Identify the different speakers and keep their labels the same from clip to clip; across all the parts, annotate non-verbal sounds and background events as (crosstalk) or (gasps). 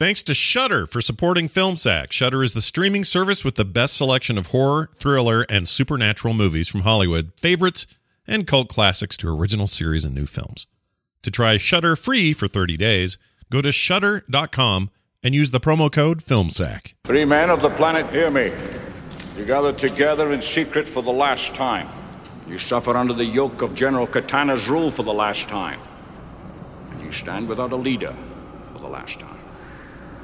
Speaker 1: Thanks to Shudder for supporting FilmSack. Shudder is the streaming service with the best selection of horror, thriller, and supernatural movies from Hollywood, favorites and cult classics to original series and new films. To try Shudder free for 30 days, go to shudder.com and use the promo code FilmSack.
Speaker 2: Three men of the planet, hear me. You gather together in secret for the last time. You suffer under the yoke of General Katana's rule for the last time. And you stand without a leader for the last time.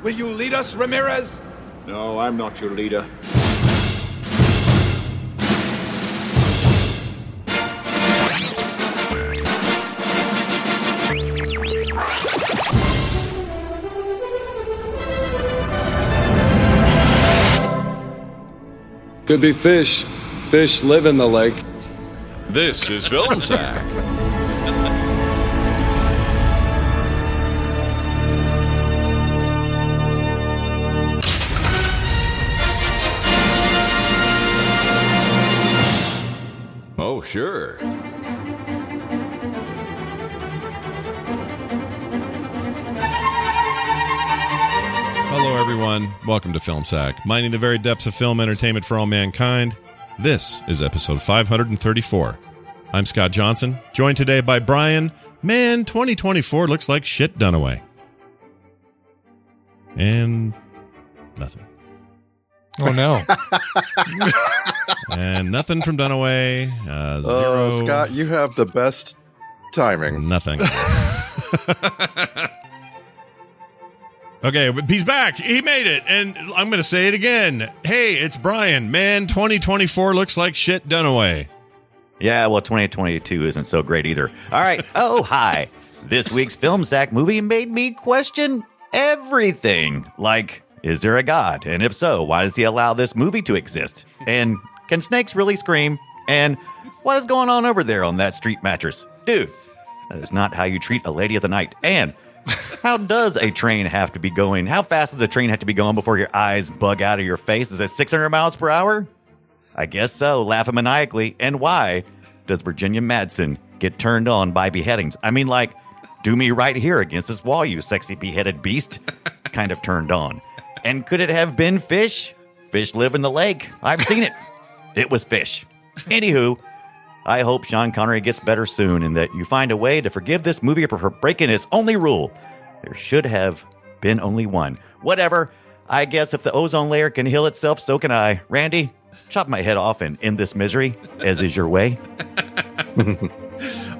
Speaker 3: Will you lead us, Ramirez?
Speaker 2: No, I'm not your leader.
Speaker 4: Could be fish. Fish live in the lake.
Speaker 5: This is Film Sack. Oh, sure.
Speaker 1: Hello, everyone. Welcome to FilmSack, mining the very depths of film entertainment for all mankind. This is episode 534. I'm Scott Johnson, joined today by Brian. Man, 2024 looks like shit done away. And nothing.
Speaker 6: Oh no!
Speaker 1: (laughs) And nothing from Dunaway. Uh, zero.
Speaker 7: Oh, Scott, you have the best timing.
Speaker 1: Nothing. okay, but he's back. He made it. And I'm going to say it again. Hey, it's Brian. Man, 2024 looks like shit Dunaway.
Speaker 8: Yeah, well, 2022 isn't so great either. All right. (laughs) Oh, hi. This week's Film Sack movie made me question everything. Like, is there a God? And if so, why does he allow this movie to exist? And can snakes really scream? And what is going on over there on that street mattress? Dude, that is not how you treat a lady of the night. And how does a train have to be going? How fast does a train have to be going before your eyes bug out of your face? Is it 600 miles per hour? I guess so, laughing maniacally. And why does Virginia Madsen get turned on by beheadings? I mean, like, do me right here against this wall, you sexy beheaded beast. kind of turned on. And could it have been fish? Fish live in the lake. I've seen it. it was fish. Anywho, I hope Sean Connery gets better soon and that you find a way to forgive this movie for breaking its only rule. There should have been only one. Whatever. I guess if the ozone layer can heal itself, so can I. Randy, chop my head off and end this misery, as is your way.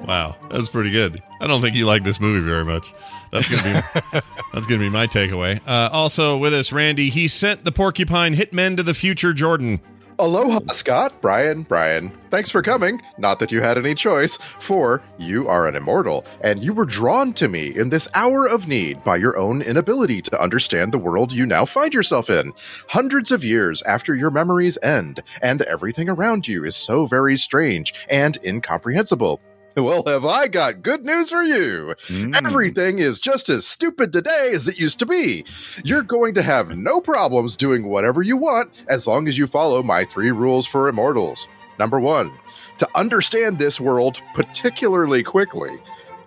Speaker 1: Wow, that's pretty good. I don't think you like this movie very much. That's gonna be
Speaker 8: (laughs)
Speaker 1: that's gonna be my takeaway. Uh, also with us, Randy. He sent the porcupine hitmen to the future, Jordan.
Speaker 7: Aloha, Scott, Brian, Brian. Thanks for coming. Not that you had any choice, for you are an immortal, and you were drawn to me in this hour of need by your own inability to understand the world you now find yourself in. Hundreds of years after your memories end, and everything around you is so very strange and incomprehensible. (laughs) Well, have I got good news for you? Everything is just as stupid today as it used to be. You're going to have no problems doing whatever you want as long as you follow my three rules for immortals. Number one, to understand this world particularly quickly,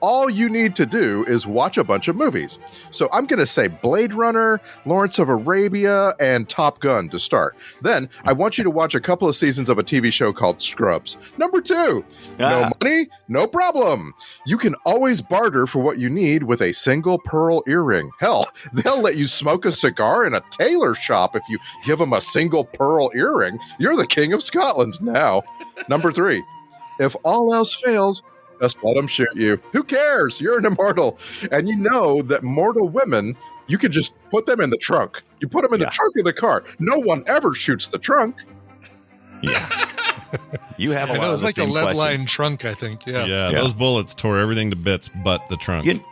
Speaker 7: all you need to do is watch a bunch of movies. So I'm going to say Blade Runner, Lawrence of Arabia, and Top Gun to start. Then I want you to watch a couple of seasons of a TV show called Scrubs. Number two, no
Speaker 8: Ah.
Speaker 7: money, no problem. You can always barter for what you need with a single pearl earring. Hell, (laughs) they'll let you smoke a cigar in a tailor shop if you give them a single pearl earring. You're the king of Scotland now. Number three, if all else fails, just let them shoot you. Who cares? You're an immortal. And you know that mortal women, you can just put them in the trunk. You put them in
Speaker 8: Yeah.
Speaker 7: the trunk of the car. No one ever shoots the trunk.
Speaker 8: You have a
Speaker 6: I
Speaker 8: lot
Speaker 6: know
Speaker 8: of
Speaker 6: it's
Speaker 8: the
Speaker 6: like the
Speaker 8: same
Speaker 6: lead
Speaker 8: questions.
Speaker 6: line trunk. I think. Yeah.
Speaker 1: Yeah,
Speaker 8: Yeah.
Speaker 1: those bullets tore everything to bits, but the trunk.
Speaker 8: You,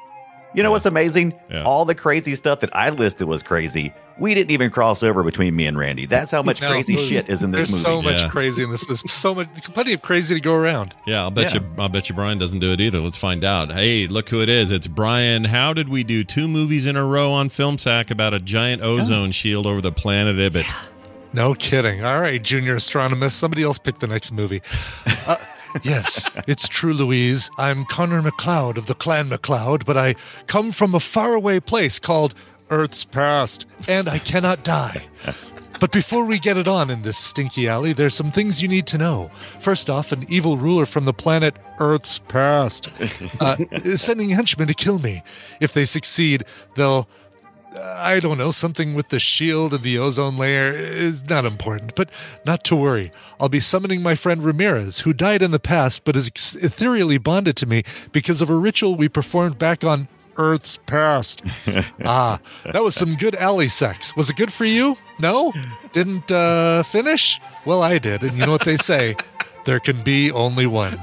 Speaker 8: you know what's amazing?
Speaker 1: Yeah.
Speaker 8: All the crazy stuff that I listed was crazy. We didn't even cross over between me and Randy. That's how much
Speaker 6: No,
Speaker 8: crazy
Speaker 6: there's-
Speaker 8: shit is in this
Speaker 6: There's
Speaker 8: movie.
Speaker 6: so much
Speaker 1: Yeah.
Speaker 6: crazy in this. There's so much, plenty of crazy to go around.
Speaker 1: yeah, I'll bet
Speaker 8: Yeah.
Speaker 1: you. I'll bet you Brian doesn't do it either. Let's find out. Hey, look who it is. It's Brian. How did we do two movies in a row on FilmSack about a giant ozone shield over the planet Ibit?
Speaker 6: No kidding. All right, junior astronomist. Somebody else pick the next movie. Uh, yes, it's true, Louise. I'm Connor McLeod of the Clan McLeod, but I come from a faraway place called Earth's past, and I cannot die. But before we get it on in this stinky alley, there's some things you need to know. First off, an evil ruler from the planet Earth's past uh, is sending henchmen to kill me. If they succeed, they'll I don't know, something with the shield and the ozone layer is not important, but not to worry. I'll be summoning my friend Ramirez, who died in the past but is ex- ethereally bonded to me because of a ritual we performed back on Earth's
Speaker 7: (laughs)
Speaker 6: past. ah, that was some good alley sex. Was it good for you? No? Didn't uh, finish? Well, I did, and you know what they say. (laughs) There can be only one.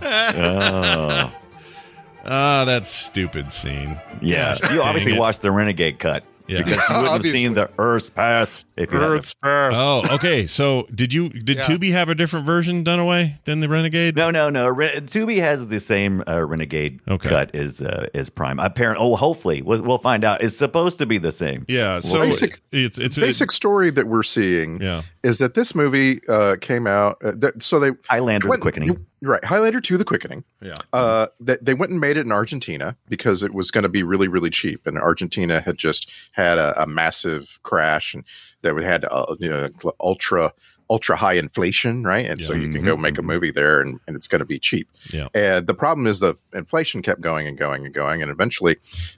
Speaker 1: Ah, that stupid scene.
Speaker 8: Yeah,
Speaker 1: Gosh,
Speaker 8: you
Speaker 1: dang
Speaker 8: obviously
Speaker 1: it.
Speaker 8: watched the Renegade cut
Speaker 1: Yeah.
Speaker 8: because (laughs) you wouldn't have seen the Earth's past if you hadn't.
Speaker 6: Earth's past.
Speaker 1: Oh, okay. So did you did
Speaker 6: Yeah.
Speaker 1: Tubi have a different version done away than the Renegade?
Speaker 8: No, no, no. Re- Tubi has the same uh, Renegade
Speaker 1: Okay.
Speaker 8: cut as uh, as Prime. Apparent. Oh, hopefully we'll, we'll find out. It's supposed to be the same.
Speaker 1: Yeah. So
Speaker 7: Basic-
Speaker 1: it's it's
Speaker 7: The basic story that we're seeing
Speaker 1: Yeah.
Speaker 7: is that this movie uh, came out. Uh, th- so they
Speaker 8: Highlander: The
Speaker 7: went-
Speaker 8: Quickening.
Speaker 7: right? Highlander two, The Quickening.
Speaker 1: Yeah.
Speaker 7: Uh, they, they went and made it in Argentina because it was going to be really, really cheap. And Argentina had just had a, a massive crash, and that we had uh, you know ultra ultra high inflation, right? And so
Speaker 1: Yeah. Mm-hmm.
Speaker 7: you can go make a movie there, and, and it's going to be cheap.
Speaker 1: Yeah.
Speaker 7: And the problem is the inflation kept going and going and going, and eventually,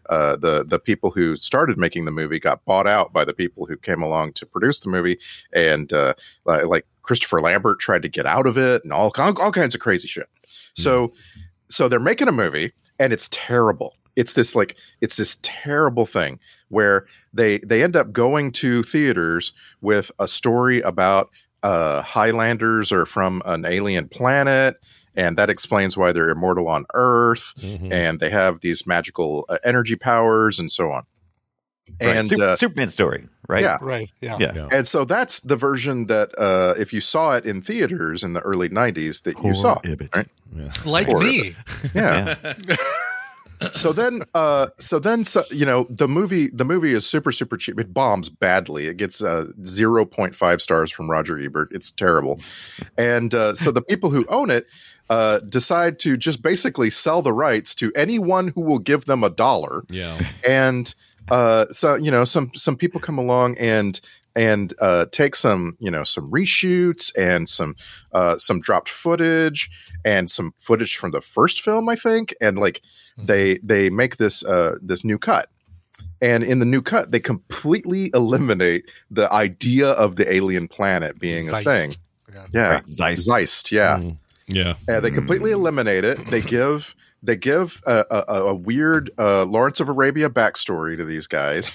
Speaker 7: uh, the the people who started making the movie got bought out by the people who came along to produce the movie, and uh, li- like Christopher Lambert tried to get out of it, and all all kinds of crazy shit. So
Speaker 1: Hmm.
Speaker 7: so they're making a movie and it's terrible it's this like it's this terrible thing where they they end up going to theaters with a story about uh highlanders are from an alien planet and that explains why they're immortal on earth
Speaker 8: Hmm.
Speaker 1: Mhm.
Speaker 7: and they have these magical uh, energy powers and so on
Speaker 8: Right.
Speaker 7: and
Speaker 8: Sup-
Speaker 7: uh,
Speaker 8: Superman story, right?
Speaker 7: yeah.
Speaker 6: Right, yeah.
Speaker 8: Yeah.
Speaker 7: and so that's the version that uh if you saw it in theaters in the early 90s that you saw
Speaker 8: Ibbot.
Speaker 7: right?
Speaker 6: Like
Speaker 7: Or-
Speaker 6: me.
Speaker 7: yeah. (laughs) so then, uh, so then, so, you know, the movie, the movie is super, super cheap. It bombs badly. It gets uh, 0.5 stars from Roger Ebert. It's terrible. And uh, so the people who own it uh, decide to just basically sell the rights to anyone who will give them a dollar
Speaker 1: Yeah.
Speaker 7: and uh, so you know some some people come along and and uh, take some you know some reshoots and some uh, some dropped footage and some footage from the first film I think and like they they make this uh, this new cut and in the new cut they completely eliminate the idea of the alien planet being
Speaker 6: Zeist.
Speaker 7: a thing yeah
Speaker 8: Right. Zeist.
Speaker 7: Zeist yeah
Speaker 1: Mm. Yeah.
Speaker 7: uh, they completely eliminate it. They give they give a, a, a weird uh, Lawrence of Arabia backstory to these guys,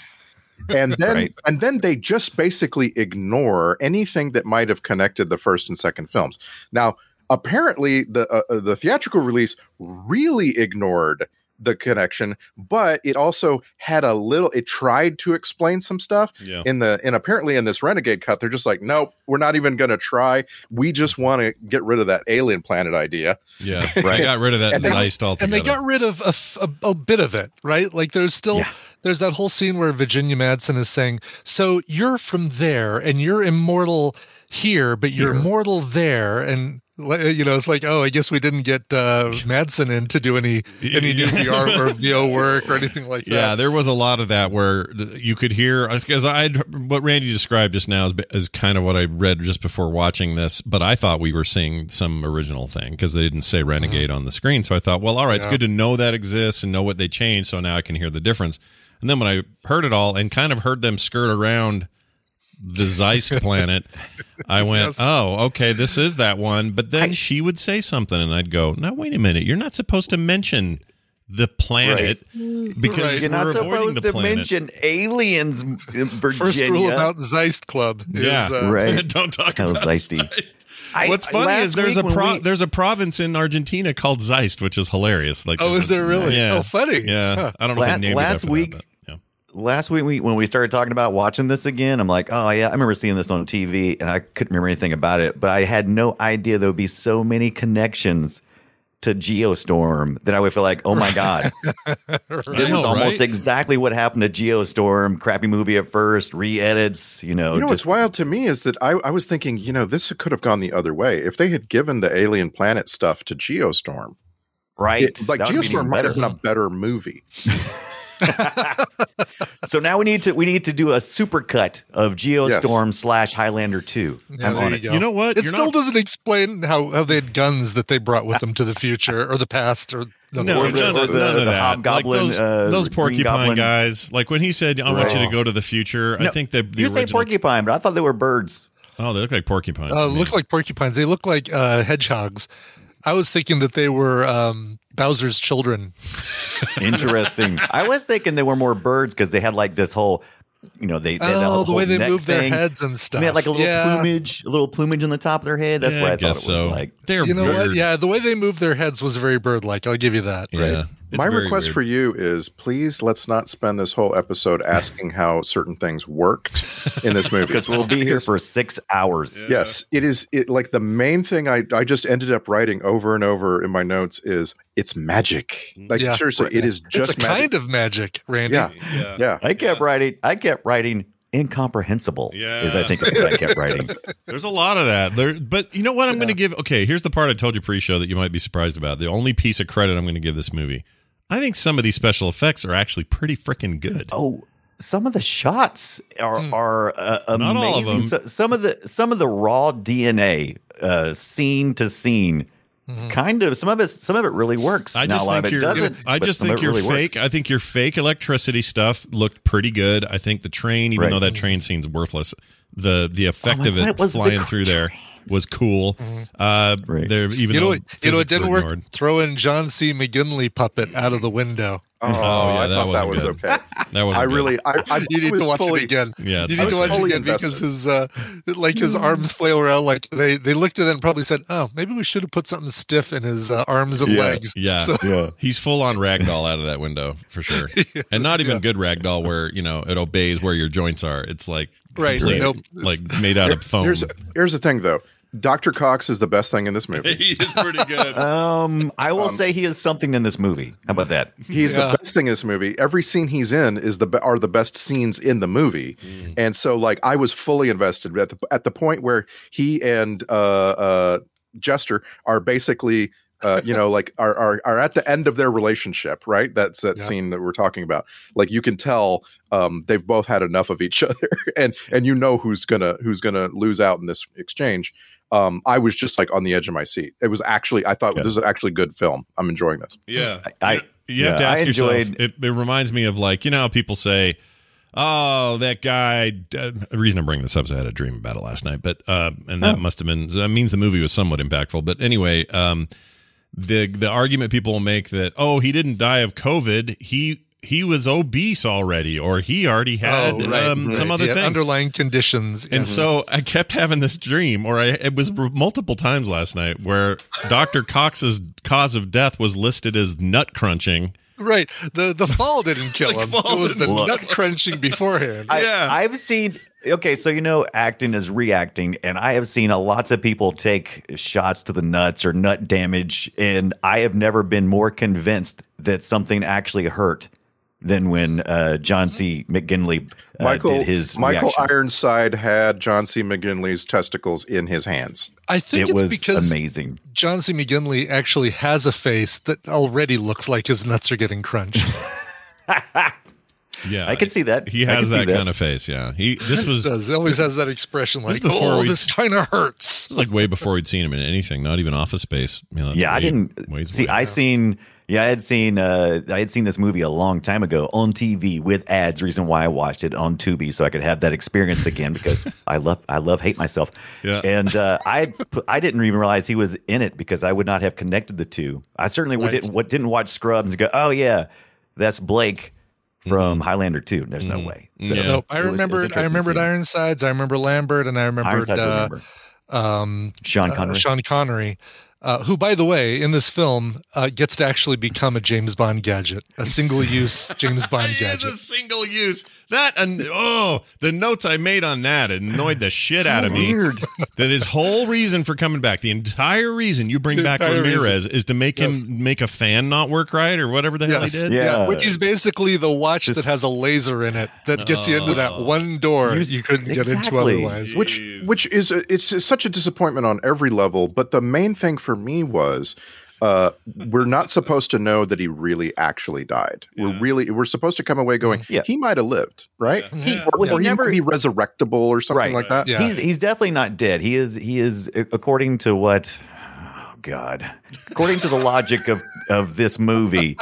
Speaker 7: and then
Speaker 8: Right.
Speaker 7: and then they just basically ignore anything that might have connected the first and second films. Now, apparently, the uh, uh, the theatrical release really ignored the connection, but it also had a little. It tried to explain some stuff,
Speaker 1: Yeah.
Speaker 7: in the and apparently in this renegade cut they're just like nope we're not even going to try we just want to get rid of that alien planet idea
Speaker 1: Yeah. Right. got rid of that
Speaker 7: And they-
Speaker 1: zeist
Speaker 6: and
Speaker 1: altogether.
Speaker 6: they got rid of a, f- a- a bit of it, right? Like there's still
Speaker 8: Yeah.
Speaker 6: there's that whole scene where Virginia Madsen is saying, "So you're from there, and you're immortal here, but you're mortal there," and li- you know it's like, oh, I guess we didn't
Speaker 1: (laughs)
Speaker 6: get uh, Madsen in to do any any new VR or VO work or anything like
Speaker 1: yeah,
Speaker 6: that.
Speaker 1: there was a lot of that where you could hear because I what Randy described just now is, is kind of what I read just before watching this, but I thought we were seeing some original thing because they didn't say Renegade on the screen, so I thought, well, all right, it's
Speaker 6: Mm-hmm. Yeah.
Speaker 1: good to know that exists and know what they changed, so now I can hear the difference. And then when I heard it all and kind of heard them skirt around the
Speaker 6: (laughs)
Speaker 1: Zeist planet, I went,
Speaker 6: Yes.
Speaker 1: oh, okay, this is that one. But then she would say something, and I'd go, now wait a minute, you're not supposed to mention the planet because
Speaker 8: You're not
Speaker 1: we're avoiding
Speaker 8: supposed
Speaker 1: the
Speaker 8: to
Speaker 1: planet.
Speaker 8: mention aliens, Virginia.
Speaker 6: First rule about Zeist Club is
Speaker 1: yeah,
Speaker 6: uh,
Speaker 8: right.
Speaker 1: (laughs) Don't talk
Speaker 8: How
Speaker 1: about
Speaker 8: zeisty.
Speaker 1: Zeist.
Speaker 8: I-
Speaker 1: What's funny
Speaker 8: last
Speaker 1: is there's a
Speaker 8: week when
Speaker 1: pro-
Speaker 8: we-
Speaker 1: there's a province in Argentina called Zeist, which is hilarious. Like,
Speaker 6: Oh, is there really?
Speaker 1: Yeah.
Speaker 6: Oh, funny.
Speaker 1: Yeah,
Speaker 6: Huh.
Speaker 1: I don't know. if
Speaker 8: La-
Speaker 1: they named it
Speaker 8: last
Speaker 1: after that,
Speaker 8: week-
Speaker 1: but, yeah.
Speaker 8: last week we, when we started talking about watching this again, I'm like, oh yeah, I remember seeing this on TV, and I couldn't remember anything about it, but I had no idea there would be so many connections to Geostorm that I would feel like, oh my god,
Speaker 1: (laughs) I
Speaker 8: this
Speaker 1: know,
Speaker 8: is
Speaker 1: right?
Speaker 8: almost exactly what happened to Geostorm. Crappy movie at first, re-edits, you know,
Speaker 7: you know
Speaker 8: Oh, just
Speaker 7: what's wild to me is that I, I was thinking you know this could have gone the other way if they had given the alien planet stuff to geostorm
Speaker 8: right.
Speaker 7: it, like
Speaker 8: That would be
Speaker 7: geostorm might have
Speaker 8: better.
Speaker 7: been a better movie
Speaker 8: so now we need to we need to do a supercut of Geostorm slash Highlander two.
Speaker 6: Yeah,
Speaker 8: I'm
Speaker 6: there
Speaker 8: on
Speaker 6: you
Speaker 8: it.
Speaker 6: go.
Speaker 1: You know what?
Speaker 6: It
Speaker 1: You're
Speaker 6: still
Speaker 1: not-
Speaker 6: doesn't explain how, how they had guns that they brought with them to the future or the past or the
Speaker 1: No,
Speaker 8: Or
Speaker 6: forward.
Speaker 8: the-
Speaker 1: none,
Speaker 8: or
Speaker 1: of,
Speaker 8: the-
Speaker 1: none of
Speaker 8: the
Speaker 1: that.
Speaker 8: Hobgoblin,
Speaker 1: like those,
Speaker 8: uh,
Speaker 1: those
Speaker 8: Green
Speaker 1: porcupine
Speaker 8: Goblin.
Speaker 1: guys. Like when he said, "I want you to go to the future," I
Speaker 8: No,
Speaker 1: think that the
Speaker 8: you say
Speaker 1: original.
Speaker 8: porcupine, but I thought they were birds.
Speaker 1: oh, they look like porcupines.
Speaker 6: uh,
Speaker 1: to me.
Speaker 6: look like porcupines. They look like uh, hedgehogs. I was thinking that they were um, Bowser's children.
Speaker 8: Interesting. I was thinking they were more birds because they had like this whole, you know, they, they had
Speaker 6: Oh,
Speaker 8: whole
Speaker 6: the way they
Speaker 8: neck
Speaker 6: move their
Speaker 8: thing.
Speaker 6: heads and stuff.
Speaker 8: They had like a little
Speaker 6: Yeah.
Speaker 8: plumage, a little plumage on the top of their head. That's
Speaker 1: Yeah,
Speaker 8: what I,
Speaker 1: I,
Speaker 8: thought it was
Speaker 1: guess so.
Speaker 8: like.
Speaker 1: They're
Speaker 6: You know
Speaker 1: weird.
Speaker 6: what? Yeah, the way they move their heads was very bird-like. I'll give you that.
Speaker 1: Yeah. It's
Speaker 7: My
Speaker 1: very
Speaker 7: request
Speaker 1: weird.
Speaker 7: for you is please let's not spend this whole
Speaker 8: (laughs)
Speaker 7: episode asking how certain things worked in this movie.
Speaker 6: (laughs)
Speaker 8: Because we'll be here for six hours.
Speaker 7: Yes, it is it like the main thing I, I just ended up writing over and over in my notes is it's magic.
Speaker 1: Mm-hmm.
Speaker 7: Like
Speaker 6: Yeah.
Speaker 7: seriously, it is just
Speaker 6: it's a kind of magic, Randy.
Speaker 7: yeah,
Speaker 1: Yeah.
Speaker 7: yeah.
Speaker 8: I kept writing. I kept writing incomprehensible. is I
Speaker 1: Yeah.
Speaker 8: think is what I kept writing.
Speaker 1: There's a lot of that. There, but you know what? I'm going to give. Okay, here's the part I told you pre-show that you might be surprised about. The only piece of credit I'm going to give this movie. I think some of these special effects are actually pretty freaking good.
Speaker 8: Oh, some of the shots are are uh, amazing.
Speaker 1: Hmm. Not all of them.
Speaker 8: So- some of the some of the raw DNA, uh, scene to scene, kind of some of it some of it really works.
Speaker 1: Mm-hmm. I
Speaker 8: Not
Speaker 1: just
Speaker 8: a lot
Speaker 1: think
Speaker 8: of it
Speaker 1: your
Speaker 8: doesn't.
Speaker 1: I
Speaker 8: but
Speaker 1: just
Speaker 8: some of
Speaker 1: think
Speaker 8: it
Speaker 1: your
Speaker 8: really works.
Speaker 1: fake. I think your fake electricity stuff looked pretty good. I think the train, even
Speaker 8: Right.
Speaker 1: though that train scene's worthless, the the effect
Speaker 8: Oh my
Speaker 1: of
Speaker 8: God,
Speaker 1: it
Speaker 8: it was the
Speaker 1: flying
Speaker 8: cool
Speaker 1: through there was cool. Uh,
Speaker 8: Mm-hmm. Right.
Speaker 1: there, even
Speaker 6: You know,
Speaker 1: though
Speaker 6: what, you know, it
Speaker 1: physics were
Speaker 6: didn't work.
Speaker 1: ignored.
Speaker 6: Throw in John C. McGinley puppet out of the window.
Speaker 7: Oh,
Speaker 1: yeah,
Speaker 7: I
Speaker 1: that
Speaker 7: thought
Speaker 1: wasn't
Speaker 7: that was
Speaker 1: good.
Speaker 7: okay.
Speaker 1: That was
Speaker 7: I really I, I
Speaker 6: You need
Speaker 7: was
Speaker 6: to watch
Speaker 7: fully-
Speaker 6: it again.
Speaker 1: Yeah, it's
Speaker 6: you
Speaker 1: not
Speaker 6: need to watch it
Speaker 7: fully
Speaker 6: again because
Speaker 7: invested. Hmm.
Speaker 6: his uh, like his arms flail around. Like they they looked at it and probably said, "Oh, maybe we should have put something stiff in his uh, arms and
Speaker 7: Yeah.
Speaker 6: legs."
Speaker 1: Yeah.
Speaker 6: So-
Speaker 1: yeah. He's full on ragdoll out of that window for (laughs) sure. and not even good ragdoll where, you know, it obeys where your joints are. It's like
Speaker 6: Right,
Speaker 1: complete-
Speaker 6: nope.
Speaker 1: like made out of foam.
Speaker 7: Here's here's the thing though. Dr. Cox is the best thing in this
Speaker 1: (laughs)
Speaker 7: movie.
Speaker 1: he is pretty good.
Speaker 8: Um, I will say he is something in this movie. How about that?
Speaker 7: He's
Speaker 6: Yeah.
Speaker 7: the best thing in this movie. Every scene he's in is the be- are the best scenes in the movie,
Speaker 6: Mm.
Speaker 7: and so like I was fully invested at the at the point where he and uh, uh, Jester are basically uh, you know like are, are are at the end of their relationship, right? That's that
Speaker 6: Yeah.
Speaker 7: scene that we're talking about. Like you can tell um, they've both had enough of each (laughs) other, and and you know who's gonna who's gonna lose out in this exchange. Um, I was just like on the edge of my seat. It was actually I thought
Speaker 8: Yeah.
Speaker 7: this is actually good film. I'm enjoying this.
Speaker 1: Yeah.
Speaker 8: (laughs) I-
Speaker 1: you have to
Speaker 8: yeah,
Speaker 1: ask
Speaker 8: I
Speaker 1: yourself.
Speaker 8: enjoyed-
Speaker 1: It, it reminds me of like, you know how people say, oh, that guy. Uh, the reason I'm bringing this up is I had a dream about it last night, but, uh, and
Speaker 8: Oh.
Speaker 1: that must have been, that means the movie was somewhat impactful. But anyway, um, the the argument people will make that oh he didn't die of COVID he he was obese already or he already had
Speaker 6: (laughs) Oh, right,
Speaker 1: um, some
Speaker 6: right.
Speaker 1: other
Speaker 6: Yeah,
Speaker 1: thing
Speaker 6: underlying conditions.
Speaker 1: and so I kept having this dream, or I, it was r- multiple times last night, where Dr. Cox's cause of death was listed as nut crunching.
Speaker 6: Right. The the fall didn't kill
Speaker 1: The
Speaker 6: him.
Speaker 1: fall
Speaker 6: It was the
Speaker 1: didn't-
Speaker 8: Look.
Speaker 6: nut crunching (laughs) beforehand.
Speaker 8: I,
Speaker 1: Yeah.
Speaker 8: I've seen. Okay, so you know, acting is reacting, and I have seen a lots of people take shots to the nuts or nut damage, and I have never been more convinced that something actually hurt than when uh, John C. McGinley uh,
Speaker 7: Michael
Speaker 8: did his
Speaker 7: Michael
Speaker 8: reaction.
Speaker 7: Ironside had John C. McGinley's testicles in his hands.
Speaker 6: I think
Speaker 8: it
Speaker 6: it's
Speaker 8: was
Speaker 6: because
Speaker 8: amazing.
Speaker 6: John C. McGinley actually has a face that already looks like his nuts are getting crunched.
Speaker 1: Yeah,
Speaker 8: I can see that.
Speaker 1: He
Speaker 8: I
Speaker 1: has
Speaker 8: can see
Speaker 1: that,
Speaker 8: that.
Speaker 1: kind of face. Yeah, he this was,
Speaker 6: It
Speaker 1: this
Speaker 6: does. It always has that expression like,
Speaker 1: before
Speaker 6: oh,
Speaker 1: we-
Speaker 6: this kind of hurts.
Speaker 1: was like way before we'd seen him in anything, not even Office Space. You know, that's
Speaker 8: Yeah, I
Speaker 1: way-
Speaker 8: didn't
Speaker 1: ways
Speaker 8: see.
Speaker 1: away.
Speaker 8: I seen. Yeah, I had seen. Uh, I had seen this movie a long time ago on TV with ads. Reason why I watched it on Tubi so I could have that experience
Speaker 1: (laughs)
Speaker 8: again because I love. I love hate myself.
Speaker 1: Yeah.
Speaker 8: And uh, I I didn't even realize he was in it because I would not have connected the two. I certainly
Speaker 6: Right.
Speaker 8: didn't. What didn't watch Scrubs and go, oh yeah, that's Blake from Highlander Two. There's no way. So
Speaker 1: Mm-hmm. Yeah.
Speaker 6: Nope. I
Speaker 8: it was- it was
Speaker 6: remembered. I
Speaker 8: interesting
Speaker 6: remembered
Speaker 8: seeing it.
Speaker 6: Ironsides. I remember Lambert, and I remembered
Speaker 8: Ironsides, I
Speaker 6: uh,
Speaker 8: remember. Um, Sean
Speaker 6: uh,
Speaker 8: Connery.
Speaker 6: Sean Connery, uh, who, by the way, in this film uh, gets to actually become a James Bond gadget, a
Speaker 8: (laughs)
Speaker 6: single-use James Bond
Speaker 1: It is
Speaker 6: gadget.
Speaker 1: a single use that and oh the notes I made on that annoyed the shit out of me.
Speaker 8: Weird.
Speaker 1: (laughs) That his whole reason for coming back, the entire reason you bring
Speaker 6: The
Speaker 1: back
Speaker 6: entire
Speaker 1: Ramirez
Speaker 6: reason.
Speaker 1: is to make him make a fan not work right or whatever the hell he
Speaker 6: Yes.
Speaker 1: did.
Speaker 8: Yeah.
Speaker 6: Which is basically the watch
Speaker 8: Just-
Speaker 6: that has a laser in it that gets you into that one door you,
Speaker 8: Oh. Use-
Speaker 6: couldn't get into
Speaker 8: Exactly.
Speaker 6: otherwise.
Speaker 7: Which which is a, it's such a disappointment on every level. But the main thing for me was uh, we're not supposed to know that he really actually died. We're really we're supposed to come away going,
Speaker 8: Mm-hmm. Yeah.
Speaker 7: he might have lived, right?
Speaker 8: He-
Speaker 7: Or,
Speaker 8: well,
Speaker 7: or
Speaker 8: he
Speaker 7: he
Speaker 8: never-
Speaker 7: might be resurrectable or something
Speaker 8: Right.
Speaker 7: like that.
Speaker 6: Yeah.
Speaker 8: He's he's definitely not dead. He is he is a- according to what oh god. According to the logic of of this movie,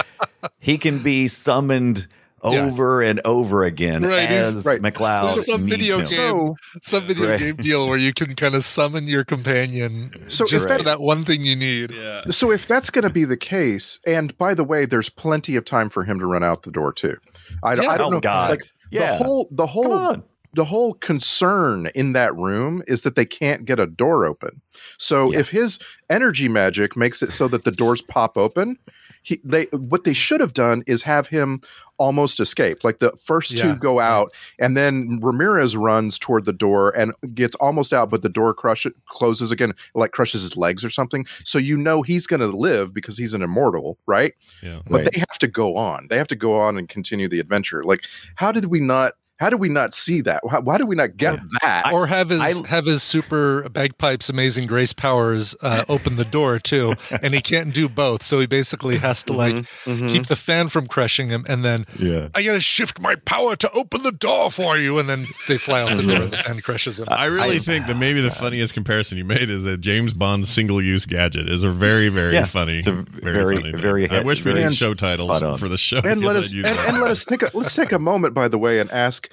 Speaker 8: he can be summoned
Speaker 6: Yeah.
Speaker 8: over and over again
Speaker 6: Right, he's-
Speaker 8: as
Speaker 7: right.
Speaker 8: McLeod
Speaker 6: There's some
Speaker 8: needs
Speaker 6: video
Speaker 8: him.
Speaker 6: game
Speaker 7: So-
Speaker 6: some video
Speaker 8: Right.
Speaker 6: game deal where you can kind of summon your companion
Speaker 7: So
Speaker 6: just
Speaker 7: is that-
Speaker 6: for that one thing you need.
Speaker 1: Yeah.
Speaker 7: So if that's going to be the case, and by the way, there's plenty of time for him to run out the door too. I, don't- I
Speaker 6: Yeah.
Speaker 7: don't
Speaker 8: Oh,
Speaker 7: know.
Speaker 8: God. Yeah.
Speaker 7: The whole the
Speaker 8: Come
Speaker 7: whole
Speaker 8: on.
Speaker 7: the whole concern in that room is that they can't get a door open. So if his energy magic makes it so that the doors pop open, he, they what they should have done is have him almost escape. Like the first
Speaker 6: Yeah.
Speaker 7: two go out, and then Ramirez runs toward the door and gets almost out, but the door crush closes again, like crushes his legs or something. So you know he's going to live because he's an immortal, right?
Speaker 1: Yeah.
Speaker 7: But
Speaker 8: Right.
Speaker 7: they have to go on. They have to go on and continue the adventure. Like, how did we not? How did we not see that? Why, why did we not get that?
Speaker 6: or have his
Speaker 8: I-
Speaker 6: have his super bagpipes amazing grace powers uh, open the door too and he can't do both so he basically has to like keep the fan from crushing him and then
Speaker 8: Yeah.
Speaker 6: i gotta shift my power to open the door for you and then they fly out the door and the fan crushes him
Speaker 1: I really
Speaker 8: I- uh,
Speaker 1: think that maybe the funniest comparison you made is that James Bond's single use gadget is a very, very
Speaker 8: Yeah.
Speaker 1: funny.
Speaker 8: It's a very-
Speaker 1: thing.
Speaker 8: very
Speaker 1: I
Speaker 8: hit-
Speaker 1: wish we
Speaker 8: very
Speaker 1: had show titles
Speaker 8: spot on.
Speaker 1: for the show.
Speaker 7: and let
Speaker 1: because
Speaker 7: us
Speaker 1: I'd
Speaker 7: and,
Speaker 1: use
Speaker 7: and
Speaker 1: that.
Speaker 7: let us take a let's take a moment, by the way, and ask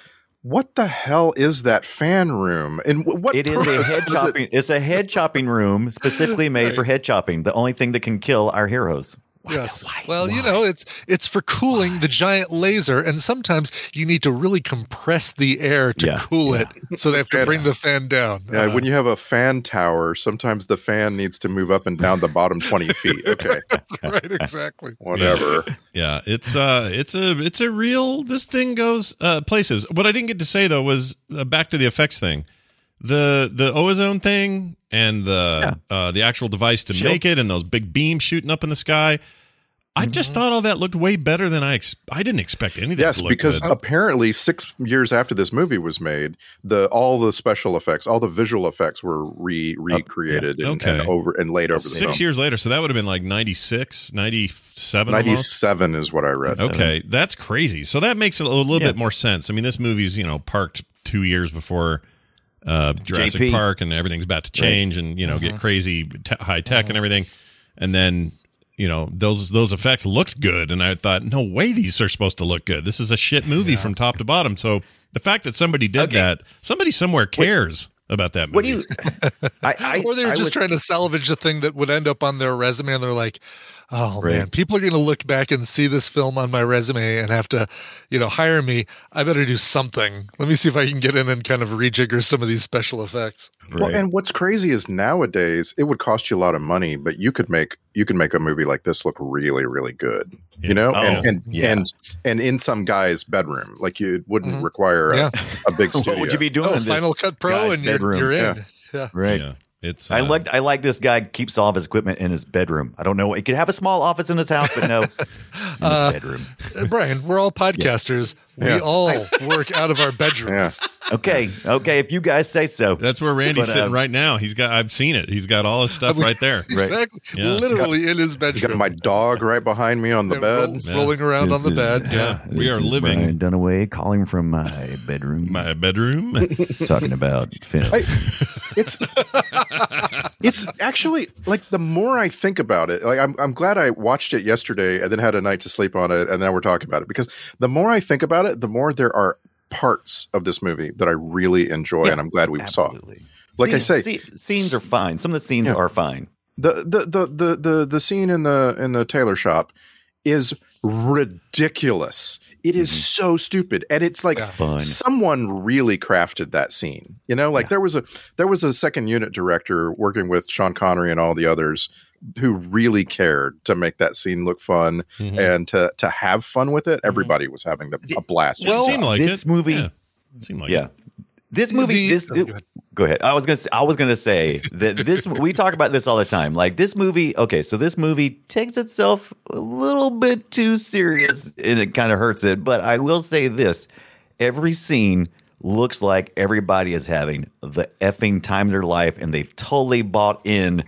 Speaker 7: what the hell is that fan room and wh- what
Speaker 8: It is a
Speaker 7: purpose
Speaker 8: head
Speaker 7: does it-
Speaker 8: chopping. It's a head chopping room specifically made for head chopping. The only thing that can kill our heroes.
Speaker 6: yes well you know it's it's for cooling the giant laser and sometimes you need to really compress the air to
Speaker 8: Yeah,
Speaker 6: cool it so they have to
Speaker 7: Yeah.
Speaker 6: bring the fan down
Speaker 7: Yeah,
Speaker 6: Uh, (laughs)
Speaker 7: when you have a fan tower, sometimes the fan needs to move up and down the bottom twenty feet. Okay,
Speaker 8: (laughs)
Speaker 6: right exactly
Speaker 7: whatever.
Speaker 1: Yeah, it's uh, it's a, it's a real. This thing goes uh, places. What I didn't get to say though was uh, back to the effects thing, the the ozone thing, and the uh, the actual device to make it, and those big beams shooting up in the sky. I just thought all that looked way better than I ex- I didn't expect (laughs) anything.
Speaker 7: Yes,
Speaker 1: to look
Speaker 7: because
Speaker 1: good.
Speaker 7: apparently six years after this movie was made, the all the special effects, all the visual effects were re recreated and,
Speaker 1: Okay.
Speaker 7: and over and laid over the
Speaker 1: six
Speaker 7: film.
Speaker 1: years later so that would have been like 96 97 almost.
Speaker 7: Ninety-seven is what I read.
Speaker 1: okay that's crazy so that makes a little
Speaker 8: Yeah.
Speaker 1: bit more sense i mean this movie's you know parked two years before uh jurassic
Speaker 8: JP.
Speaker 1: park and everything's about to change and you know
Speaker 8: Mm-hmm.
Speaker 1: get crazy te- high tech and everything and then you know those those effects looked good and i thought no way these are supposed to look good this is a shit movie from top to bottom so the fact that somebody did that somebody somewhere cares about that movie
Speaker 8: What do (laughs) you? I, I
Speaker 6: or they were
Speaker 8: I
Speaker 6: just
Speaker 8: would-
Speaker 6: trying to salvage a thing that would end up on their resume and they're like oh man people are going to look back and see this film on my resume and have to you know hire me i better do something let me see if i can get in and kind of rejigger some of these special effects
Speaker 7: Well, and what's crazy is nowadays it would cost you a lot of money, but you could make you could make a movie like this look really, really good.
Speaker 1: Yeah.
Speaker 7: You know, and
Speaker 1: Oh,
Speaker 7: and,
Speaker 8: yeah.
Speaker 7: and and in some guy's bedroom, like you it wouldn't
Speaker 6: Mhm.
Speaker 7: require a,
Speaker 6: Yeah.
Speaker 7: a big studio.
Speaker 8: What Mm-hmm. (laughs) would you be doing?
Speaker 6: oh
Speaker 8: in this
Speaker 6: final cut pro
Speaker 8: guy's
Speaker 6: and you're,
Speaker 8: bedroom?
Speaker 6: you're in
Speaker 7: Yeah.
Speaker 6: yeah.
Speaker 8: Right.
Speaker 1: yeah it's
Speaker 8: I
Speaker 1: uh,
Speaker 8: like I like this guy keeps all of his equipment in his bedroom. I don't know. He could have a small office in his house,
Speaker 1: (laughs)
Speaker 8: but no, in his bedroom.
Speaker 6: Uh, (laughs) Brian, we're
Speaker 8: (laughs)
Speaker 6: all podcasters.
Speaker 7: Yeah.
Speaker 6: We all (laughs) work out of our bedrooms. (laughs)
Speaker 8: Okay, okay. If you guys say so.
Speaker 1: That's where Randy's
Speaker 8: But, uh,
Speaker 1: sitting right now. He's got I've seen it. He's got all his stuff right
Speaker 8: (laughs)
Speaker 1: there.
Speaker 6: Exactly.
Speaker 1: Yeah.
Speaker 6: Literally in his
Speaker 7: You got
Speaker 6: bedroom.
Speaker 7: my dog right behind me on the
Speaker 6: Yeah, roll-
Speaker 7: bed.
Speaker 1: Yeah.
Speaker 6: Rolling around
Speaker 8: This
Speaker 6: on the
Speaker 8: is- uh,
Speaker 6: bed.
Speaker 1: Yeah. We
Speaker 8: This
Speaker 1: are
Speaker 8: is Brian
Speaker 1: living
Speaker 8: Dunaway calling from my bedroom,
Speaker 1: my (laughs) bedroom.
Speaker 8: talking about film.
Speaker 7: I- it's it's actually like the more I think about it, like I'm I'm glad I watched it yesterday and then had a night to sleep on it, and now we're talking about it because the more I think about it, the more there are parts of this movie that I really enjoy,
Speaker 8: Yeah,
Speaker 7: and I'm glad we saw.
Speaker 8: Absolutely.
Speaker 7: Like I
Speaker 8: Scenes-
Speaker 7: say-
Speaker 8: sce- scenes are fine. Some of the scenes
Speaker 7: Yeah.
Speaker 8: are fine.
Speaker 7: the the the the the, the scene in the in the tailor shop is ridiculous. It
Speaker 8: Mm-hmm.
Speaker 7: is so stupid, and it's like
Speaker 6: Yeah.
Speaker 8: Fun.
Speaker 7: someone really crafted that scene. You know, like there was a there was a second unit director working with Sean Connery and all the others who really cared to make that scene look fun and to to have fun with it. Everybody was having a- a blast.
Speaker 1: It seemed like
Speaker 8: this
Speaker 1: it.
Speaker 8: movie-
Speaker 1: Yeah. It seemed like
Speaker 8: yeah.
Speaker 1: it.
Speaker 8: This movie,
Speaker 6: The-
Speaker 8: this
Speaker 6: oh, go ahead.
Speaker 8: go ahead. I was gonna, say, I was gonna say that this. (laughs) we talk about this all the time. Like this movie. Okay, so this movie takes itself a little bit too serious, and it kind of hurts it. But I will say this: every scene looks like everybody is having the effing time of their life, and they've totally bought in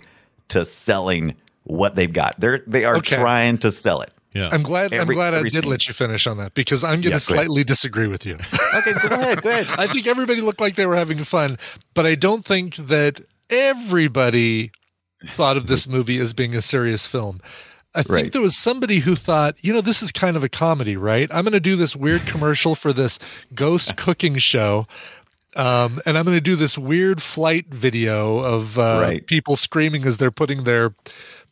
Speaker 8: to selling what they've got. They're they are
Speaker 6: Okay.
Speaker 8: trying to sell it.
Speaker 1: Yeah.
Speaker 6: I'm glad. I'm
Speaker 8: Every-
Speaker 6: glad I
Speaker 8: every
Speaker 6: did
Speaker 8: scene.
Speaker 6: let you finish on that because I'm going to
Speaker 8: Yeah, go ahead.
Speaker 6: slightly disagree with you.
Speaker 8: Okay, go ahead, go (laughs) ahead.
Speaker 6: I think everybody looked like they were having fun, but I don't think that everybody thought of
Speaker 8: (laughs)
Speaker 6: this movie as being a serious film. I think
Speaker 8: Right.
Speaker 6: there was somebody who thought, you know, this is kind of a comedy, right? I'm going to do this weird commercial for this
Speaker 8: (laughs)
Speaker 6: ghost cooking show. Um, and I'm going to do this weird flight video of uh,
Speaker 8: Right.
Speaker 6: people screaming as they're putting their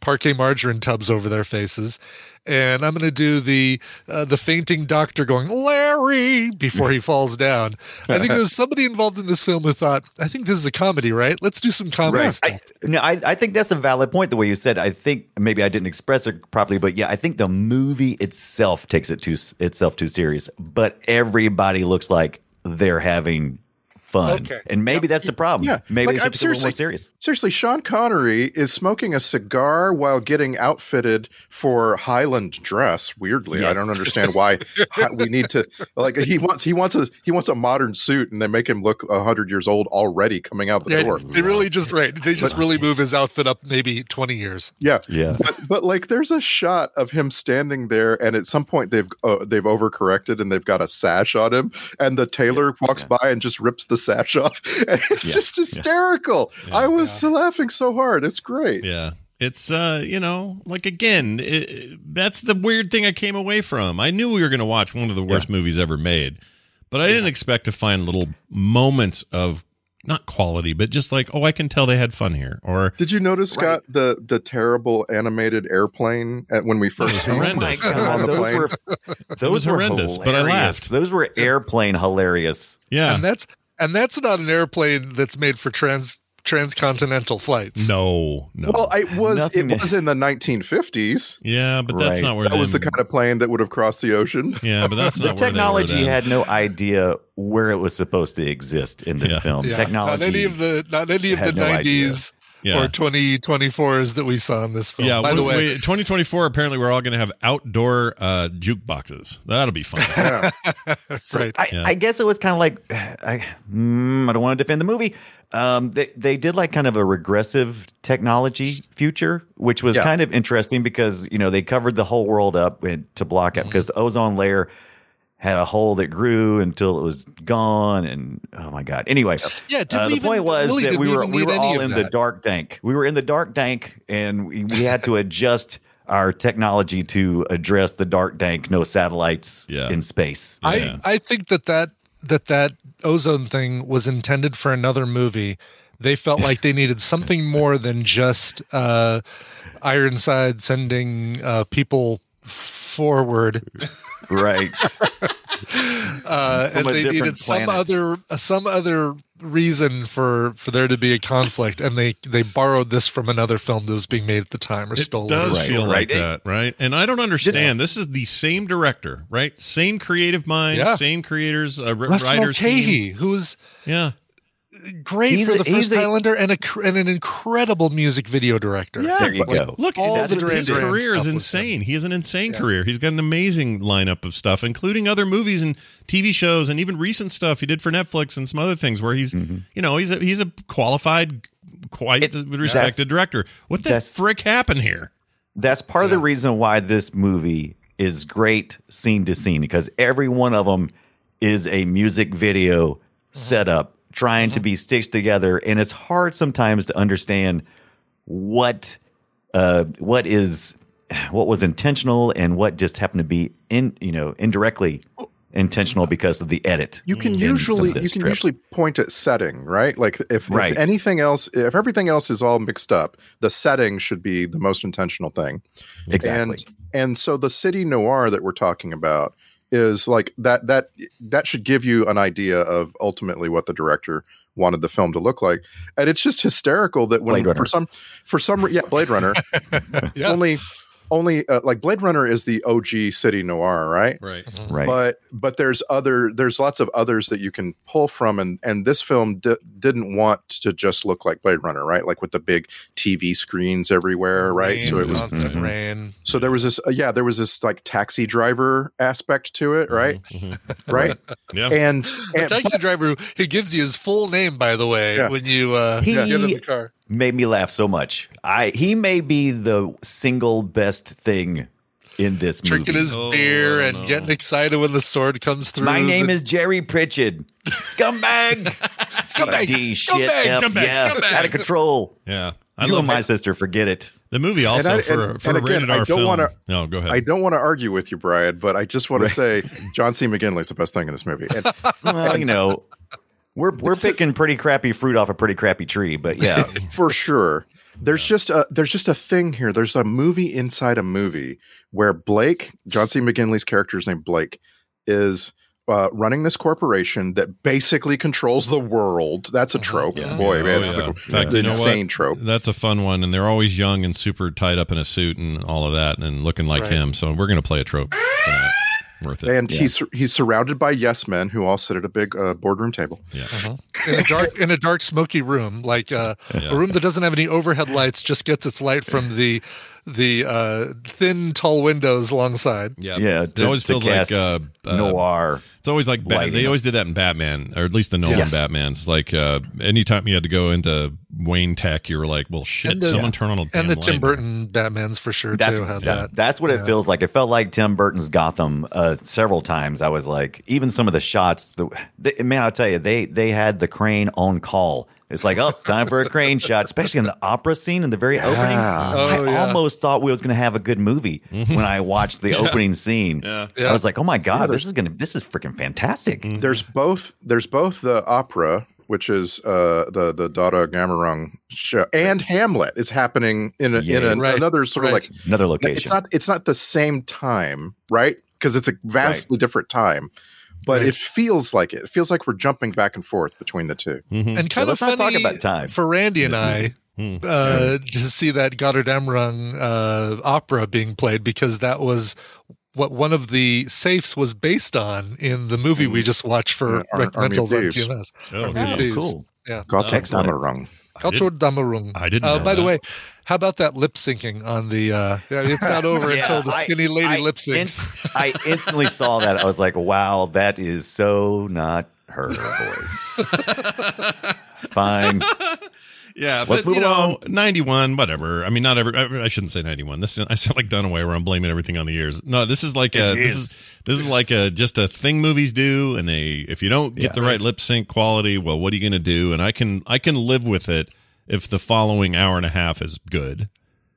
Speaker 6: parquet margarine tubs over their faces. And I'm going to do the uh, the fainting doctor going Larry before he falls down. I think there's somebody involved in this film who thought, I think this is a comedy, right? Let's do some comedy
Speaker 8: Right.
Speaker 6: stuff.
Speaker 8: I, no, I, I think that's a valid point the way you said. I think maybe I didn't express it properly, but yeah, I think the movie itself takes it too itself too serious. But everybody looks like they're having fun,
Speaker 6: Okay.
Speaker 8: and maybe that's the problem.
Speaker 7: Yeah,
Speaker 8: maybe
Speaker 7: like,
Speaker 8: it's
Speaker 7: I'm
Speaker 8: just a little more
Speaker 7: seriously-
Speaker 8: serious.
Speaker 7: Seriously, Sean Connery is smoking a cigar while getting outfitted for Highland dress. Weirdly, I
Speaker 8: Yes.
Speaker 7: don't understand why hi- we need to like he wants he wants a he wants a modern suit and they make him look hundred years old already coming out the
Speaker 6: They,
Speaker 7: door.
Speaker 6: they really just right. They just really move his outfit up maybe 20 years.
Speaker 7: Yeah,
Speaker 8: Yeah.
Speaker 7: But, but like, there's a shot of him standing there, and at some point they've uh, they've overcorrected and they've got a sash on him, and the tailor walks by and just rips the sash off. (laughs) And it's
Speaker 8: Yeah.
Speaker 7: just hysterical. I was laughing so hard. It's great.
Speaker 1: Yeah. It's uh, you know, like again, it, that's the weird thing I came away from. I knew we were going to watch one of the worst movies ever made, but I didn't expect to find little moments of not quality, but just like, oh, I can tell they had fun here, or
Speaker 7: Did you notice, Scott, the the terrible animated airplane at, when we first
Speaker 1: was
Speaker 7: saw it?
Speaker 1: horrendous.
Speaker 8: Oh my
Speaker 7: On
Speaker 8: God,
Speaker 7: the
Speaker 8: those
Speaker 7: plane.
Speaker 8: were
Speaker 1: (laughs)
Speaker 8: those
Speaker 1: was
Speaker 8: were
Speaker 1: horrendous, but I
Speaker 8: hilarious.
Speaker 1: laughed.
Speaker 8: Those were airplane hilarious.
Speaker 1: yeah,
Speaker 6: And that's and that's not an airplane that's made for trans transcontinental flights.
Speaker 1: no, no,
Speaker 7: Well, it was
Speaker 8: Nothing-
Speaker 7: it was in the 1950s.
Speaker 1: yeah, but that's
Speaker 8: Right.
Speaker 1: not where
Speaker 7: That was the
Speaker 1: them-
Speaker 7: kind of plane that would have crossed the ocean.
Speaker 1: yeah, but that's
Speaker 8: The
Speaker 1: not where they were
Speaker 8: technology
Speaker 1: then.
Speaker 8: had no idea where it was supposed to exist in this
Speaker 1: Yeah.
Speaker 8: film.
Speaker 6: Yeah.
Speaker 8: Technology.
Speaker 6: Not any of the not any of the
Speaker 8: had no idea.
Speaker 6: 90s
Speaker 1: Yeah.
Speaker 6: or 2024s that we saw in this film.
Speaker 1: Yeah,
Speaker 6: By the
Speaker 1: we-
Speaker 6: way,
Speaker 1: we- 2024. Apparently, we're all going to have outdoor uh, jukeboxes. That'll be fun.
Speaker 8: So
Speaker 6: Right.
Speaker 8: I,
Speaker 1: Yeah.
Speaker 8: I guess it was kind of like (sighs) I, mm, I don't want to defend the movie. Um, they they did like kind of a regressive technology future, which was
Speaker 7: Yeah.
Speaker 8: kind of interesting because you know they covered the whole world up and, to block
Speaker 6: Mm-hmm.
Speaker 8: it because the ozone layer had a hole that grew until it was gone, and oh my god. Anyway,
Speaker 6: Yeah, did
Speaker 8: uh,
Speaker 6: we
Speaker 8: the
Speaker 6: even-
Speaker 8: point was
Speaker 6: really,
Speaker 8: that
Speaker 6: did
Speaker 8: we
Speaker 6: we
Speaker 8: were
Speaker 6: even
Speaker 8: we
Speaker 6: need
Speaker 8: were
Speaker 6: any
Speaker 8: all
Speaker 6: of
Speaker 8: in the
Speaker 6: that?
Speaker 8: dark dank. We were in the dark dank, and we, we had to adjust. Our technology to address the dark dank, no satellites
Speaker 1: Yeah.
Speaker 8: in space.
Speaker 1: Yeah.
Speaker 6: I I think that that that that ozone thing was intended for another movie. They felt like they needed something more than just uh, Ironside sending uh, people forward,
Speaker 8: Right. (laughs)
Speaker 6: uh, and
Speaker 8: a
Speaker 6: they
Speaker 8: different
Speaker 6: needed some
Speaker 8: planet.
Speaker 6: other uh, some other reason for for there to be a conflict. And they they borrowed this from another film that was being made at the time or
Speaker 1: It
Speaker 6: stolen.
Speaker 1: does
Speaker 8: Right,
Speaker 1: feel like
Speaker 8: right.
Speaker 1: that, right? And I don't understand. This is the same director, right? Same creative mind,
Speaker 6: Yeah.
Speaker 1: same creators, uh, ri-
Speaker 6: Russ
Speaker 1: writers team.
Speaker 6: Mulcahy, who was
Speaker 1: Yeah,
Speaker 6: great
Speaker 8: He's
Speaker 6: for
Speaker 8: a-
Speaker 6: the
Speaker 8: he's
Speaker 6: first
Speaker 8: a-
Speaker 6: Highlander and a cr- and an incredible music video director.
Speaker 1: yeah.
Speaker 8: There you go.
Speaker 1: Look,
Speaker 6: All
Speaker 1: all
Speaker 6: the Duran
Speaker 1: his
Speaker 6: Duran
Speaker 1: career is
Speaker 6: stuff was
Speaker 1: insane. He has an insane career. He's got an amazing lineup of stuff, including other movies and TV shows, and even recent stuff he did for Netflix and some other things where he's, you know, he's a he's a qualified, quite
Speaker 8: It-
Speaker 1: respected
Speaker 8: that's-
Speaker 1: director. What the
Speaker 8: that's-
Speaker 1: frick happened here?
Speaker 8: That's part of the reason why this movie is great scene to scene because every one of them is a music
Speaker 7: Uh-huh.
Speaker 8: video setup trying to be stitched together, and it's hard sometimes to understand what uh, what is what was intentional and what just happened to be in you know indirectly intentional because of the edit.
Speaker 7: Oh. you can
Speaker 8: in some of
Speaker 7: usually
Speaker 8: the
Speaker 7: you can
Speaker 8: strip.
Speaker 7: usually point at setting right like if,
Speaker 8: Right.
Speaker 7: if anything else if everything else is all mixed up the setting should be the most intentional thing
Speaker 8: exactly.
Speaker 7: and and so the city noir that we're talking about is like that that that should give you an idea of ultimately what the director wanted the film to look like and it's just hysterical that when
Speaker 8: Blade Runner.
Speaker 7: for some for some re- yeah blade
Speaker 8: (laughs)
Speaker 7: runner
Speaker 6: Yeah.
Speaker 7: only only uh, like blade runner is the og city noir right
Speaker 1: Right.
Speaker 8: right.
Speaker 7: but but there's other there's lots of others that you can pull from and and this film di- didn't want to just look like blade runner right like with the big tv screens everywhere right
Speaker 6: Rain,
Speaker 7: so it was
Speaker 6: constant
Speaker 8: Mhm.
Speaker 6: rain.
Speaker 7: so there was this uh, yeah there was this like taxi driver aspect to it right
Speaker 1: Mhm.
Speaker 7: (laughs) right
Speaker 1: Yeah.
Speaker 7: and,
Speaker 6: The
Speaker 7: and
Speaker 6: taxi driver who he gives you his full name, by the way,
Speaker 7: Yeah.
Speaker 6: when you uh,
Speaker 8: He-
Speaker 6: get in the car.
Speaker 8: made me laugh so much. I he may be the single best thing in this
Speaker 9: drinking
Speaker 8: movie.
Speaker 9: his
Speaker 1: Oh,
Speaker 9: beer and
Speaker 1: no.
Speaker 9: getting excited when the sword comes through.
Speaker 8: My
Speaker 9: the-
Speaker 8: name is Jerry Pritchard.
Speaker 1: (laughs)
Speaker 8: Scumbag. scumbag. D, shit,
Speaker 9: Scumbag.
Speaker 8: F,
Speaker 1: Scumbag.
Speaker 8: yeah,
Speaker 1: Scumbag.
Speaker 8: Out of control.
Speaker 1: Yeah. I
Speaker 8: I you
Speaker 1: love
Speaker 8: and my
Speaker 1: my,
Speaker 8: sister, forget it.
Speaker 1: the movie also
Speaker 7: I-
Speaker 1: for,
Speaker 7: and-
Speaker 1: for
Speaker 7: and
Speaker 1: a
Speaker 7: again,
Speaker 1: rated
Speaker 7: I
Speaker 1: R
Speaker 7: don't
Speaker 1: film.
Speaker 7: wanna-
Speaker 1: no, go ahead.
Speaker 7: I don't want to argue with you, Brian, but I just want to say John C. McGinley's the best thing in this movie. And
Speaker 8: Well, you know, we're
Speaker 1: (laughs)
Speaker 8: we're picking pretty crappy fruit off a pretty crappy tree, but yeah.
Speaker 7: (laughs) for sure. There's just a there's just a thing here. There's a movie inside a movie where Blake, John C. McGinley's character is named Blake, is uh, running this corporation that basically controls the world. That's a trope. Boy,
Speaker 1: Oh,
Speaker 7: man, this
Speaker 1: yeah. In
Speaker 7: is a,
Speaker 1: fact,
Speaker 7: an
Speaker 1: you know what?
Speaker 7: insane trope.
Speaker 1: That's a fun one, and they're always young and super tied up in a suit and all of that, and looking like him. So we're gonna play a trope. For that. Worth it.
Speaker 7: And he's he's surrounded by yes men who all sit at a big uh, boardroom table.
Speaker 1: yeah.
Speaker 6: Uh-huh. in a dark in a dark smoky room like uh,
Speaker 1: Yeah.
Speaker 6: a room that doesn't have any overhead lights just gets its light from the the uh, thin tall windows alongside
Speaker 1: Yeah,
Speaker 8: Yeah.
Speaker 1: It always feels like
Speaker 8: cast
Speaker 1: uh, uh,
Speaker 8: noir.
Speaker 1: It's always like Bat-
Speaker 8: lighting
Speaker 1: they
Speaker 8: up.
Speaker 1: always did that in Batman, or at least the Nolan
Speaker 8: Yes.
Speaker 1: Batman's. Like uh, anytime you had to go into Wayne Tech, you were like, "Well, shit,
Speaker 6: the-
Speaker 1: someone turn on a damn
Speaker 6: and the
Speaker 1: light.
Speaker 6: tim burton batmans for sure
Speaker 8: That's
Speaker 6: too had
Speaker 8: yeah,
Speaker 6: that
Speaker 8: that's what it feels like. It felt like Tim Burton's Gotham uh, several times. I was like, even some of the shots. The they, man, I'll tell you, they they had the crane on call. It's like, oh, time for a crane shot, especially in the opera scene in the very opening. I
Speaker 6: Oh, yeah. Mm-hmm.
Speaker 8: almost thought we was going to have a good movie when I
Speaker 6: (laughs)
Speaker 8: watched the opening scene. I was like, oh my god, this is gonna this is freaking fantastic.
Speaker 1: Mm-hmm.
Speaker 7: there's both there's both the opera which is uh the the Dada Gammerung show and Hamlet is happening in a, in
Speaker 8: Yes.
Speaker 7: a,
Speaker 6: Right.
Speaker 7: another sort
Speaker 6: Right.
Speaker 7: of like
Speaker 8: Another location.
Speaker 7: it's not it's not the same time right because it's a vastly different time but
Speaker 6: Right.
Speaker 7: it feels like it. it feels like we're jumping back and forth between the two
Speaker 1: Mm-hmm.
Speaker 6: and kind
Speaker 8: let's
Speaker 6: of
Speaker 8: not
Speaker 6: funny
Speaker 8: talk about time.
Speaker 6: for randy and i uh, to see that goddard amrung uh, opera being played because that was what one of the safes was based on in the movie
Speaker 1: Hmm.
Speaker 6: we just watched for
Speaker 7: Yeah, Ar- Army of
Speaker 6: Mentals on
Speaker 7: Thieves.
Speaker 6: TMS.
Speaker 1: Oh,
Speaker 6: Army of
Speaker 1: yeah.
Speaker 6: Thieves.
Speaker 8: cool.
Speaker 6: Yeah.
Speaker 7: Gothic
Speaker 8: Excellent.
Speaker 7: Gammerung.
Speaker 6: Cultural Damarung.
Speaker 1: I didn't
Speaker 6: Uh,
Speaker 1: know
Speaker 6: by the
Speaker 1: that.
Speaker 6: way, how about that lip syncing on the? Uh, yeah, it's not over
Speaker 8: Yeah,
Speaker 6: until the
Speaker 8: I-
Speaker 6: skinny lady
Speaker 8: I
Speaker 6: lip syncs.
Speaker 8: inst- I instantly saw that. I was like, wow, that is so not
Speaker 6: (laughs)
Speaker 8: her voice. Fine.
Speaker 1: Yeah,
Speaker 8: Let's
Speaker 1: but
Speaker 8: move
Speaker 1: you know, ninety-one, whatever. I mean, not every. I I shouldn't say ninety-one. This I sound like Dunaway, where I'm blaming everything on the years. No, this is like a this is this is like a just a thing movies do, and they if you don't get
Speaker 8: Yeah.
Speaker 1: the right lip sync quality, well, what are you gonna do? And I can I can live with it if the following hour and a half is good.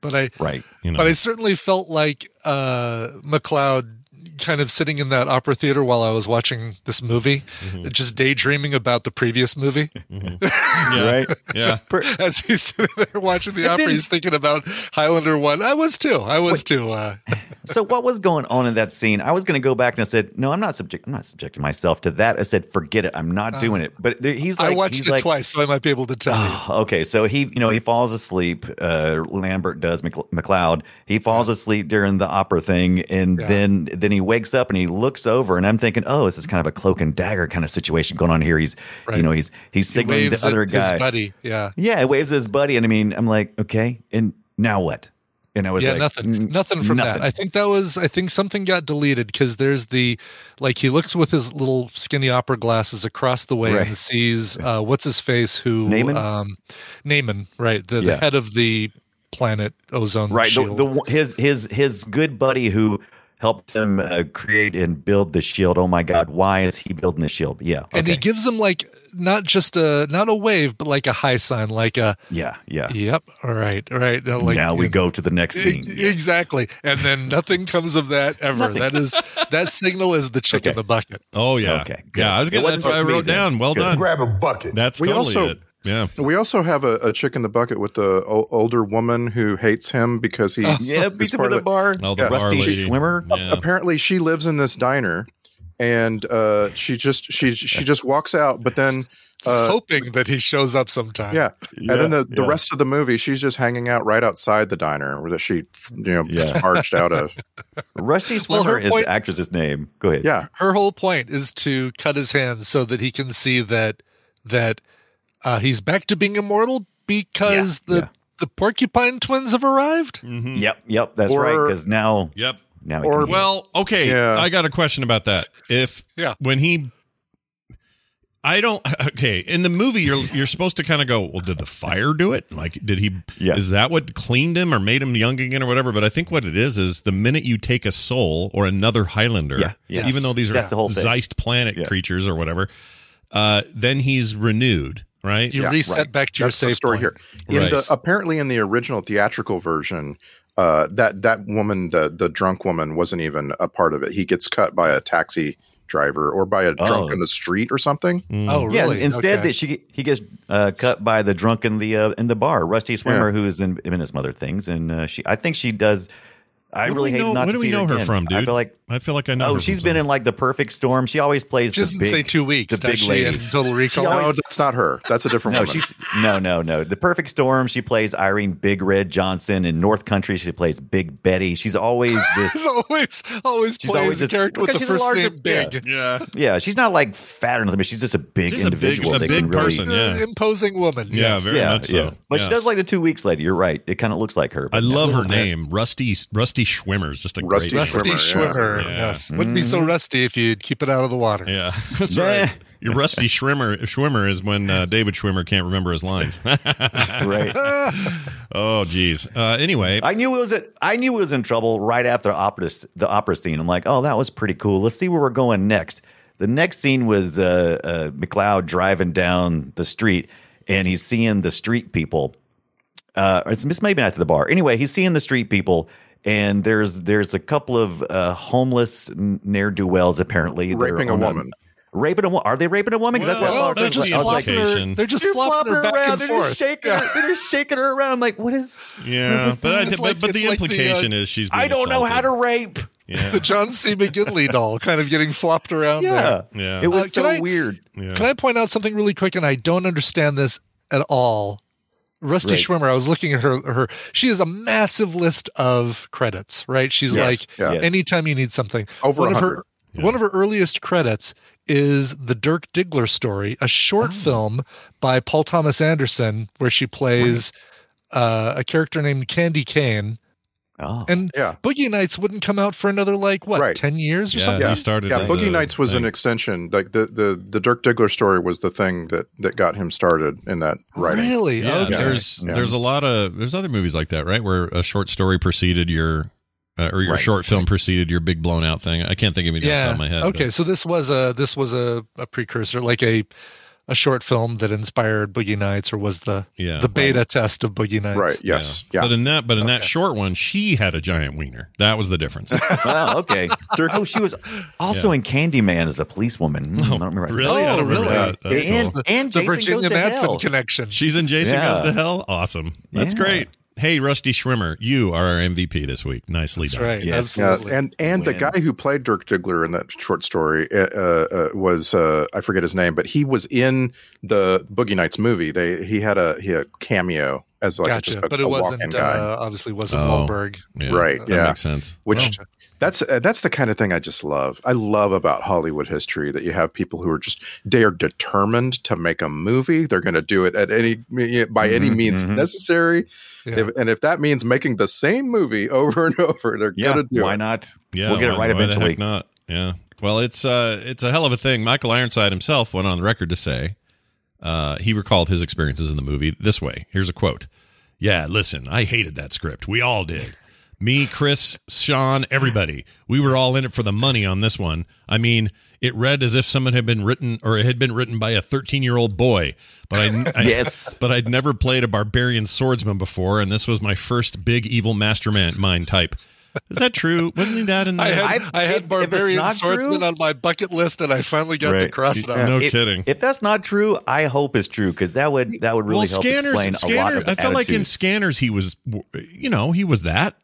Speaker 6: But I,
Speaker 8: Right.
Speaker 1: You know,
Speaker 6: but I certainly felt like uh, McLeod kind of sitting in that opera theater while I was watching this movie,
Speaker 1: Mm-hmm.
Speaker 6: just daydreaming about the previous movie.
Speaker 1: yeah,
Speaker 8: Right.
Speaker 1: yeah.
Speaker 6: (laughs) As he's sitting there watching the opera,
Speaker 8: didn't-
Speaker 6: he's thinking about Highlander 1. I was too. I was too. Uh,
Speaker 8: So what was going on in that scene? I was going to go back and I said, no, I'm not subject. I'm not subjecting myself to that. I said, forget it. I'm not doing it. But there, he's like,
Speaker 6: Uh, I watched
Speaker 8: he's
Speaker 6: it
Speaker 8: like, Ah,
Speaker 6: twice, so I might be able to tell you.
Speaker 8: Oh, Okay, so he, you know, he falls asleep. Uh, Lambert does Mc, McLeod. He falls asleep during the opera thing, and
Speaker 6: Yeah.
Speaker 8: then then he wakes up and he looks over, and I'm thinking, oh, this is kind of a cloak and dagger kind of situation going on here. He's,
Speaker 6: Right.
Speaker 8: you know, he's he's
Speaker 6: He
Speaker 8: signaling
Speaker 6: waves
Speaker 8: the other
Speaker 6: at
Speaker 8: guy.
Speaker 6: his buddy. Yeah.
Speaker 8: Yeah, he waves at his buddy, and I mean, I'm like, okay, and now what? And I was
Speaker 6: yeah,
Speaker 8: like,
Speaker 6: nothing,
Speaker 8: mm,
Speaker 6: nothing from
Speaker 8: nothing.
Speaker 6: that. I think that was, I think something got deleted because there's the, like he looks with his little skinny opera glasses across the way
Speaker 8: Right.
Speaker 6: and sees uh, what's his face who
Speaker 8: Naaman?
Speaker 6: um, Naaman, right, the, the
Speaker 8: Yeah.
Speaker 6: head of the planet ozone
Speaker 8: right the,
Speaker 6: shield.
Speaker 8: the one- his his his good buddy who helped him uh, create and build the shield. Oh my God, why is he building the shield? Yeah,
Speaker 6: and he
Speaker 8: okay.
Speaker 6: gives him like not just a not a wave, but like a high sign, like a
Speaker 8: yeah, yeah.
Speaker 6: (laughs) yep, all right, all right. uh, Like
Speaker 8: now we
Speaker 6: you know,
Speaker 8: go to
Speaker 6: (laughs)
Speaker 8: the next
Speaker 6: e-
Speaker 8: scene.
Speaker 6: Exactly, and then nothing comes of that ever. That is that signal is the chick in
Speaker 8: Okay.
Speaker 6: the bucket.
Speaker 1: Oh yeah.
Speaker 8: Okay, good.
Speaker 1: Yeah, I was
Speaker 8: It
Speaker 1: gonna,
Speaker 8: wasn't
Speaker 1: that's what I
Speaker 8: supposed to be
Speaker 1: wrote
Speaker 8: then.
Speaker 1: down. Well
Speaker 8: Good.
Speaker 1: done.
Speaker 10: Grab a bucket.
Speaker 1: That's
Speaker 7: We
Speaker 1: totally
Speaker 7: also-
Speaker 1: it. Yeah.
Speaker 7: We also have a, a chick in the bucket with the o- older woman who hates him because he
Speaker 8: Oh,
Speaker 7: (laughs)
Speaker 8: Yeah,
Speaker 7: is
Speaker 8: beats him
Speaker 7: part
Speaker 8: in the
Speaker 7: of the-
Speaker 8: bar.
Speaker 1: Oh, the
Speaker 7: Yeah.
Speaker 1: bar
Speaker 8: Rusty
Speaker 1: lady.
Speaker 8: swimmer.
Speaker 1: Yeah.
Speaker 7: apparently she lives in this diner and uh she just she she just walks out but then
Speaker 6: Just
Speaker 7: uh,
Speaker 6: hoping that he shows up sometime.
Speaker 7: yeah. and then the, the
Speaker 8: yeah.
Speaker 7: rest of the movie she's just hanging out right outside the diner where that she you know just arched out of
Speaker 8: Rusty
Speaker 6: Well,
Speaker 8: Swimmer
Speaker 6: her
Speaker 8: is
Speaker 6: point-
Speaker 8: the actress's name. Go ahead.
Speaker 7: yeah
Speaker 6: her whole point is to cut his hands so that he can see that that uh, he's back to being immortal because
Speaker 8: Yeah,
Speaker 6: the
Speaker 8: yeah.
Speaker 6: the porcupine twins have arrived.
Speaker 1: Mm-hmm.
Speaker 8: Yep. Yep. That's
Speaker 7: Or-
Speaker 8: right. Because now,
Speaker 1: Yep.
Speaker 8: now
Speaker 7: or-
Speaker 8: well,
Speaker 1: Well, okay.
Speaker 7: Yeah.
Speaker 1: I got a question about that. If
Speaker 6: Yeah.
Speaker 1: when he I don't. (laughs) Okay, in the movie, you're you're supposed to kind of go, well, did the fire do it? Like, did he?
Speaker 8: Yeah.
Speaker 1: Is that what cleaned him or made him young again or whatever? But I think what it is is the minute you take a soul or another Highlander,
Speaker 8: Yeah, yeah.
Speaker 1: even though these are
Speaker 8: That's the whole thing.
Speaker 1: Zeist planet
Speaker 8: Yeah.
Speaker 1: creatures or whatever, uh, then he's renewed, right?
Speaker 6: You reset
Speaker 7: right.
Speaker 6: back to your
Speaker 7: That's the
Speaker 6: safe
Speaker 7: story
Speaker 6: point.
Speaker 7: here. In
Speaker 1: Right.
Speaker 7: the, apparently, in the original theatrical version, uh, that that woman, the the drunk woman, wasn't even a part of it. He gets cut by a taxi driver or by a drunk
Speaker 8: Oh.
Speaker 7: in the street or something.
Speaker 1: Mm,
Speaker 6: Oh, really?
Speaker 8: Yeah. Instead,
Speaker 6: Okay.
Speaker 8: that she he gets uh, cut by the drunk in the uh, in the bar, Rusty Swimmer,
Speaker 7: Yeah.
Speaker 8: who is in, in some other things, and uh, she I think she does. I
Speaker 1: Where do
Speaker 8: really
Speaker 1: we
Speaker 8: hate
Speaker 1: know,
Speaker 8: not
Speaker 1: where
Speaker 8: to
Speaker 1: do we
Speaker 8: see
Speaker 1: know her
Speaker 8: again.
Speaker 1: from, dude?
Speaker 8: I feel like
Speaker 1: I feel like I know.
Speaker 8: oh,
Speaker 1: her
Speaker 8: she's
Speaker 1: from
Speaker 8: been
Speaker 1: somewhere.
Speaker 8: in like the Perfect Storm. She always plays.
Speaker 6: She doesn't
Speaker 8: the big,
Speaker 6: say two weeks,
Speaker 8: The big
Speaker 6: does she?
Speaker 8: lady.
Speaker 6: In Total Recall.
Speaker 7: No,
Speaker 8: always-
Speaker 7: that's not her. That's a different
Speaker 8: No,
Speaker 7: woman.
Speaker 8: she's no, no, no. The Perfect Storm. She plays Irene Big Red Johnson in North Country. She plays Big Betty. She's
Speaker 1: (laughs)
Speaker 8: always this.
Speaker 6: always, always
Speaker 8: She's
Speaker 6: plays
Speaker 8: always
Speaker 6: a
Speaker 8: a-
Speaker 6: character with
Speaker 8: because
Speaker 6: the
Speaker 8: she's a
Speaker 6: first
Speaker 8: larger-
Speaker 6: name Big.
Speaker 9: Yeah.
Speaker 8: yeah, she's not like fat or nothing, but she's just a big
Speaker 1: She's a big-
Speaker 8: individual.
Speaker 1: a
Speaker 8: that
Speaker 1: big
Speaker 8: can really-
Speaker 1: person. Yeah.
Speaker 6: uh, Imposing woman.
Speaker 1: Yeah,
Speaker 6: yes.
Speaker 1: very much so.
Speaker 8: But
Speaker 1: Yeah.
Speaker 8: she does like the two weeks later. You're right. It kind of looks like her.
Speaker 1: I
Speaker 8: but no. (laughs)
Speaker 1: love her name, Rusty Rusty Schwimmer. is Just a
Speaker 7: Rusty
Speaker 1: great
Speaker 6: Rusty
Speaker 7: Schwimmer, yeah.
Speaker 6: Schwimmer.
Speaker 1: Yeah.
Speaker 6: Yes. Wouldn't be so rusty if you'd keep it out of the water.
Speaker 1: Name. Yeah, (laughs) that's
Speaker 8: Yeah.
Speaker 1: right. Your Rusty Schwimmer Schwimmer is when uh, David Schwimmer can't remember his lines. (laughs)
Speaker 8: Right.
Speaker 1: oh, geez. Uh, anyway,
Speaker 8: I knew it was. At, I knew it was in trouble right after opera, the opera scene. I'm like, oh, that was pretty cool. Let's see where we're going next. The next scene was uh, uh, McLeod driving down the street, and he's seeing the street people. Uh, it's, it's maybe not to the bar. Anyway, he's seeing the street people, and there's there's a couple of uh, homeless ne'er do wells apparently that are
Speaker 7: Raping a
Speaker 8: on
Speaker 7: woman.
Speaker 8: raping a woman. Are they raping a woman? 'Cause
Speaker 1: Well,
Speaker 8: I
Speaker 6: Oh,
Speaker 8: thought.
Speaker 6: they're
Speaker 1: that's
Speaker 6: just
Speaker 1: the
Speaker 8: I was like,
Speaker 6: flopping her.
Speaker 1: implication.
Speaker 6: They're just
Speaker 8: they're
Speaker 6: flopping her back and
Speaker 8: they're
Speaker 6: forth.
Speaker 8: Just shaking her, they're just shaking her around. I'm like, what is?
Speaker 1: yeah,
Speaker 8: what is
Speaker 1: but I
Speaker 8: that?
Speaker 1: th- but,
Speaker 6: like-
Speaker 1: but
Speaker 6: it's
Speaker 1: the
Speaker 6: like the,
Speaker 1: implication is she's. Being
Speaker 8: I don't know how to
Speaker 1: assaulted.
Speaker 8: rape.
Speaker 6: The
Speaker 1: Yeah.
Speaker 6: John C.
Speaker 8: (laughs)
Speaker 6: McGinley doll kind of getting flopped around there.
Speaker 8: Yeah,
Speaker 1: Yeah.
Speaker 8: It
Speaker 6: Uh,
Speaker 8: was
Speaker 6: can
Speaker 8: so
Speaker 6: I-
Speaker 8: weird.
Speaker 1: Yeah.
Speaker 6: Can I point out something really quick? And I don't understand this at all. Rusty
Speaker 8: Right.
Speaker 6: Schwimmer, I was looking at her. Her, she has a massive list of credits, right? She's
Speaker 8: Yes,
Speaker 6: like,
Speaker 7: yeah.
Speaker 8: yes.
Speaker 6: anytime you need something.
Speaker 7: Over
Speaker 6: one of
Speaker 7: 100.
Speaker 6: her, one of her earliest credits is the Dirk Diggler story, a
Speaker 7: Oh.
Speaker 6: short film by Paul Thomas Anderson, where she plays uh, a character named Candy Kane.
Speaker 8: Oh. (laughs)
Speaker 6: And
Speaker 7: Yeah.
Speaker 6: Boogie Nights wouldn't come out for another like what,
Speaker 7: Right.
Speaker 6: ten years or
Speaker 1: Yeah,
Speaker 6: something.
Speaker 1: he started.
Speaker 7: yeah,
Speaker 1: as
Speaker 7: Boogie
Speaker 1: a
Speaker 7: Nights was
Speaker 1: thing.
Speaker 7: an extension. Like the, the the Dirk Diggler story was the thing that that got him started in that writing.
Speaker 6: Really?
Speaker 1: Yeah,
Speaker 6: okay.
Speaker 1: there's
Speaker 7: Yeah.
Speaker 1: there's a lot of there's other movies like that, right? Where a short story preceded your uh, or your
Speaker 8: Right.
Speaker 1: short film preceded your big blown out thing. I can't think of any off the top of my head. but-
Speaker 6: Okay, so this was a this was a, a precursor, like a a short film that inspired Boogie Nights, or was the
Speaker 1: Yeah,
Speaker 6: the beta test of Boogie Nights.
Speaker 7: Right. Yes. Yeah.
Speaker 1: But in that but in that short one, she had a giant wiener. That was the difference.
Speaker 8: Wow, okay. oh, she
Speaker 1: (laughs)
Speaker 8: was also in Candyman as a policewoman. Mm, I don't remember.
Speaker 1: Oh, really? I don't
Speaker 6: Oh,
Speaker 1: remember
Speaker 6: really?
Speaker 1: that. That's
Speaker 8: and
Speaker 1: cool.
Speaker 8: and
Speaker 6: The
Speaker 8: Jason
Speaker 6: Virginia
Speaker 8: goes to
Speaker 6: Madsen
Speaker 8: hell.
Speaker 6: connection.
Speaker 1: She's in Jason
Speaker 8: Yeah.
Speaker 1: Goes to Hell. Awesome. That's
Speaker 8: Yeah.
Speaker 1: great. Hey, Rusty Schwimmer, you are our MVP this week. Nicely
Speaker 6: That's
Speaker 1: done.
Speaker 6: right.
Speaker 8: Yes.
Speaker 7: Yeah,
Speaker 6: Absolutely.
Speaker 7: and and the
Speaker 8: Win.
Speaker 7: guy who played Dirk Diggler in that short story uh, uh, was uh, I forget his name, but he was in the Boogie Nights movie. They he had a he had a cameo as like
Speaker 6: gotcha.
Speaker 7: just a,
Speaker 6: but it
Speaker 7: a
Speaker 6: wasn't
Speaker 7: walk-in guy,
Speaker 6: uh, obviously wasn't
Speaker 1: Oh.
Speaker 6: Wahlberg.
Speaker 1: Yeah,
Speaker 7: Right,
Speaker 1: That
Speaker 7: yeah.
Speaker 1: makes sense.
Speaker 7: which that's uh, that's the kind of thing I just love. I love about Hollywood history that you have people who are just they are determined to make a movie. They're going to do it at any by any means necessary,
Speaker 6: Yeah.
Speaker 7: if, and if that means making the same movie over and (laughs) over, they're
Speaker 8: Yeah,
Speaker 7: going to do
Speaker 8: why
Speaker 7: it.
Speaker 8: not?
Speaker 1: Yeah,
Speaker 8: we'll
Speaker 1: why-
Speaker 8: get it right
Speaker 1: why the heck
Speaker 8: eventually.
Speaker 1: Not yeah. Well, it's uh, it's a hell of a thing. Michael Ironside himself went on the record to say uh, he recalled his experiences in the movie this way. Here's a quote: "Yeah, listen, I hated that script. We all did. Me, Chris, Sean, everybody. We were all in it for the money on this one. I mean." It read as if someone had been written, or it had been written by a 13 year old boy. But I, I
Speaker 8: (laughs) Yes.
Speaker 1: but I'd never played a barbarian swordsman before, and this was my first big evil mastermind type. Is that true? Wasn't he that in the
Speaker 6: I had,
Speaker 8: I-
Speaker 6: I,
Speaker 8: if- if
Speaker 6: had
Speaker 8: it's
Speaker 6: Barbarian
Speaker 8: not
Speaker 6: Swordsman
Speaker 8: true-
Speaker 6: on my bucket list, and I finally got to
Speaker 8: Right.
Speaker 6: cross it
Speaker 8: (laughs)
Speaker 6: off.
Speaker 1: No
Speaker 8: If-
Speaker 1: kidding.
Speaker 8: If that's not true, I hope it's true because that would that would really help explain a lot
Speaker 1: scanners.
Speaker 8: of
Speaker 1: I felt like in
Speaker 8: attitudes.
Speaker 1: scanners he was, you know, he was that.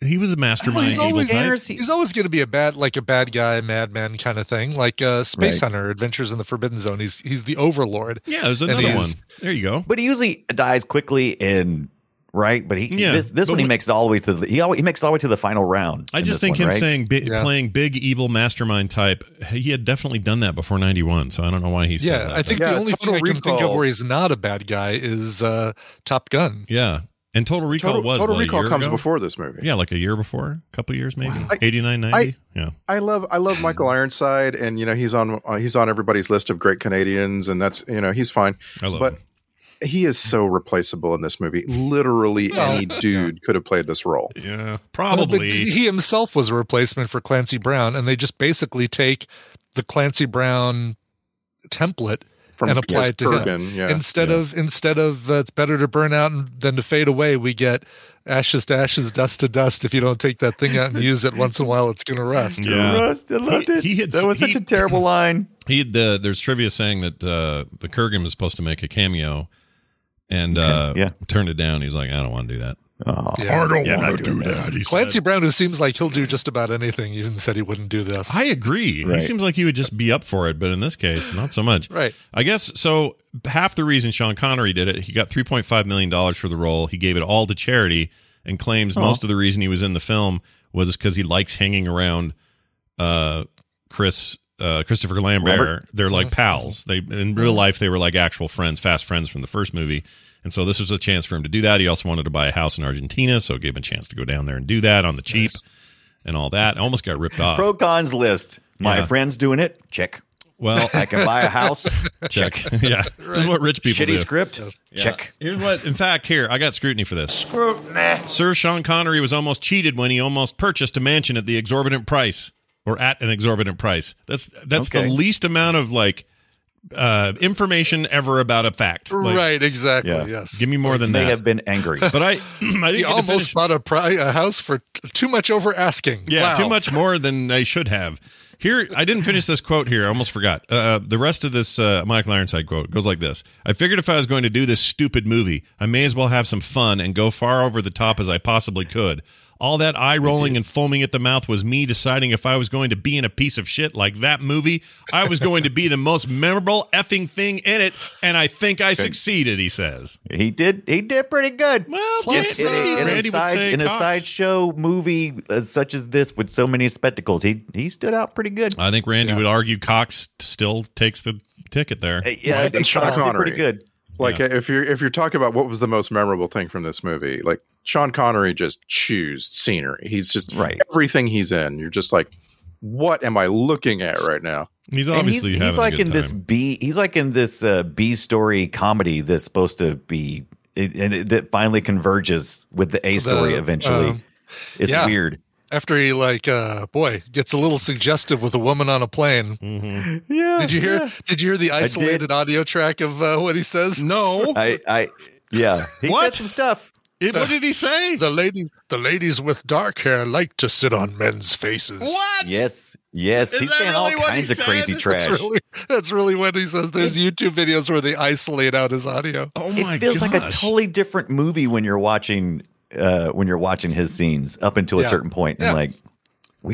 Speaker 1: He was a mastermind.
Speaker 6: Oh, He's
Speaker 1: evil
Speaker 6: always,
Speaker 1: type.
Speaker 8: Scanners, he-
Speaker 6: he's always going to be a bad, like a bad guy, madman kind of thing, like uh, Space
Speaker 8: Right.
Speaker 6: Hunter, Adventures in the Forbidden Zone. He's he's the overlord.
Speaker 1: yeah, there's
Speaker 6: And
Speaker 1: another one.
Speaker 6: he's-
Speaker 1: There you go.
Speaker 8: but he usually dies quickly and right. But he
Speaker 1: Yeah,
Speaker 8: this this
Speaker 1: but
Speaker 8: one he
Speaker 1: we-
Speaker 8: makes it all the way to the he, always, he makes it all the way to the final round.
Speaker 1: I
Speaker 8: in
Speaker 1: just
Speaker 8: this
Speaker 1: think
Speaker 8: one,
Speaker 1: him
Speaker 8: right?
Speaker 1: saying bi-
Speaker 6: Yeah.
Speaker 1: playing big evil mastermind type, he had definitely done that before '91. So I don't know why he says
Speaker 6: Yeah,
Speaker 1: that.
Speaker 6: I think
Speaker 7: Yeah,
Speaker 6: the only thing
Speaker 7: Total
Speaker 6: I can think of
Speaker 7: Recall.
Speaker 6: where he's not a bad guy is uh, Top Gun.
Speaker 1: yeah, And Total Recall
Speaker 7: Total,
Speaker 1: was
Speaker 7: Total
Speaker 1: what, a
Speaker 7: Recall
Speaker 1: year
Speaker 7: comes
Speaker 1: ago?
Speaker 7: before this movie.
Speaker 1: Yeah, like a year before, a couple years maybe.
Speaker 7: I-
Speaker 1: eighty nine, ninety.
Speaker 7: I-
Speaker 1: 89, 90.
Speaker 7: I love I
Speaker 6: (sighs)
Speaker 7: love Michael Ironside, and you know he's on uh, he's on everybody's list of great Canadians, and that's you know he's fine.
Speaker 1: yeah. I love
Speaker 7: but
Speaker 1: him.
Speaker 7: he is so replaceable in this movie. Literally
Speaker 6: Well,
Speaker 7: any dude could have played this role.
Speaker 1: Yeah,
Speaker 6: Well, Uh, but
Speaker 1: probably.
Speaker 6: he himself was a replacement for Clancy Brown, and they just basically take the Clancy Brown template
Speaker 7: From
Speaker 6: and apply
Speaker 7: yes,
Speaker 6: it to him.
Speaker 7: Kurgan, yeah,
Speaker 6: instead
Speaker 7: yeah.
Speaker 6: of instead of uh, it's better to burn out and- than to fade away. We get ashes to ashes, dust to dust. If you don't take that thing
Speaker 1: (laughs)
Speaker 6: out and use it once in a while, it's gonna rust.
Speaker 1: Yeah.
Speaker 8: Rust, I loved
Speaker 1: He-
Speaker 8: it.
Speaker 1: he had-
Speaker 8: that was
Speaker 1: he-
Speaker 8: such a terrible line.
Speaker 1: (laughs) He the there's trivia saying that uh the Kurgan was supposed to make a cameo and uh
Speaker 8: yeah.
Speaker 1: turned it down. He's like, I don't want to do that.
Speaker 8: Oh.
Speaker 6: Yeah.
Speaker 1: Mm, don't
Speaker 8: Yeah,
Speaker 1: wanna
Speaker 8: not doing
Speaker 1: that. he
Speaker 6: Clancy
Speaker 1: said.
Speaker 6: Brown, who seems like he'll do just about anything, even said he wouldn't do this.
Speaker 1: I agree. He
Speaker 8: Right.
Speaker 1: seems like he would just be up for it, but in this case, not so much.
Speaker 6: right.
Speaker 1: I guess so. Half the reason Sean Connery did it, he got three point five million dollars for the role. He gave it all to charity, and claims most of the reason he was in the film was because he likes hanging around uh, Chris uh, Christopher Lambert.
Speaker 8: Lambert?
Speaker 1: They're like pals. They in real life they were like actual friends, fast friends from the first movie. And so this was a chance for him to do that. He also wanted to buy a house in Argentina, so it gave him a chance to go down there and do that on the cheap and all that. I almost got ripped off.
Speaker 8: Pro cons list. My
Speaker 1: Yeah.
Speaker 8: friend's doing it. (laughs) Check.
Speaker 1: well,
Speaker 8: I can buy a house.
Speaker 1: (laughs) check. yeah, this is what rich people
Speaker 8: Shitty
Speaker 1: do.
Speaker 8: script. Check.
Speaker 1: Here's what, in fact, here, I got scrutiny for this. Scrutiny. Sir Sean Connery was almost cheated when he almost purchased a mansion at the exorbitant price or at an exorbitant price. That's that's
Speaker 8: Okay.
Speaker 1: the least amount of like uh, information ever about a fact. Like,
Speaker 6: right. Exactly.
Speaker 8: Yeah.
Speaker 6: Yes.
Speaker 1: Give me more than
Speaker 8: They
Speaker 1: that.
Speaker 8: have been
Speaker 1: (laughs)
Speaker 8: angry.
Speaker 1: but I, (clears throat) I didn't
Speaker 6: he
Speaker 1: get to
Speaker 6: almost
Speaker 1: finish-
Speaker 6: bought a, pri- a house for t- too much over asking.
Speaker 1: Yeah,
Speaker 6: Wow.
Speaker 1: too much more than I should have. Here, I didn't finish this quote here. I almost forgot. Uh, the rest of this uh, Michael Ironside quote goes like this I figured if I was going to do this stupid movie, I may as well have some fun and go far over the top as I possibly could. All that eye rolling and foaming at the mouth was me deciding if I was going to be in a piece of shit like that movie, I was going to be the most memorable effing thing in it, and I think I succeeded, he says.
Speaker 8: He did. He did pretty good.
Speaker 1: Well,
Speaker 8: In,
Speaker 1: Plus,
Speaker 8: in a- in a,
Speaker 1: Randy would
Speaker 8: side,
Speaker 1: say
Speaker 8: in a
Speaker 1: Cox.
Speaker 8: sideshow movie uh, such as this, with so many spectacles, he he stood out pretty good.
Speaker 1: I think Randy would argue Cox still takes the ticket there.
Speaker 8: Uh, yeah, I think
Speaker 7: Sean
Speaker 8: Cox did
Speaker 7: Connery.
Speaker 8: pretty good.
Speaker 7: Like if you're if you're talking about what was the most memorable thing from this movie, like Sean Connery just chews scenery. He's just
Speaker 8: Right.
Speaker 7: everything he's in. You're just like, what am I looking at right now?
Speaker 1: He's
Speaker 8: And
Speaker 1: obviously
Speaker 8: he's,
Speaker 1: having
Speaker 8: he's like
Speaker 1: a good
Speaker 8: in this
Speaker 1: time.
Speaker 8: B. He's like in this uh, B story comedy that's supposed to be, it- and it, that finally converges with the A story
Speaker 6: The,
Speaker 8: eventually.
Speaker 6: um,
Speaker 8: it's
Speaker 6: yeah.
Speaker 8: weird.
Speaker 6: After he like, uh, boy, gets a little suggestive with a woman on a plane.
Speaker 8: Yeah.
Speaker 6: Did you hear?
Speaker 1: Mm-hmm.
Speaker 6: Did you hear the isolated audio track of uh, what he says? (laughs)
Speaker 1: No,
Speaker 8: I, I yeah. He
Speaker 1: What?
Speaker 8: said some stuff.
Speaker 1: It- what did he say?
Speaker 6: The ladies, the ladies with dark hair like to sit on men's faces.
Speaker 1: what?
Speaker 8: Yes. Yes.
Speaker 1: Is
Speaker 8: he's
Speaker 1: that
Speaker 8: saying all
Speaker 1: really what he
Speaker 8: kinds of
Speaker 1: said?
Speaker 8: crazy
Speaker 1: That's
Speaker 8: trash.
Speaker 6: That's really, that's really what he says. There's YouTube videos where they isolate out his audio.
Speaker 1: Oh
Speaker 8: it
Speaker 1: my
Speaker 8: feels
Speaker 1: gosh!
Speaker 8: like a totally different movie when you're watching uh when you're watching his scenes up until a
Speaker 6: Yeah.
Speaker 8: certain point
Speaker 6: Yeah.
Speaker 8: and like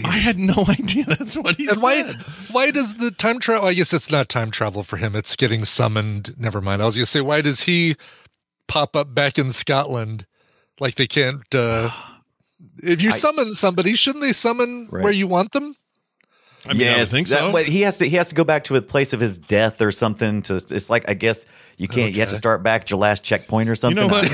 Speaker 1: I had no (laughs) idea that's what he
Speaker 6: And why?
Speaker 1: said.
Speaker 6: Why does the time travel? I guess it's not time travel for him. It's getting summoned. Never mind. I was gonna say, why does he pop up back in Scotland? Like they can't. uh If you summon somebody, shouldn't they summon
Speaker 8: Right.
Speaker 6: where you want them? (laughs)
Speaker 1: I mean, I would think
Speaker 8: that-
Speaker 1: so.
Speaker 8: but he has to he has to go back to a place of his death or something to it's like I guess you can't you have to
Speaker 6: Okay.
Speaker 8: start back at your last checkpoint or
Speaker 1: you
Speaker 8: something.
Speaker 1: know what?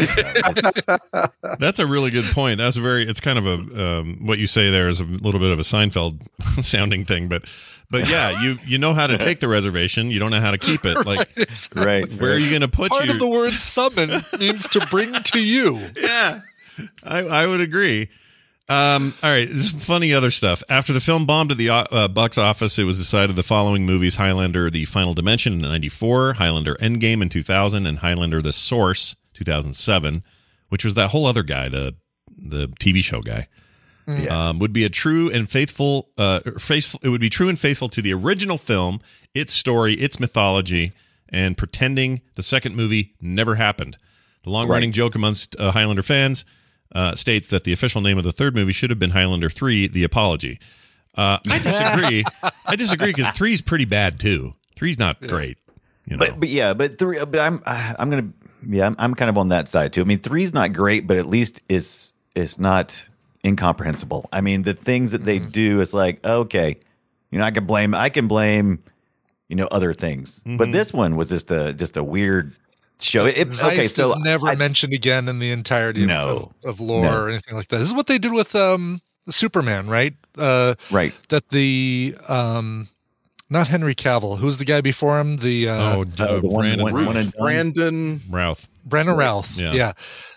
Speaker 1: (laughs) That's a really good point. That's a very. It's kind of a um, what you say there is a little bit of a Seinfeld (laughs) sounding thing, but but yeah, you you know how to take the reservation. You don't know how to keep it. (laughs) Like
Speaker 8: (laughs) right.
Speaker 1: where are you going to put
Speaker 6: Part
Speaker 1: you?
Speaker 6: of the word summon means to bring to you.
Speaker 1: yeah, I, I would agree. Um, all right, this is funny other stuff. After the film bombed at the uh, box office, it was decided the following movies: Highlander: The Final Dimension in '94, Highlander: Endgame in 2000, and Highlander: The Source 2007, which was that whole other guy, the the TV show guy. Um, would be a true and faithful, uh, faithful. It would be true and faithful to the original film, its story, its mythology, and pretending the second movie never happened. The long-running joke amongst uh, Highlander fans uh, states that the official name of the third movie should have been Highlander Three: The Apology. Uh, I disagree. I disagree because three's pretty bad too. Three's not great. You know.
Speaker 8: But but yeah, but three. But I'm I- I'm gonna yeah I'm, I'm kind of on that side too. I mean, three's not great, but at least it's it's not incomprehensible. I mean, the things that they
Speaker 1: Mm-hmm.
Speaker 8: do is like okay, you know, I can
Speaker 1: Mm-hmm.
Speaker 8: blame I can blame you know other things, but this one was just a just a weird show. It- It's okay.
Speaker 6: Zeist
Speaker 8: So
Speaker 6: is never
Speaker 8: I-
Speaker 6: mentioned again in the entirety of-
Speaker 8: No.
Speaker 6: of, of lore
Speaker 8: No.
Speaker 6: or anything like that. This is what they did with um, Superman, right? Uh,
Speaker 8: right.
Speaker 6: that the um, not Henry Cavill, who's the guy before him, the uh,
Speaker 1: oh,
Speaker 8: Uh,
Speaker 1: uh,
Speaker 8: the one-
Speaker 1: Brandon
Speaker 8: one- one
Speaker 1: Routh.
Speaker 8: and done.
Speaker 7: Brandon.
Speaker 1: Routh.
Speaker 6: Brenner Ralph.
Speaker 1: Yeah.
Speaker 6: Yeah.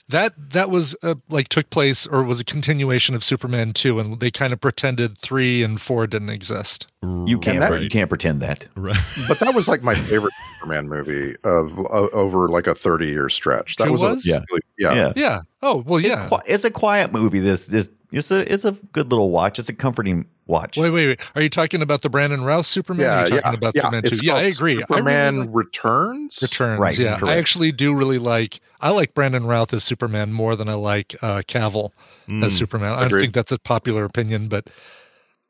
Speaker 6: That that was uh, like took place or was a continuation of Superman 2 and they kind of pretended 3 and 4 didn't exist.
Speaker 8: You can't.
Speaker 7: that-
Speaker 1: (laughs)
Speaker 8: pre- You can't pretend that.
Speaker 1: Right.
Speaker 7: But that was like my favorite Superman movie of o over like a 30 year stretch. That
Speaker 6: It
Speaker 7: was, a-
Speaker 6: was?
Speaker 8: Yeah.
Speaker 7: yeah.
Speaker 8: Yeah.
Speaker 6: Yeah. Oh, well yeah.
Speaker 8: Qui- It's a quiet movie. This this it's a it's a good little watch. It's a comforting watch.
Speaker 6: Wait, wait, wait. Are you talking about the Brandon Routh Superman? or are you talking about Superman 2?
Speaker 7: It's
Speaker 6: Yeah, I
Speaker 7: called
Speaker 6: agree. I
Speaker 7: Superman
Speaker 6: really like
Speaker 7: Returns.
Speaker 6: returns.
Speaker 8: Right,
Speaker 6: yeah.
Speaker 8: correct.
Speaker 6: I actually do really like I like Brandon Routh as Superman more than I like uh Cavill
Speaker 8: Hmm,
Speaker 1: Mm.
Speaker 6: as Superman. I don't
Speaker 7: Agreed.
Speaker 6: think that's a popular opinion, but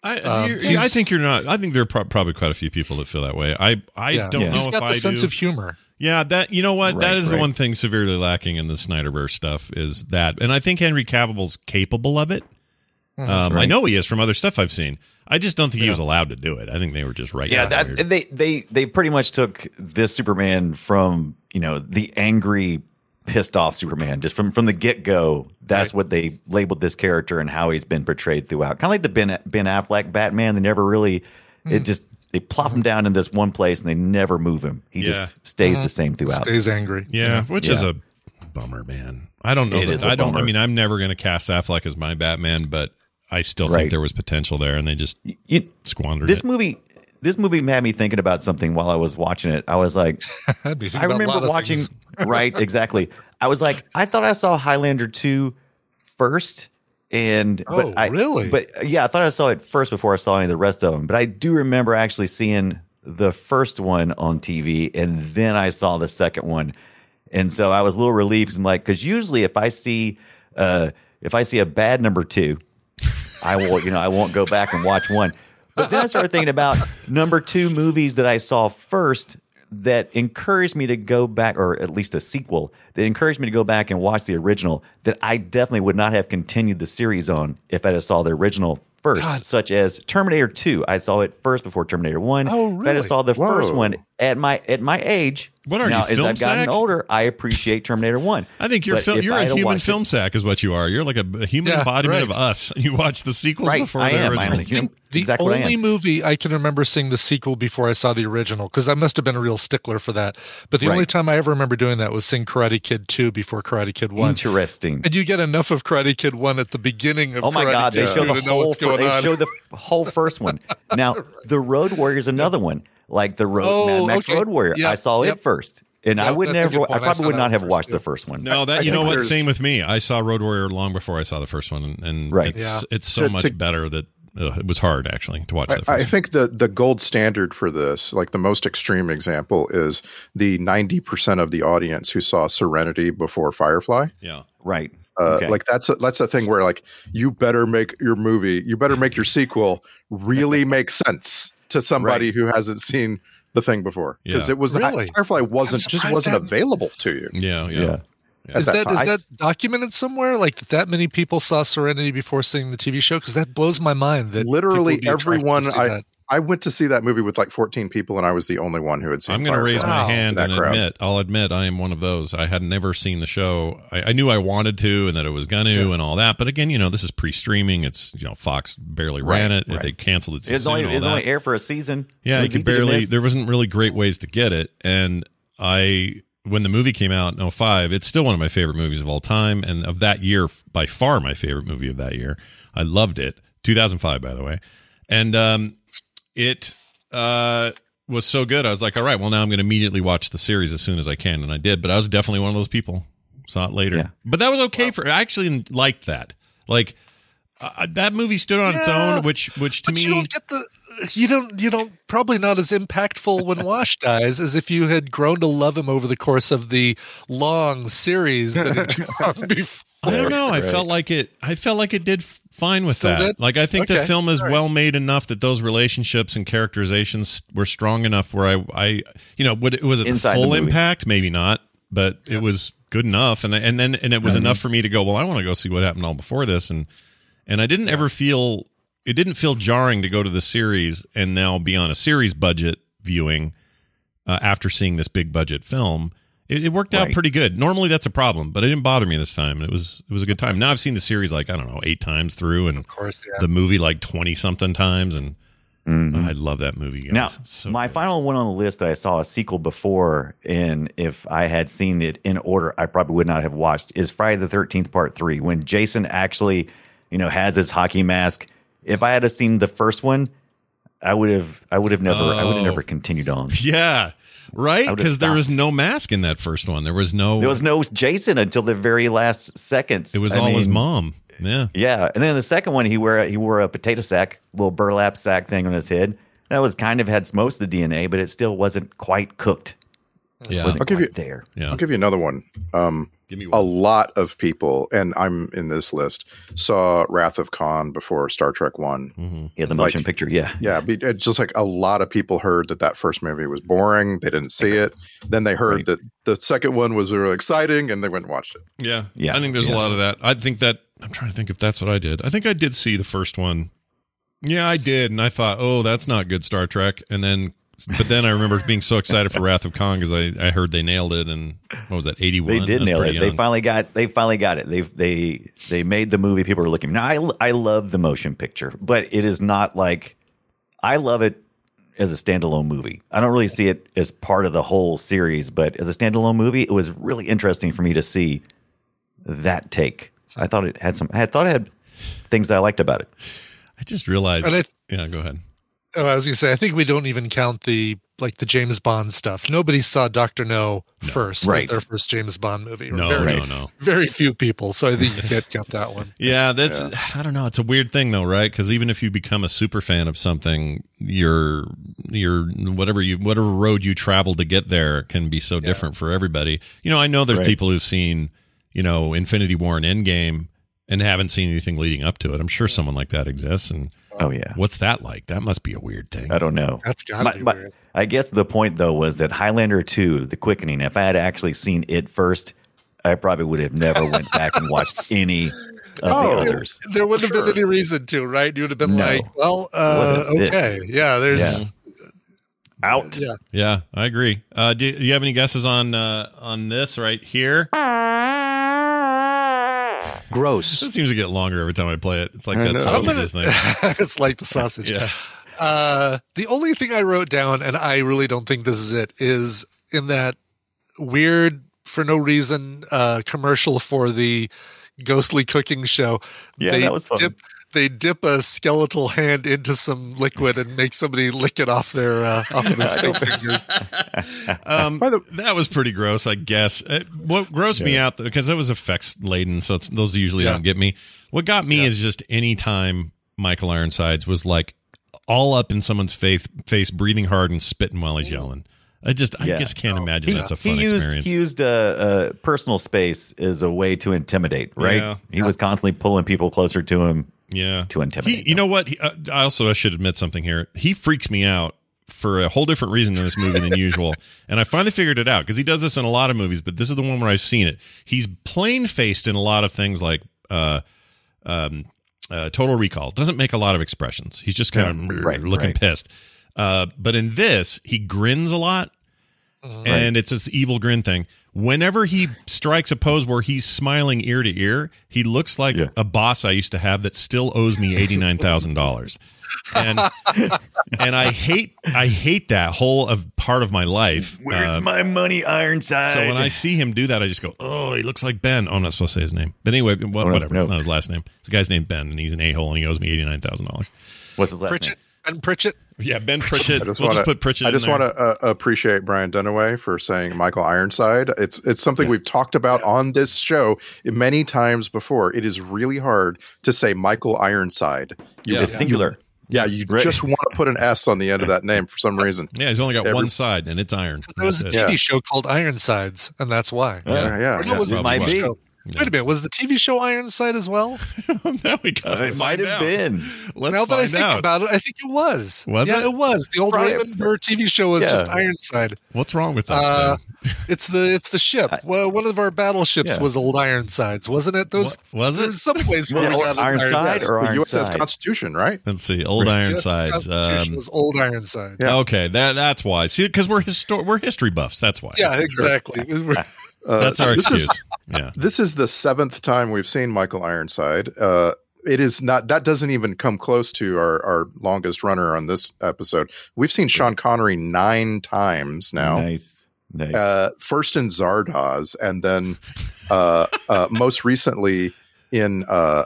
Speaker 1: I,
Speaker 6: Um,
Speaker 1: you-
Speaker 6: he's-
Speaker 1: I think you're not. I think there are pro- probably quite a few people that feel that way. I I
Speaker 6: Yeah.
Speaker 1: don't
Speaker 8: Yeah.
Speaker 1: know
Speaker 6: he's
Speaker 1: if
Speaker 6: got the
Speaker 1: I
Speaker 6: sense
Speaker 1: do.
Speaker 6: of humor.
Speaker 1: yeah, that you know what that
Speaker 8: Right,
Speaker 1: is the
Speaker 8: right.
Speaker 1: one thing severely lacking in the Snyderverse stuff is that, and I think Henry Cavill's capable of it. um, I
Speaker 8: Hmm, Right.
Speaker 1: know he is from other stuff I've seen. I just don't think he was allowed to do it. I think they were just right.
Speaker 8: yeah, that, they they they pretty much took this Superman from you know the angry, pissed off Superman just from from the get go. That's what they labeled this character and how he's been portrayed throughout. Kind of like the Ben Ben Affleck Batman. They never really it just they plop him down in this one place and they never move him. He
Speaker 1: Yeah.
Speaker 8: just stays the same throughout.
Speaker 6: Stays angry.
Speaker 1: Yeah, which is
Speaker 8: Yeah.
Speaker 1: a bummer, man. I don't know
Speaker 8: It
Speaker 1: that
Speaker 8: is a
Speaker 1: I don't. I
Speaker 8: bummer.
Speaker 1: mean, I'm never going to cast Affleck as my Batman, but I still think
Speaker 8: Right.
Speaker 1: there was potential there, and they just
Speaker 8: You-
Speaker 1: squandered
Speaker 8: this
Speaker 1: it.
Speaker 8: movie this movie had me thinking about something while I was watching it. I was like.
Speaker 6: (laughs) I'd be thinking about
Speaker 8: I
Speaker 6: a lot
Speaker 8: remember
Speaker 6: of
Speaker 8: watching.
Speaker 6: things.
Speaker 8: (laughs) right, exactly. I was like, I thought I saw Highlander 2 first, and but
Speaker 6: Oh,
Speaker 8: I,
Speaker 6: really?
Speaker 8: But uh, yeah, I thought I saw it first before I saw any of the rest of them. But I do remember actually seeing the first one on TV, and then I saw the second one, and so I was a little relieved. 'cause I'm like, because usually if I see, uh, if I see a bad number two, I will, you know, I won't go back and watch one. But then I started thinking about number two movies that I saw first that encouraged me to go back, or at least a sequel that encouraged me to go back and watch the original that I definitely would not have continued the series on if I had saw the original first,
Speaker 6: God.
Speaker 8: such as Terminator 2. I saw it first before Terminator 1.
Speaker 6: Oh,
Speaker 8: If I
Speaker 6: really?
Speaker 8: had saw the first
Speaker 7: Whoa.
Speaker 8: one at my at my age,
Speaker 1: What are
Speaker 8: now
Speaker 1: you,
Speaker 8: as
Speaker 1: film
Speaker 8: I've gotten
Speaker 1: sack?
Speaker 8: older, I appreciate Terminator 1.
Speaker 1: I think you're
Speaker 8: But
Speaker 1: fil-
Speaker 8: if
Speaker 1: you're
Speaker 8: I
Speaker 1: a
Speaker 8: had
Speaker 1: human
Speaker 8: watched it-
Speaker 1: film sack is what you are. You're like a, a human
Speaker 6: Yeah,
Speaker 1: embodiment
Speaker 6: right.
Speaker 1: of us. (laughs) You watch the sequels
Speaker 8: Right,
Speaker 1: before
Speaker 8: I
Speaker 1: the
Speaker 8: am. I'm
Speaker 1: original.
Speaker 8: a human-
Speaker 6: The
Speaker 8: exactly what I am.
Speaker 6: only movie I can remember seeing the sequel before I saw the original, because I must have been a real stickler for that. But the only
Speaker 8: Right.
Speaker 6: time I ever remember doing that was seeing Karate Kid 2 before Karate Kid 1.
Speaker 8: Interesting.
Speaker 6: And you get enough of Karate Kid 1 at the beginning of
Speaker 8: Oh my
Speaker 6: Karate
Speaker 8: God! They
Speaker 6: Kid
Speaker 8: show
Speaker 6: 2
Speaker 8: the
Speaker 6: to know
Speaker 8: whole.
Speaker 6: what's
Speaker 8: fir-
Speaker 6: going
Speaker 8: They
Speaker 6: on. (laughs)
Speaker 8: show the whole first one. Now the Road Warrior is another one, like the Road
Speaker 6: Oh,
Speaker 8: Mad Max
Speaker 6: okay.
Speaker 8: Road Warrior.
Speaker 6: Yep,
Speaker 8: I saw
Speaker 6: yep.
Speaker 8: it first, and I
Speaker 6: Yep,
Speaker 8: would
Speaker 6: that's a good
Speaker 8: never. I
Speaker 6: point. I saw
Speaker 8: probably would
Speaker 6: that
Speaker 8: not
Speaker 6: one
Speaker 8: have
Speaker 6: first,
Speaker 8: watched
Speaker 6: too.
Speaker 8: the first one.
Speaker 1: No, that you
Speaker 7: think
Speaker 1: know what?
Speaker 7: there's-
Speaker 1: Same with me. I saw Road Warrior long before I saw the first one, and
Speaker 8: Right.
Speaker 1: it's
Speaker 6: Yeah.
Speaker 1: it's so
Speaker 7: To-
Speaker 1: much
Speaker 7: to-
Speaker 1: better that uh, it was hard actually to watch the first.
Speaker 7: I, I
Speaker 1: one.
Speaker 7: think the the gold standard for this, like the most extreme example, is the ninety percent of the audience who saw Serenity before Firefly.
Speaker 1: yeah,
Speaker 8: Right.
Speaker 7: Uh,
Speaker 8: Okay.
Speaker 7: Like that's a, that's a thing where like you better make your movie, you better make your sequel really make sense to somebody who hasn't seen the thing before because
Speaker 1: Yeah. Mm.
Speaker 7: it was not
Speaker 6: Really?
Speaker 7: Firefly wasn't
Speaker 6: I'm
Speaker 7: just
Speaker 6: surprised
Speaker 7: wasn't
Speaker 6: that-
Speaker 7: available to you.
Speaker 1: yeah, yeah,
Speaker 8: Yeah.
Speaker 7: at
Speaker 6: Is that,
Speaker 7: time.
Speaker 6: is
Speaker 7: I-
Speaker 6: that documented somewhere? Like that that many people saw Serenity before seeing the TV show? Because that blows my mind. That
Speaker 7: literally
Speaker 6: people would be attracted to
Speaker 7: everyone
Speaker 6: see
Speaker 7: I,
Speaker 6: that.
Speaker 7: I went to see that movie with like 14 people and i was the only one who had seen
Speaker 1: I'm going to raise
Speaker 7: Firefly.
Speaker 1: my
Speaker 6: Wow.
Speaker 1: hand
Speaker 7: That
Speaker 1: and
Speaker 7: crowd.
Speaker 1: admit, I'll admit, I am one of those. I had never seen the show. I, I knew I wanted to, and that it was going to, and all that. But again, you know, this is pre-streaming. It's you know, Fox barely ran
Speaker 8: Right,
Speaker 1: it.
Speaker 8: right.
Speaker 1: They canceled it. Too
Speaker 8: It's
Speaker 1: soon,
Speaker 8: only
Speaker 1: all
Speaker 8: it's
Speaker 1: that.
Speaker 8: only air for a season.
Speaker 1: Yeah,
Speaker 8: It
Speaker 1: you
Speaker 8: was
Speaker 1: could
Speaker 8: easier than
Speaker 1: barely.
Speaker 8: this.
Speaker 1: There wasn't really great ways to get it, and I when the movie came out in 05, it's still one of my favorite movies of all time, and of that year, by far my favorite movie of that year. I loved it. 2005, by the way, and um, it uh, was so good. I was like, all right, well now I'm going to immediately watch the series as soon as I can, and I did. But I was definitely one of those people saw it later,
Speaker 8: Yeah.
Speaker 1: but that was okay for. I actually liked that. Like uh, that movie stood on its
Speaker 6: Yeah.
Speaker 1: own, which which to
Speaker 6: but
Speaker 1: me
Speaker 6: you don't get the you don't you don't probably not as impactful when Wash dies as if you had grown to love him over the course of the long series that it took on before.
Speaker 1: I don't know. I felt like it. I felt like it did f- fine with
Speaker 6: Still
Speaker 1: that.
Speaker 6: did?
Speaker 1: Like I think the
Speaker 6: Okay.
Speaker 1: film is well made enough that those relationships and characterizations were strong enough where I, I, you know, would, was it
Speaker 8: Inside
Speaker 1: the
Speaker 8: the
Speaker 1: full
Speaker 8: movie.
Speaker 1: impact? Maybe not, but it was good enough. And I- and then and it was enough for me to go. Well, I want to go see what happened all before this, and and I didn't ever feel it didn't feel jarring to go to the series and now be on a series budget viewing uh, after seeing this big budget film It, it worked out
Speaker 8: Right.
Speaker 1: pretty good. Normally that's a problem, but it didn't bother me this time. It was it was a good time. Now I've seen the series like I don't know eight times through, and
Speaker 6: Of course, yeah.
Speaker 1: the movie like twenty something times, and
Speaker 8: Mhm.
Speaker 1: I love that movie. Guys.
Speaker 8: Now,
Speaker 1: It's so
Speaker 8: my
Speaker 1: good.
Speaker 8: final one on the list that I saw a sequel before, and if I had seen it in order, I probably would not have watched is Friday the Thirteenth Part Three. When Jason actually, you know, has his hockey mask. If I had have seen the first one, I would have. I would have never. I would
Speaker 1: Oh.
Speaker 8: have never continued on.
Speaker 1: (laughs) yeah, right?
Speaker 8: I would've
Speaker 1: Because there was
Speaker 8: stopped.
Speaker 1: no mask in that first one. There was no.
Speaker 8: There was no Jason until the very last seconds.
Speaker 1: it was
Speaker 8: I
Speaker 1: all his
Speaker 8: mean,
Speaker 1: mom. Yeah,
Speaker 8: Yeah, and then the second one, he wore he wore a potato sack, little burlap sack thing on his head. That was kind of had most of the DNA, but it still wasn't quite cooked.
Speaker 1: yeah,
Speaker 8: Wasn't
Speaker 7: I'll give
Speaker 8: quite
Speaker 7: you-
Speaker 8: there.
Speaker 1: yeah.
Speaker 7: I'll give you another one. Um,
Speaker 1: Give me
Speaker 7: a
Speaker 1: one.
Speaker 7: lot of people, and I'm in this list, saw Wrath of Khan before Star Trek One.
Speaker 6: Mm-hmm.
Speaker 1: Mhm.
Speaker 8: Yeah, the
Speaker 7: Like-
Speaker 8: motion picture. Yeah,
Speaker 7: Yeah, be- it just like a lot of people heard that that first movie was boring. They didn't see it. Then they heard
Speaker 8: Right.
Speaker 7: that the second one was really exciting, and they went and watched it.
Speaker 1: Yeah.
Speaker 8: Yeah.
Speaker 1: I think there's a
Speaker 8: Yeah.
Speaker 1: lot of that. I think that I'm trying to think if that's what I did. I think I did see the first one. Yeah, I did, and I thought, oh, that's not good Star Trek. And then, but then I remember being so excited for Wrath of Khan because I, I heard they nailed it. And what was that? Eighty one.
Speaker 8: they did nail it. They finally got they finally got it. They they they made the movie people were looking. Now I I love the motion picture, but it is not like I love it as a standalone movie. I don't really see it as part of the whole series, but as a standalone movie, it was really interesting for me to see that take. I thought it had some. I thought it had things that I liked about it.
Speaker 1: I just realized.
Speaker 6: And I-
Speaker 1: yeah, go ahead.
Speaker 6: Oh, I was gonna say, I think we don't even count the like the James Bond stuff. Nobody saw Doctor No, first
Speaker 8: Right.
Speaker 6: as their first James Bond movie. or
Speaker 1: No,
Speaker 6: very,
Speaker 1: no, no.
Speaker 6: very few people, so I think you can't count that one.
Speaker 1: Yeah, that's I don't know. It's a weird thing though, right? Because even if you become a super fan of something, your your whatever you whatever road you travel to get there can be so different for everybody. You know, I know there's
Speaker 8: Right.
Speaker 1: people who've seen you know Infinity War and Endgame and haven't seen anything leading up to it. I'm sure someone like that exists. And
Speaker 8: Oh yeah,
Speaker 1: what's that like? That must be a weird thing.
Speaker 8: I don't know.
Speaker 6: That's gotta
Speaker 8: My-
Speaker 6: be
Speaker 8: my-
Speaker 6: weird.
Speaker 8: I guess the point though was that Highlander 2, The Quickening, if I had actually seen it first, I probably would have never went back and watched any of
Speaker 7: Oh.
Speaker 8: the others.
Speaker 6: There wouldn't have
Speaker 7: Sure.
Speaker 6: been any reason to, right? You would have been
Speaker 8: No.
Speaker 6: like, well, uh,
Speaker 8: What is this?
Speaker 6: okay, yeah, there's
Speaker 8: Yeah. Out.
Speaker 6: yeah.
Speaker 1: Yeah, I agree. Uh, do, do you have any guesses on uh, on this right here?
Speaker 10: Gross.
Speaker 1: It seems to get longer every time I play it. It's like
Speaker 7: I
Speaker 1: that
Speaker 7: know.
Speaker 1: sausages thing.
Speaker 6: (laughs) it's like the sausage.
Speaker 1: Yeah.
Speaker 6: Uh, the only thing I wrote down, and I really don't think this is it, is in that weird, for no reason, uh, commercial for the ghostly cooking show.
Speaker 8: Yeah, that was fun.
Speaker 6: Dip, they dip a skeletal hand into some liquid and make somebody lick it off their uh, off
Speaker 8: (laughs)
Speaker 6: of their stick fingers.
Speaker 1: Um, that was pretty gross, I guess. It, what grossed me out because it was effects laden, so it's, those usually
Speaker 6: Yeah.
Speaker 1: don't get me. What got me is just any time Michael Ironsides was like all up in someone's face, face breathing hard and spitting while he's yelling. I just, I
Speaker 8: Yeah.
Speaker 1: just can't imagine that's a fun
Speaker 8: he used,
Speaker 1: experience.
Speaker 8: He used uh, uh, personal space as a way to intimidate, right?
Speaker 1: Yeah.
Speaker 8: He was constantly pulling people closer to him
Speaker 1: yeah,
Speaker 8: to intimidate.
Speaker 1: He, you know what? He, uh, I also I should admit something here. He freaks me out for a whole different reason in this movie than usual. (laughs) And I finally figured it out because he does this in a lot of movies, but this is the one where I've seen it. He's plain faced in a lot of things like uh, um, uh, Total Recall. Doesn't make a lot of expressions. He's just kind of
Speaker 8: right,
Speaker 1: looking
Speaker 8: right.
Speaker 1: pissed. Uh, but in this, he grins a lot
Speaker 8: Mm-hmm.
Speaker 1: and it's this evil grin thing. Whenever he strikes a pose where he's smiling ear to ear, he looks like
Speaker 8: Yeah.
Speaker 1: a boss I used to have that still owes me eighty nine thousand dollars,
Speaker 8: (laughs)
Speaker 1: and and I hate I hate that whole of part of my life.
Speaker 8: Where's
Speaker 1: Uh,
Speaker 8: my money, Ironside?
Speaker 1: so when I see him do that, I just go, "Oh, he looks like Ben." Oh, I'm not supposed to say his name, but anyway, wha-
Speaker 8: no,
Speaker 1: whatever. It's
Speaker 8: no.
Speaker 1: not his last name. It's a guy's named Ben, and he's an a hole, and he owes me eighty nine thousand dollars.
Speaker 8: What's his last
Speaker 6: Pritchett and Pritchett.
Speaker 1: Yeah, Ben Pritchett.
Speaker 7: I just
Speaker 1: we'll
Speaker 7: want
Speaker 1: just
Speaker 7: to
Speaker 1: put Pritchett.
Speaker 7: I just
Speaker 1: in there.
Speaker 7: want to uh, appreciate Brian Dunaway for saying Michael Ironside. It's it's something we've talked about on this show many times before. It is really hard to say Michael Ironside.
Speaker 8: name?
Speaker 1: Yeah.
Speaker 8: It's singular.
Speaker 7: Yeah, you
Speaker 8: Right.
Speaker 7: just want to put an S on the end of that name for some
Speaker 8: (laughs)
Speaker 7: reason.
Speaker 1: Yeah, he's only got
Speaker 7: Every-
Speaker 1: one side, and it's iron.
Speaker 6: There was a
Speaker 1: That's it. Uh,
Speaker 6: TV show called Ironsides, and that's why.
Speaker 7: Yeah, yeah.
Speaker 6: Or no, it was a
Speaker 1: probably
Speaker 6: TV
Speaker 1: why.
Speaker 6: show. Wait a minute, was the TV show Ironside as well?
Speaker 1: (laughs) now we got
Speaker 8: It might have been.
Speaker 1: Let's
Speaker 6: now that I
Speaker 1: find
Speaker 6: think
Speaker 1: out.
Speaker 6: about it, I think it was.
Speaker 1: Was
Speaker 6: yeah,
Speaker 1: it?
Speaker 6: it? was. The old
Speaker 8: Right.
Speaker 6: Raymond Burr TV show was
Speaker 8: Yeah.
Speaker 6: just Ironside.
Speaker 1: What's wrong with us?
Speaker 6: Uh,
Speaker 1: then?
Speaker 6: it's the it's the ship. well, one of our battleships
Speaker 8: Yeah.
Speaker 6: was old Ironsides, wasn't it? Those
Speaker 1: Wa- was
Speaker 6: there
Speaker 1: it?
Speaker 6: were some place where
Speaker 8: Yeah,
Speaker 6: we
Speaker 8: or
Speaker 6: got an
Speaker 8: Ironside
Speaker 6: Ironside.
Speaker 8: or
Speaker 7: the USS
Speaker 8: Ironside.
Speaker 7: Constitution, right?
Speaker 1: Let's see. Old Ironsides.
Speaker 6: Constitution
Speaker 1: Um,
Speaker 6: was old Ironsides. Yeah,
Speaker 1: Okay, that that's why. See, because we're histo- we're history buffs. That's why.
Speaker 6: exactly.
Speaker 7: Uh,
Speaker 1: that's our
Speaker 7: this
Speaker 1: excuse.
Speaker 7: Is,
Speaker 1: yeah.
Speaker 7: this is the seventh time we've seen Michael Ironside. Uh, it is not that doesn't even come close to our, our longest runner on this episode. We've seen Sean Connery nine times now.
Speaker 1: Mm-hmm.
Speaker 8: Nice. Nice. (laughs)
Speaker 7: Uh, first in Zardoz, and then uh, uh, most recently in uh,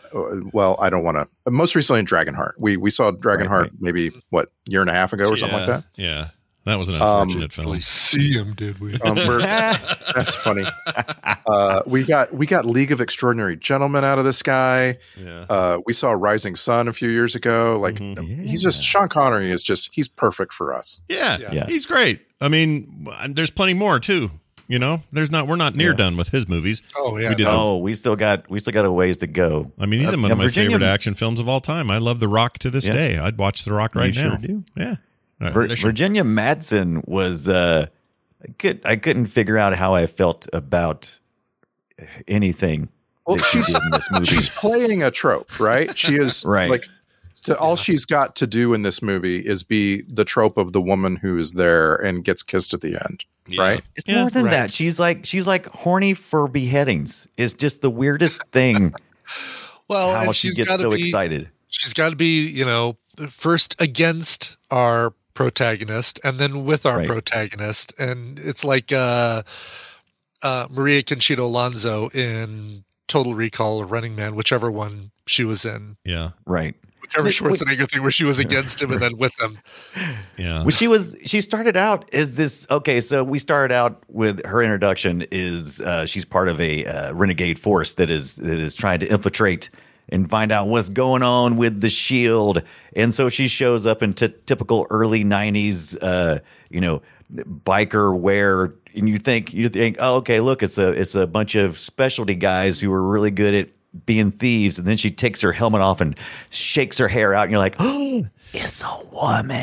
Speaker 7: well, I don't want to. Most recently in Dragonheart, we we saw Dragonheart
Speaker 8: right.
Speaker 7: maybe what year and a half ago or something like that.
Speaker 1: Yeah, that was an
Speaker 7: Um,
Speaker 1: unfortunate
Speaker 6: we
Speaker 1: film.
Speaker 6: see him, did we?
Speaker 7: Um, we're- that's funny. Uh, we got we got League of Extraordinary Gentlemen out of this guy.
Speaker 1: Yeah.
Speaker 7: Uh, we saw Rising Sun a few years ago. Like
Speaker 8: Mm-hmm.
Speaker 7: he's just Sean Connery is just he's perfect for us.
Speaker 1: yeah,
Speaker 8: Yeah.
Speaker 1: he's great. I mean, there's plenty more too. You know, there's not. We're not near done with his movies.
Speaker 6: Oh yeah,
Speaker 1: We did.
Speaker 8: (laughs) oh, we still got we still got a ways to go.
Speaker 1: I mean, he's
Speaker 8: Uh,
Speaker 1: one of
Speaker 8: yeah,
Speaker 1: my
Speaker 8: Virginia-
Speaker 1: favorite action films of all time. I love The Rock to this
Speaker 8: Yeah.
Speaker 1: day. I'd watch The Rock right
Speaker 8: sure
Speaker 1: now.
Speaker 8: do.
Speaker 1: Yeah. Uh,
Speaker 8: Vir-
Speaker 1: there should-
Speaker 8: Virginia Madsen was uh, I could I couldn't figure out how I felt about anything that she did in this movie.
Speaker 7: She's playing a trope, right? She is
Speaker 8: (laughs) Right.
Speaker 7: like to, all she's got to do in this movie is be the trope of the woman who is there and gets kissed at the end,
Speaker 1: Yeah.
Speaker 7: right?
Speaker 8: It's
Speaker 1: Yeah,
Speaker 8: more than that. She's like she's like horny for beheadings. It's just the weirdest
Speaker 6: (laughs)
Speaker 8: thing
Speaker 6: well,
Speaker 8: how
Speaker 6: Oh, and
Speaker 8: she
Speaker 6: she's
Speaker 8: gets
Speaker 6: gotta
Speaker 8: so
Speaker 6: be,
Speaker 8: excited.
Speaker 6: She's got to be, you know, first against our protagonist, and then with our
Speaker 8: Right.
Speaker 6: protagonist, and it's like uh, uh, Maria Conchita Alonso in Total Recall or Running Man, whichever one she was in,
Speaker 1: yeah.
Speaker 8: Right.
Speaker 6: whichever Schwarzenegger thing where
Speaker 1: (laughs)
Speaker 6: she was against him and then with him.
Speaker 1: Yeah.
Speaker 8: Well, she was she started out as this okay, so we started out with her introduction is uh, she's part of a uh, renegade force that is that is trying to infiltrate and find out what's going on with the shield. And so she shows up in t- typical early 90s uh, you know, biker wear and you think you think, "Oh, okay, look, it's a it's a bunch of specialty guys who are really good at being thieves." And then she takes her helmet off and shakes her hair out and you're like, (gasps) "Oh, it's a woman."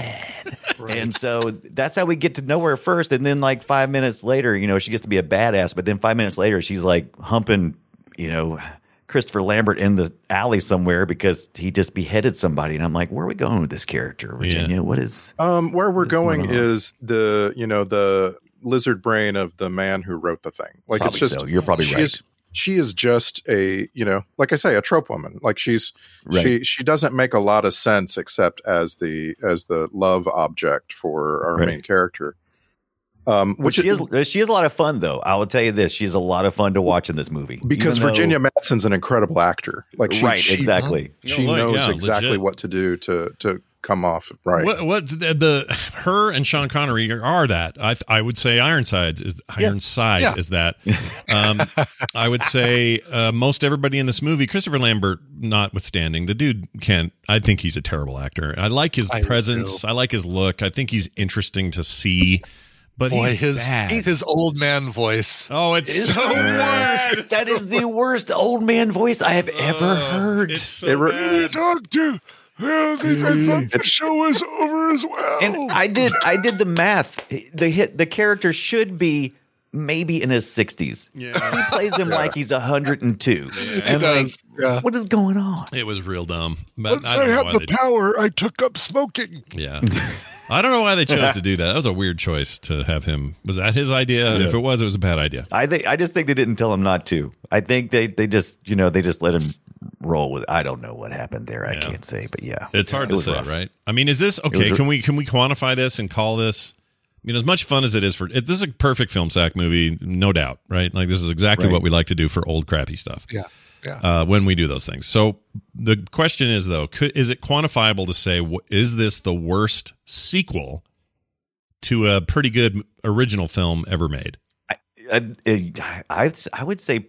Speaker 8: And so that's how we get to know her first. And then, like, five minutes later, you know, she gets to be a badass. But then five minutes later, she's like humping, you know, Christopher Lambert in the alley somewhere because he just beheaded somebody. And I'm like, where are we going with this character, Virginia? What is.
Speaker 7: Um, where we're
Speaker 8: going
Speaker 7: going
Speaker 8: on?
Speaker 7: is the you know the lizard brain of the man who wrote the thing. Like
Speaker 8: Probably
Speaker 7: it's just
Speaker 8: so. You're probably
Speaker 7: she
Speaker 8: right.
Speaker 7: is she is just a you know like I say a trope woman. Like she's she she doesn't make a lot of sense except as the as the love object for our
Speaker 8: Right.
Speaker 7: main character. Um,
Speaker 8: Which
Speaker 7: which
Speaker 8: she
Speaker 7: is
Speaker 8: is, she is a lot of fun, though. I will tell you this: she's a lot of fun to watch in this movie
Speaker 7: because
Speaker 8: Even though-
Speaker 7: Virginia Madsen's an incredible actor. Like she,
Speaker 8: right?
Speaker 7: she,
Speaker 8: exactly.
Speaker 7: she
Speaker 1: No, like,
Speaker 7: knows
Speaker 1: yeah,
Speaker 7: exactly
Speaker 1: legit.
Speaker 7: what to do to to come off right.
Speaker 1: What, what the, the her and Sean Connery are that I I would say Ironsides is Ironside
Speaker 6: Yeah.
Speaker 1: is
Speaker 6: (laughs)
Speaker 1: that um, I would say uh, most everybody in this movie Christopher Lambert notwithstanding the dude can't I think he's a terrible actor I like his
Speaker 6: I do
Speaker 1: presence I like his look I think he's interesting to see but
Speaker 6: Boy,
Speaker 1: he's
Speaker 6: his
Speaker 1: bad.
Speaker 6: his old man voice.
Speaker 1: oh it's, so bad It's
Speaker 8: That is the worst old man voice I have ever heard.
Speaker 1: It's so
Speaker 7: It re-
Speaker 1: bad.
Speaker 6: Doctor, I think
Speaker 1: Mm.
Speaker 6: I thought the show was over as well.
Speaker 8: And I did I did the math. The hit the character should be maybe in his 60s. He plays him like he's 102. And like,
Speaker 6: does, yeah.
Speaker 8: what is going on?
Speaker 1: It was real dumb. But I don't know why they-
Speaker 6: power, I took up smoking.
Speaker 1: Yeah. I don't know why they chose to do that. That was a weird choice to have him. Was that his idea? And if it was, it was a bad idea.
Speaker 8: I think I just think they didn't tell him not to. I think they they just, you know, they just let him roll with I don't know what happened there. I
Speaker 1: Yeah.
Speaker 8: can't say, but yeah.
Speaker 1: It's hard to
Speaker 8: was
Speaker 1: say,
Speaker 8: rough.
Speaker 1: right? I mean, is this okay?
Speaker 8: was-
Speaker 1: can we can we quantify this and call this? I mean, as much fun as it is for it, this is a perfect film sack movie, no doubt, right? Like this is exactly what we like to do for old crappy stuff.
Speaker 6: Yeah, yeah.
Speaker 1: Uh, when we do those things. So the question is though, could, is it quantifiable to say wh- is this the worst sequel to a pretty good original film ever made?
Speaker 8: I, I, I, I would say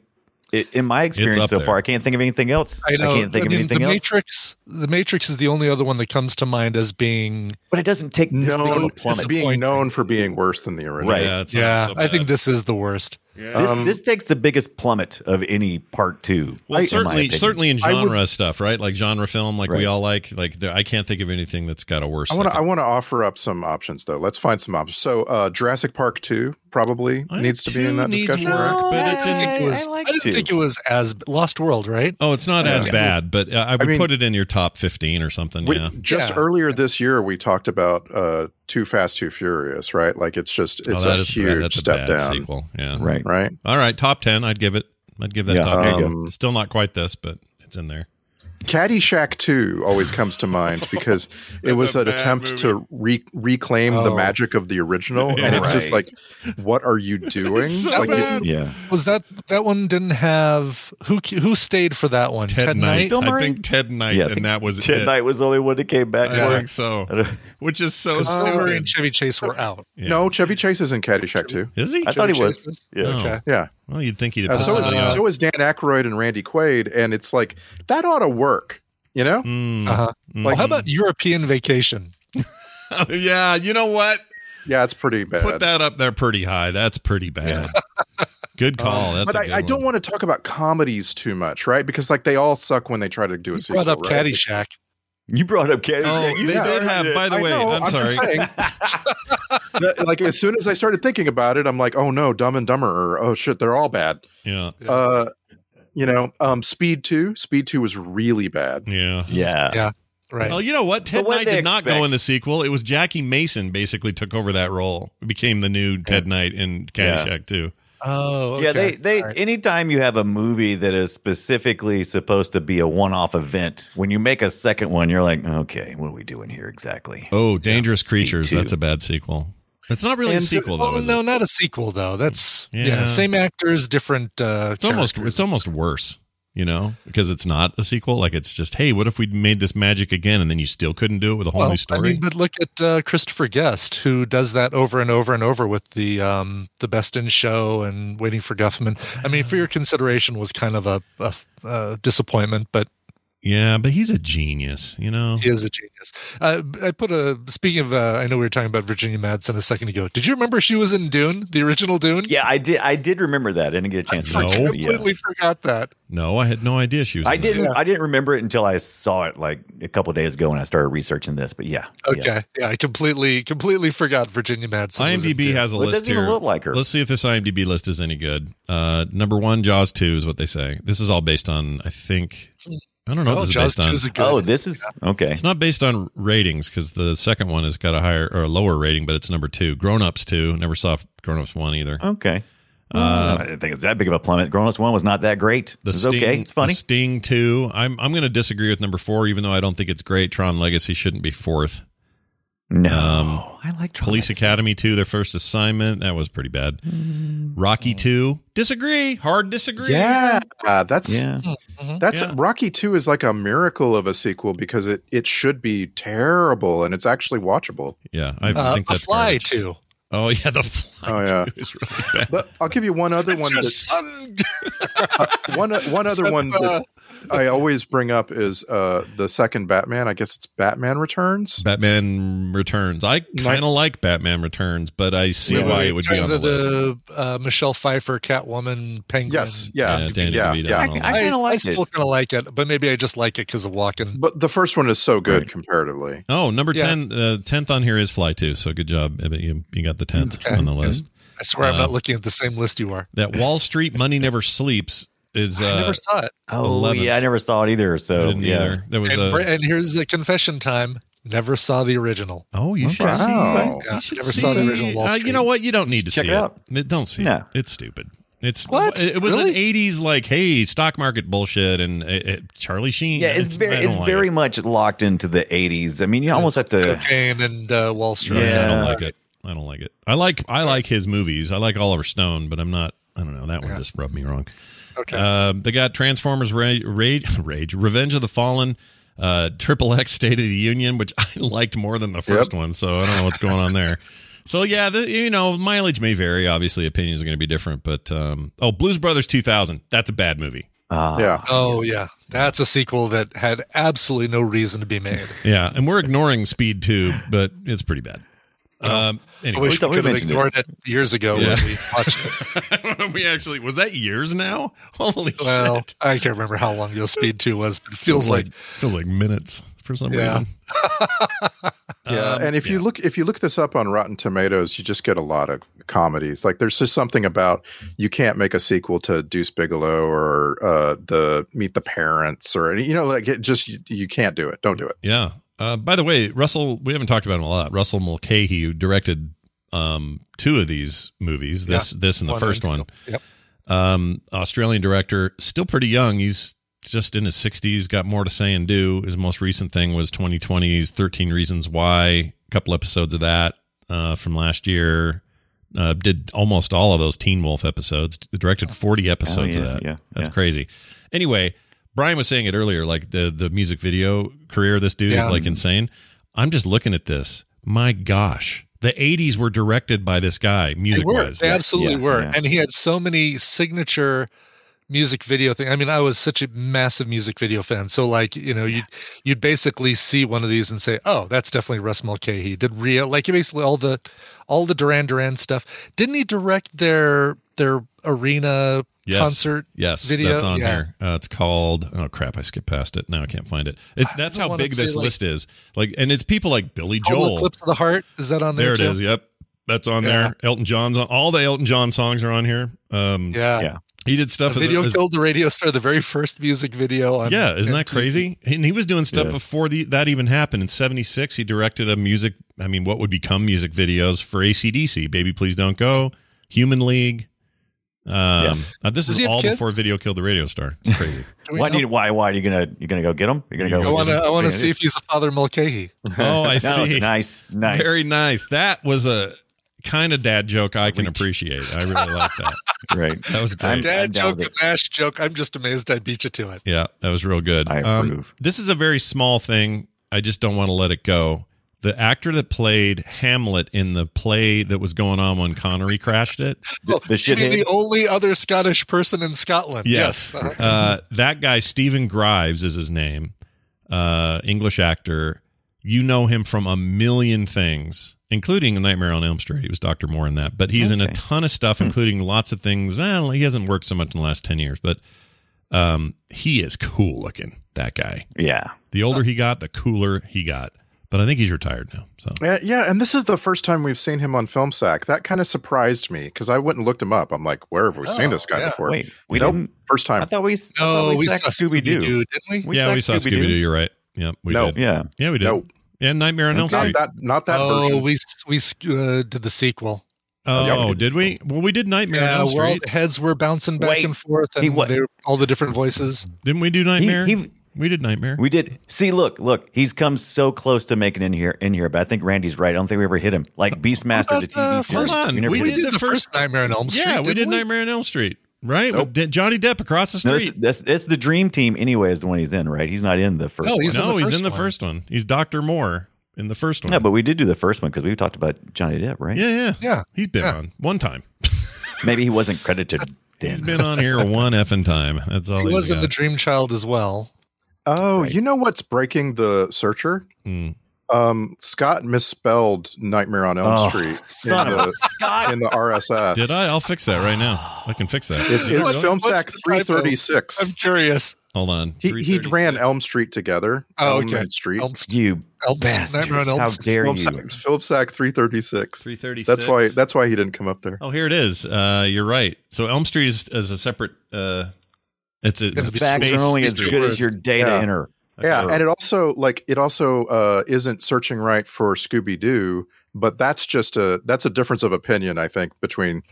Speaker 8: i- in my
Speaker 1: up
Speaker 8: experience so
Speaker 1: there.
Speaker 8: far, I can't think of anything else. I,
Speaker 6: know.
Speaker 8: can't think of
Speaker 6: mean,
Speaker 8: anything
Speaker 6: the
Speaker 8: else.
Speaker 6: Matrix, the Matrix is the only other one that comes to mind as being.
Speaker 8: but it doesn't take this
Speaker 7: known
Speaker 8: no,
Speaker 7: being known for being worse than the original.
Speaker 8: Right.
Speaker 1: Yeah, it's not
Speaker 6: yeah,
Speaker 1: so
Speaker 6: I think
Speaker 1: bad.
Speaker 6: this is the worst.
Speaker 8: This, this takes the biggest plummet of any part two.
Speaker 1: Um, Well,
Speaker 8: in my
Speaker 1: certainly,
Speaker 8: opinion.
Speaker 1: certainly in
Speaker 7: I would-
Speaker 1: genre stuff, right? Like genre film, like we
Speaker 8: Right.
Speaker 1: all like. Like there, I can't think of anything that's got a worse.
Speaker 7: I want to. I
Speaker 1: second.
Speaker 7: want to offer up some options though. Let's find some options. So, uh, Jurassic Park Two probably
Speaker 1: I
Speaker 7: needs to be in
Speaker 1: too
Speaker 7: that
Speaker 1: needs
Speaker 7: discussion.
Speaker 1: work, but it's in-
Speaker 8: I,
Speaker 6: It was-
Speaker 8: I like
Speaker 6: I didn't
Speaker 8: to.
Speaker 6: think it was as Lost World, right?
Speaker 1: Oh, it's not as bad, but uh, I would
Speaker 7: mean-
Speaker 1: put it in your top fifteen or something.
Speaker 7: We-
Speaker 1: yeah,
Speaker 7: Just
Speaker 6: Yeah.
Speaker 7: earlier this year, we talked about uh, Too Fast, Too Furious, right? Like it's just
Speaker 1: oh,
Speaker 7: it's
Speaker 1: that
Speaker 7: a
Speaker 1: is
Speaker 7: huge
Speaker 1: bad. That's
Speaker 7: step
Speaker 1: a bad
Speaker 7: down,
Speaker 1: sequel. Yeah,
Speaker 8: right.
Speaker 7: right?
Speaker 1: All right, top ten. I'd give it. I'd give that
Speaker 8: Yeah,
Speaker 1: top
Speaker 8: there
Speaker 1: ten.
Speaker 8: you
Speaker 7: go.
Speaker 1: Still not quite this, but it's in there.
Speaker 7: Caddyshack 2 always comes
Speaker 1: (laughs)
Speaker 7: to mind because it was
Speaker 1: a
Speaker 7: an
Speaker 1: bad
Speaker 7: attempt to re- reclaim the
Speaker 6: Oh.
Speaker 7: magic of the original. And it's just like,
Speaker 8: Right.
Speaker 7: what
Speaker 1: (laughs)
Speaker 7: are you doing?
Speaker 1: so
Speaker 7: like, you-
Speaker 1: bad.
Speaker 8: Yeah.
Speaker 6: Was that that one didn't have who who stayed for that one?
Speaker 1: Ted, Knight.
Speaker 8: Bill
Speaker 1: I
Speaker 8: Murray?
Speaker 1: think Ted Knight,
Speaker 8: Yeah, I
Speaker 1: and
Speaker 8: think
Speaker 1: that was
Speaker 8: Ted
Speaker 1: it.
Speaker 8: Knight was the only one that came back.
Speaker 1: I
Speaker 8: for
Speaker 1: think
Speaker 8: it.
Speaker 1: so.
Speaker 8: (laughs) I don't-
Speaker 1: Which is so
Speaker 6: Bill Murray
Speaker 1: stupid.
Speaker 6: and Chevy Chase were out.
Speaker 7: No, Chevy Chase is in Caddyshack 2.
Speaker 1: Is he?
Speaker 8: I thought he was. Yeah.
Speaker 1: Oh.
Speaker 6: Okay.
Speaker 7: Yeah.
Speaker 1: Well, you'd think he'd
Speaker 7: Uh,
Speaker 1: have
Speaker 7: so, is,
Speaker 1: something else.
Speaker 7: so is Dan Aykroyd and Randy Quaid. And it's like, that ought to work, you know?
Speaker 1: Mm.
Speaker 6: Uh-huh.
Speaker 7: Like,
Speaker 6: Well, how about European Vacation?
Speaker 1: (laughs) yeah, you know what?
Speaker 7: yeah, it's pretty bad.
Speaker 1: Put that up there pretty high. That's pretty bad. (laughs) good call. That's
Speaker 7: but
Speaker 1: a
Speaker 7: I,
Speaker 1: good
Speaker 7: I don't
Speaker 1: one.
Speaker 7: want to talk about comedies too much, right? Because like they all suck when they try to do a sequel.
Speaker 6: Brought up
Speaker 7: right?
Speaker 6: Caddyshack.
Speaker 8: You brought up Canada.
Speaker 1: Oh,
Speaker 8: you
Speaker 1: they did
Speaker 8: started
Speaker 1: have.
Speaker 8: it.
Speaker 1: By the
Speaker 7: I
Speaker 1: way,
Speaker 7: know,
Speaker 1: I'm, sorry.
Speaker 7: just saying. That- like as soon as I started thinking about it, I'm like, oh no, Dumb and Dumber, or oh shit, they're all bad.
Speaker 1: Yeah,
Speaker 7: Uh, you know, um, Speed Two, Speed Two was really bad.
Speaker 1: yeah.
Speaker 8: yeah.
Speaker 6: Yeah. Right.
Speaker 1: Well, you know what? Ted
Speaker 8: But what
Speaker 1: Knight
Speaker 8: they
Speaker 1: did not go
Speaker 8: expect-
Speaker 1: in the sequel. It was Jackie Mason basically took over that role, became the new Ted Knight in Caddyshack too.
Speaker 6: oh,
Speaker 8: Yeah,
Speaker 6: okay.
Speaker 8: they they
Speaker 6: All right.
Speaker 8: anytime you have a movie that is specifically supposed to be a one-off event, when you make a second one, you're like, okay, what are we doing here exactly?
Speaker 1: Oh, Dangerous Creatures.
Speaker 8: too.
Speaker 1: That's a bad sequel. It's not really a
Speaker 7: And-
Speaker 1: sequel though.
Speaker 6: Oh
Speaker 1: is
Speaker 6: no,
Speaker 1: it?
Speaker 6: not a sequel though. That's yeah,
Speaker 1: Yeah.
Speaker 6: same actors, different. Uh,
Speaker 1: It's almost it's almost worse, you know, because it's not a sequel. Like it's just, hey, what if we made this magic again, and then you still couldn't do it with a whole
Speaker 6: well,
Speaker 1: new
Speaker 6: I
Speaker 1: story?
Speaker 6: mean, but look at uh, Christopher Guest, who does that over and over and over with the um, the Best in Show and Waiting for Guffman. I mean, for your consideration was kind of a, a, uh disappointment, but
Speaker 1: yeah, but he's a genius, you know.
Speaker 6: he is a genius. Uh, I put a speaking of, uh, I know we were talking about Virginia Madsen a second ago. Did you remember she was in Dune, the original Dune?
Speaker 8: Yeah, I did. I did remember that. I didn't get a chance.
Speaker 1: No.
Speaker 8: to watch it. Yeah.
Speaker 6: completely forgot that.
Speaker 1: No, I had no idea she was.
Speaker 8: I
Speaker 1: in that.
Speaker 8: didn't. I didn't remember it until I saw it like a couple of days ago, and I started researching this. But yeah,
Speaker 6: Okay,
Speaker 8: yeah.
Speaker 6: yeah, I completely completely forgot Virginia Madsen. was in
Speaker 1: IMDb
Speaker 6: Dune.
Speaker 1: has a
Speaker 8: Well, it
Speaker 1: list
Speaker 8: doesn't even
Speaker 1: here.
Speaker 8: look like her.
Speaker 1: Let's see if this IMDb list is any good. Uh, number one, Jaws two is what they say. This is all based on, I think. I don't know. what
Speaker 6: Oh,
Speaker 1: this
Speaker 6: Jaws
Speaker 1: is based
Speaker 6: 2
Speaker 1: on.
Speaker 6: is a good.
Speaker 8: Oh, this is okay.
Speaker 1: it's not based on ratings because the second one has got a higher or a lower rating, but it's number two. Grown Ups two. Never saw Grown Ups one either.
Speaker 8: Okay. Uh, I didn't think it was that big of a plummet. Grown Ups one was not that great.
Speaker 1: The
Speaker 8: It's
Speaker 1: Sting,
Speaker 8: okay. It's funny.
Speaker 1: The Sting two. I'm I'm going to disagree with number four, even though I don't think it's great. Tron Legacy shouldn't be fourth.
Speaker 8: no,
Speaker 1: um,
Speaker 8: I like Tron
Speaker 1: Police
Speaker 8: Legacy.
Speaker 1: Academy 2, their first assignment. That was pretty bad.
Speaker 8: Mm.
Speaker 1: Rocky 2. Disagree. Hard disagree.
Speaker 7: Yeah, that's
Speaker 8: Yeah.
Speaker 7: that's
Speaker 1: Yeah.
Speaker 7: Rocky Two is like a miracle of a sequel because it it should be terrible and it's actually watchable.
Speaker 1: Yeah. I
Speaker 6: Uh,
Speaker 1: think
Speaker 6: a
Speaker 1: that's
Speaker 6: fly
Speaker 1: garbage.
Speaker 6: too.
Speaker 1: Oh, yeah. The (laughs) fly
Speaker 7: Oh, yeah.
Speaker 1: too is really bad.
Speaker 7: But I'll give you one other one. That's,
Speaker 1: (laughs)
Speaker 6: son.
Speaker 7: one one other one that I always bring up is uh the second Batman. I guess it's Batman Returns.
Speaker 1: Batman Returns. I kind of like Batman Returns, but I see
Speaker 7: Wait,
Speaker 1: why
Speaker 7: wait,
Speaker 1: it would be on the, list.
Speaker 6: uh, Michelle Pfeiffer, Catwoman, Penguin.
Speaker 7: Yes, yeah,
Speaker 1: Yeah,
Speaker 7: yeah,
Speaker 1: Danny DeVito.
Speaker 7: yeah.
Speaker 1: I don't
Speaker 8: I
Speaker 1: like
Speaker 6: I,
Speaker 8: kinda
Speaker 6: I,
Speaker 8: liked
Speaker 6: still
Speaker 8: it.
Speaker 6: kind of like it, but maybe I just like it because of walking.
Speaker 7: But the first one is so good comparatively.
Speaker 1: Oh, number
Speaker 6: Yeah.
Speaker 1: 10. Uh, 10th on here is Fly 2. So good job. Emmett. You, you got the 10th on the list.
Speaker 6: I swear
Speaker 1: Uh,
Speaker 6: I'm not looking at the same list you are.
Speaker 1: That Wall Street Money Never Sleeps is. Uh,
Speaker 6: I never saw it.
Speaker 8: Oh
Speaker 1: 11th.
Speaker 8: yeah, I never saw it either.
Speaker 1: I
Speaker 8: So
Speaker 1: didn't
Speaker 8: yeah.
Speaker 1: either. There was uh,
Speaker 6: And,
Speaker 1: a.
Speaker 6: Bra- and here's a confession time. Never saw the original.
Speaker 1: Oh, you should
Speaker 7: Wow.
Speaker 1: see.
Speaker 6: Yeah,
Speaker 1: you should
Speaker 6: never saw the
Speaker 1: see-
Speaker 6: original Wall
Speaker 1: Uh, you
Speaker 6: Street.
Speaker 1: know what? You don't need to
Speaker 8: Check
Speaker 1: see
Speaker 8: it
Speaker 1: it.
Speaker 8: out.
Speaker 1: It- Don't see
Speaker 8: No.
Speaker 1: it. It's stupid. It's
Speaker 6: What?
Speaker 1: It, it was
Speaker 6: Really?
Speaker 1: an '80s like, hey, stock market bullshit and uh, uh, Charlie Sheen.
Speaker 8: Yeah, it's very,
Speaker 1: I don't
Speaker 8: it's
Speaker 1: like
Speaker 8: very
Speaker 1: it.
Speaker 8: much locked into the '80s. I mean, you almost have to.
Speaker 6: Cocaine and uh, Wall Street.
Speaker 1: Yeah, I
Speaker 8: Yeah.
Speaker 1: don't like it. I don't like it. I like I like his movies. I like Oliver Stone, but I'm not. I don't know. That one just rubbed me wrong.
Speaker 6: Okay.
Speaker 1: Uh, they got Transformers Ra- Rage, Rage, Revenge of the Fallen, uh, Triple X State of the Union, which I (laughs) liked more than the first one. So I don't know what's going on there. So yeah, the, you know, mileage may vary. Obviously, opinions are going to be different. But um, oh, Blues Brothers 2000. That's a bad movie.
Speaker 8: Ah,
Speaker 7: Yeah.
Speaker 6: oh yeah, that's a sequel that had
Speaker 1: (laughs)
Speaker 6: absolutely no reason to be made.
Speaker 1: Yeah, and we're ignoring Speed 2, but it's pretty bad. Um, anyway,
Speaker 6: wish
Speaker 8: thought
Speaker 6: we could
Speaker 8: we
Speaker 6: have
Speaker 8: mentioned
Speaker 6: ignored it. years ago
Speaker 1: Yeah.
Speaker 6: when we
Speaker 1: (laughs)
Speaker 6: watched it.
Speaker 1: I don't know if we actually was that years now. (laughs) Holy
Speaker 6: Well,
Speaker 1: shit!
Speaker 6: I can't remember how long Yo Speed 2 was, but it feels like
Speaker 1: feels like minutes for some
Speaker 6: Yeah.
Speaker 1: reason.
Speaker 6: (laughs)
Speaker 7: Yeah,
Speaker 1: Um,
Speaker 7: and if you look if you look this up on Rotten Tomatoes, you just get a lot of comedies. Like there's just something about you can't make a sequel to Deuce Bigelow or uh, the Meet the Parents or any- you know like it just you, you can't do it. Don't do it.
Speaker 1: Yeah. Uh, by the way, Russell, we haven't talked about him a lot. Russell Mulcahy, who directed um, two of these movies, this this and the
Speaker 6: One
Speaker 1: first
Speaker 6: and
Speaker 1: one.
Speaker 6: two. Yep.
Speaker 1: Um, Australian director, still pretty young. He's just in his 60s, got more to say and do. His most recent thing was 2020's 13 Reasons Why, a couple episodes of that uh, from last year. Uh, did almost all of those Teen Wolf episodes, directed 40 episodes
Speaker 8: Oh, yeah,
Speaker 1: of that.
Speaker 8: yeah,
Speaker 1: That's
Speaker 8: yeah.
Speaker 1: crazy. Anyway, Brian was saying it earlier, like the the music video career of this dude
Speaker 6: Yeah.
Speaker 1: is like insane. I'm just looking at this. My gosh, the '80s were directed by this guy,
Speaker 6: they
Speaker 1: music
Speaker 6: were.
Speaker 1: wise.
Speaker 6: They absolutely
Speaker 8: Yeah,
Speaker 6: were.
Speaker 8: yeah.
Speaker 6: And he had so many signature music video thing. I mean, I was such a massive music video fan. So like, you know, you'd you'd basically see one of these and say, Oh, that's definitely Russ Mulcahy. Did Rio like he basically all the all the Duran Duran stuff. Didn't he direct their their arena
Speaker 1: Yes.
Speaker 6: concert?
Speaker 1: Yes,
Speaker 6: video?
Speaker 1: that's on
Speaker 6: Yeah.
Speaker 1: here. Uh, it's called. Oh crap! I skipped past it. Now I can't find it. It's, that's
Speaker 6: don't
Speaker 1: how
Speaker 6: wanna
Speaker 1: big
Speaker 6: say,
Speaker 1: this
Speaker 6: like-
Speaker 1: list is. Like, and it's people like Billy
Speaker 6: Joel.
Speaker 1: Joel.
Speaker 6: Clips of the Heart. Is that on
Speaker 1: there
Speaker 6: there?
Speaker 1: it
Speaker 6: too?
Speaker 1: is. Yep, that's on
Speaker 6: Yeah.
Speaker 1: there. Elton John's. On, all the Elton John songs are on here. Um,
Speaker 6: Yeah.
Speaker 8: Yeah.
Speaker 1: he did stuff
Speaker 6: The
Speaker 1: as a-
Speaker 6: video
Speaker 1: as,
Speaker 6: killed the radio star, the very first music video on
Speaker 1: Yeah, isn't that
Speaker 6: MTV.
Speaker 1: crazy? And he was doing stuff
Speaker 8: Yeah.
Speaker 1: before the, that even happened. In '76, he directed a music, I mean, what would become music videos for ACDC, Baby Please Don't Go, Human League. Um, now this
Speaker 6: Does
Speaker 1: is
Speaker 6: he have
Speaker 1: all
Speaker 6: kids?
Speaker 1: before Video Killed the Radio Star. It's crazy.
Speaker 6: Do we
Speaker 8: Why
Speaker 6: know?
Speaker 8: do you, why why are you gonna you gonna go get him? You're gonna
Speaker 1: You
Speaker 8: go.
Speaker 6: I want to. I want to
Speaker 8: Yeah.
Speaker 6: see if he's a Father Mulcahy.
Speaker 1: (laughs) oh, (laughs) I
Speaker 8: No,
Speaker 1: see.
Speaker 8: nice, nice.
Speaker 1: Very nice. That was a kind of dad joke I can appreciate. I really like that.
Speaker 8: Right.
Speaker 1: That (laughs) was tight.
Speaker 8: I'm-
Speaker 6: Dad
Speaker 8: I'm down
Speaker 6: joke,
Speaker 8: with
Speaker 6: the
Speaker 8: it.
Speaker 6: Mash joke. I'm just amazed I beat you to it.
Speaker 1: Yeah, that was real good. Um,
Speaker 8: I approve.
Speaker 1: this is a very small thing. I just don't want to let it go. The actor that played Hamlet in the play that was going on when Connery crashed it.
Speaker 6: Oh,
Speaker 8: the
Speaker 6: you mean
Speaker 8: shithead?
Speaker 6: the only other Scottish person in Scotland.
Speaker 1: Yes. Uh, that guy, Stephen Grives is his name, uh, English actor. You know him from a million things, including A Nightmare on Elm Street. He was Dr. Moore in that. But he's in a
Speaker 8: Okay.
Speaker 1: ton of stuff, including lots of things. Well, he hasn't worked so much in the last 10 years, but um, he is cool looking, that guy.
Speaker 8: Yeah.
Speaker 1: The older he got, the cooler he got. But I think he's retired now. So
Speaker 7: Yeah, yeah, and this is the first time we've seen him on Film Sack. That kind of surprised me because I went and looked him up. I'm like, where have we seen this guy
Speaker 6: yeah.
Speaker 7: before?
Speaker 8: Wait, we
Speaker 7: nope,
Speaker 8: didn't-
Speaker 7: first time.
Speaker 8: I thought we. s- I
Speaker 6: No,
Speaker 1: Oh,
Speaker 8: thought
Speaker 6: Uh-huh. Oh, we,
Speaker 8: sacked
Speaker 6: saw Scooby Doo, didn't we?
Speaker 1: yeah, we saw Scooby Doo. You're right. Yeah, we
Speaker 7: No.
Speaker 1: did.
Speaker 8: Yeah.
Speaker 1: Yeah, we did.
Speaker 7: Nope.
Speaker 1: And Nightmare on Elm
Speaker 7: not
Speaker 1: Street.
Speaker 7: that, not that
Speaker 6: oh,
Speaker 7: version.
Speaker 6: we s- we s- uh, did the sequel.
Speaker 7: Yeah,
Speaker 1: Oh,
Speaker 7: we
Speaker 1: did we? Well, we did Nightmare on
Speaker 6: Yeah,
Speaker 1: Elm
Speaker 6: where all
Speaker 1: Street.
Speaker 6: the heads were bouncing back
Speaker 8: Wait,
Speaker 6: and forth,
Speaker 8: he
Speaker 6: and
Speaker 8: what-
Speaker 6: they were all the different voices.
Speaker 1: Didn't we do Nightmare?
Speaker 8: he-
Speaker 1: we did Nightmare.
Speaker 8: We did see. Look, look. He's come so close to making in here, in here. But I think Randy's right. I don't think we ever hit him. Like Beastmaster, the
Speaker 6: about the
Speaker 8: TV series.
Speaker 1: first one?
Speaker 8: never
Speaker 1: We
Speaker 8: did.
Speaker 1: did- the first-
Speaker 6: Nightmare on Elm Street.
Speaker 1: yeah, we
Speaker 6: didn't
Speaker 1: did Nightmare on Elm Street, right? With De- Johnny Depp across the
Speaker 8: No, that's,
Speaker 1: street.
Speaker 8: that's that's the dream team. Anyway, is the one he's in, right? He's not in the first.
Speaker 6: No,
Speaker 8: one.
Speaker 6: he's in
Speaker 1: no,
Speaker 6: the
Speaker 1: he's
Speaker 6: first
Speaker 1: in the
Speaker 6: one.
Speaker 1: first one. He's Doctor Moore in the first one.
Speaker 8: Yeah, but we did do the first one because we talked about Johnny Depp, right?
Speaker 1: yeah, yeah,
Speaker 6: Yeah.
Speaker 1: He's been
Speaker 6: Yeah.
Speaker 1: on one time.
Speaker 8: Maybe he wasn't credited. Then.
Speaker 1: He's been on here one effing time. That's all.
Speaker 6: He
Speaker 1: He
Speaker 6: was in the
Speaker 1: got.
Speaker 6: Dream Child as well.
Speaker 7: Oh,
Speaker 8: Right.
Speaker 7: you know what's breaking the searcher?
Speaker 1: Mm.
Speaker 7: Um, Scott misspelled Nightmare on Elm
Speaker 8: Oh,
Speaker 7: Street
Speaker 8: son
Speaker 7: in,
Speaker 8: of a-
Speaker 7: the,
Speaker 8: Scott.
Speaker 7: in the RSS.
Speaker 1: Did I? I'll fix that right now. I can fix that.
Speaker 7: It, it was
Speaker 6: What-
Speaker 7: Film
Speaker 6: what's the
Speaker 7: Sack
Speaker 6: typo? I'm
Speaker 7: 336.
Speaker 6: curious.
Speaker 1: Hold on.
Speaker 7: He, he
Speaker 1: 336.
Speaker 7: ran Elm Street together.
Speaker 6: Oh,
Speaker 7: Elm
Speaker 6: okay.
Speaker 7: and Street.
Speaker 6: Elm Street.
Speaker 8: (laughs) You
Speaker 6: Elm Street,
Speaker 8: bastard!
Speaker 6: Nightmare on Elm
Speaker 8: How
Speaker 6: Street.
Speaker 8: dare
Speaker 7: Film
Speaker 8: you?
Speaker 7: Sack, Film Sack 336.
Speaker 1: 336.
Speaker 7: That's why that's why he didn't come up there.
Speaker 1: Oh, here it is. Uh, you're right. So Elm Street is, is a separate. Uh, it's a, it's a
Speaker 8: Facts
Speaker 1: space
Speaker 8: are only as
Speaker 1: history.
Speaker 8: good as your data
Speaker 7: Yeah.
Speaker 8: enter.
Speaker 7: Yeah,
Speaker 1: Or-
Speaker 7: and it also like it also uh, isn't searching right for Scooby Doo, but that's just a that's a difference of opinion I think between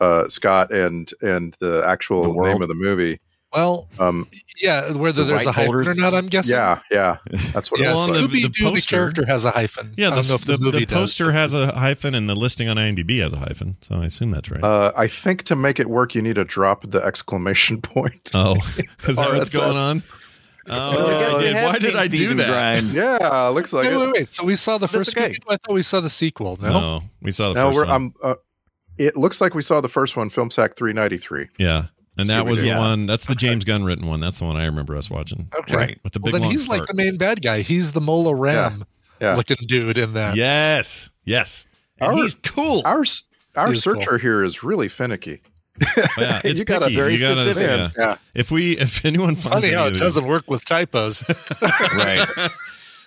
Speaker 7: uh, Scott and and the actual
Speaker 8: The world.
Speaker 7: name of the movie.
Speaker 6: Well,
Speaker 7: Um,
Speaker 6: yeah, whether
Speaker 8: The
Speaker 6: there's a
Speaker 8: rights
Speaker 6: hyphen or
Speaker 8: holders?
Speaker 6: not, I'm guessing.
Speaker 7: yeah, yeah, that's what.
Speaker 6: Yeah,
Speaker 7: it
Speaker 1: Well,
Speaker 7: was.
Speaker 1: on the-
Speaker 6: Scooby
Speaker 1: the
Speaker 6: Doo, the,
Speaker 1: poster-
Speaker 6: character has a hyphen.
Speaker 1: Yeah,
Speaker 6: I
Speaker 1: the,
Speaker 6: don't know if the,
Speaker 1: the,
Speaker 6: movie
Speaker 1: the poster
Speaker 6: does.
Speaker 1: has a hyphen and the listing on IMDb has a hyphen, so I assume that's right.
Speaker 7: Uh, I think to make it work, you need to drop the exclamation (laughs) point.
Speaker 1: oh, (laughs) is that what's
Speaker 7: RSS.
Speaker 1: going on? Oh,
Speaker 8: Because
Speaker 1: I
Speaker 8: we
Speaker 1: did.
Speaker 8: have
Speaker 1: why did
Speaker 8: seen
Speaker 1: I do
Speaker 8: Stephen
Speaker 1: that?
Speaker 8: Grimes.
Speaker 7: yeah, looks like
Speaker 6: Wait,
Speaker 7: it.
Speaker 6: wait, wait. So we saw the
Speaker 8: That's
Speaker 6: first
Speaker 8: okay.
Speaker 6: Scooby. I thought we saw the sequel. No,
Speaker 1: No, we saw the
Speaker 7: No,
Speaker 1: 1st
Speaker 7: we're
Speaker 1: one.
Speaker 7: I'm. Uh, it looks like we saw the first one, Film Sack 393.
Speaker 1: yeah, and that was the
Speaker 8: Scooby-Doo.
Speaker 1: one. That's the
Speaker 7: (laughs)
Speaker 1: James Gunn written one. That's the one I remember us watching.
Speaker 6: okay.
Speaker 8: Right.
Speaker 1: With the big
Speaker 6: Well, then
Speaker 1: long
Speaker 6: he's like
Speaker 1: fart.
Speaker 6: the main bad guy. He's the Mola Ram
Speaker 7: Yeah.
Speaker 6: looking dude in that.
Speaker 1: Yes, yes. and
Speaker 7: Our-
Speaker 1: he's cool.
Speaker 7: Our s- our
Speaker 6: He's cool.
Speaker 7: searcher here is really finicky.
Speaker 1: yeah, it's
Speaker 8: (laughs) you got a
Speaker 1: picky.
Speaker 8: very
Speaker 1: you gotta,
Speaker 8: specific-
Speaker 1: yeah.
Speaker 7: Yeah.
Speaker 1: If we, if (laughs) anyone finds
Speaker 6: Funny
Speaker 1: any
Speaker 6: how
Speaker 1: of
Speaker 6: it
Speaker 1: these-
Speaker 6: doesn't work with typos. (laughs)
Speaker 1: (laughs)
Speaker 8: right.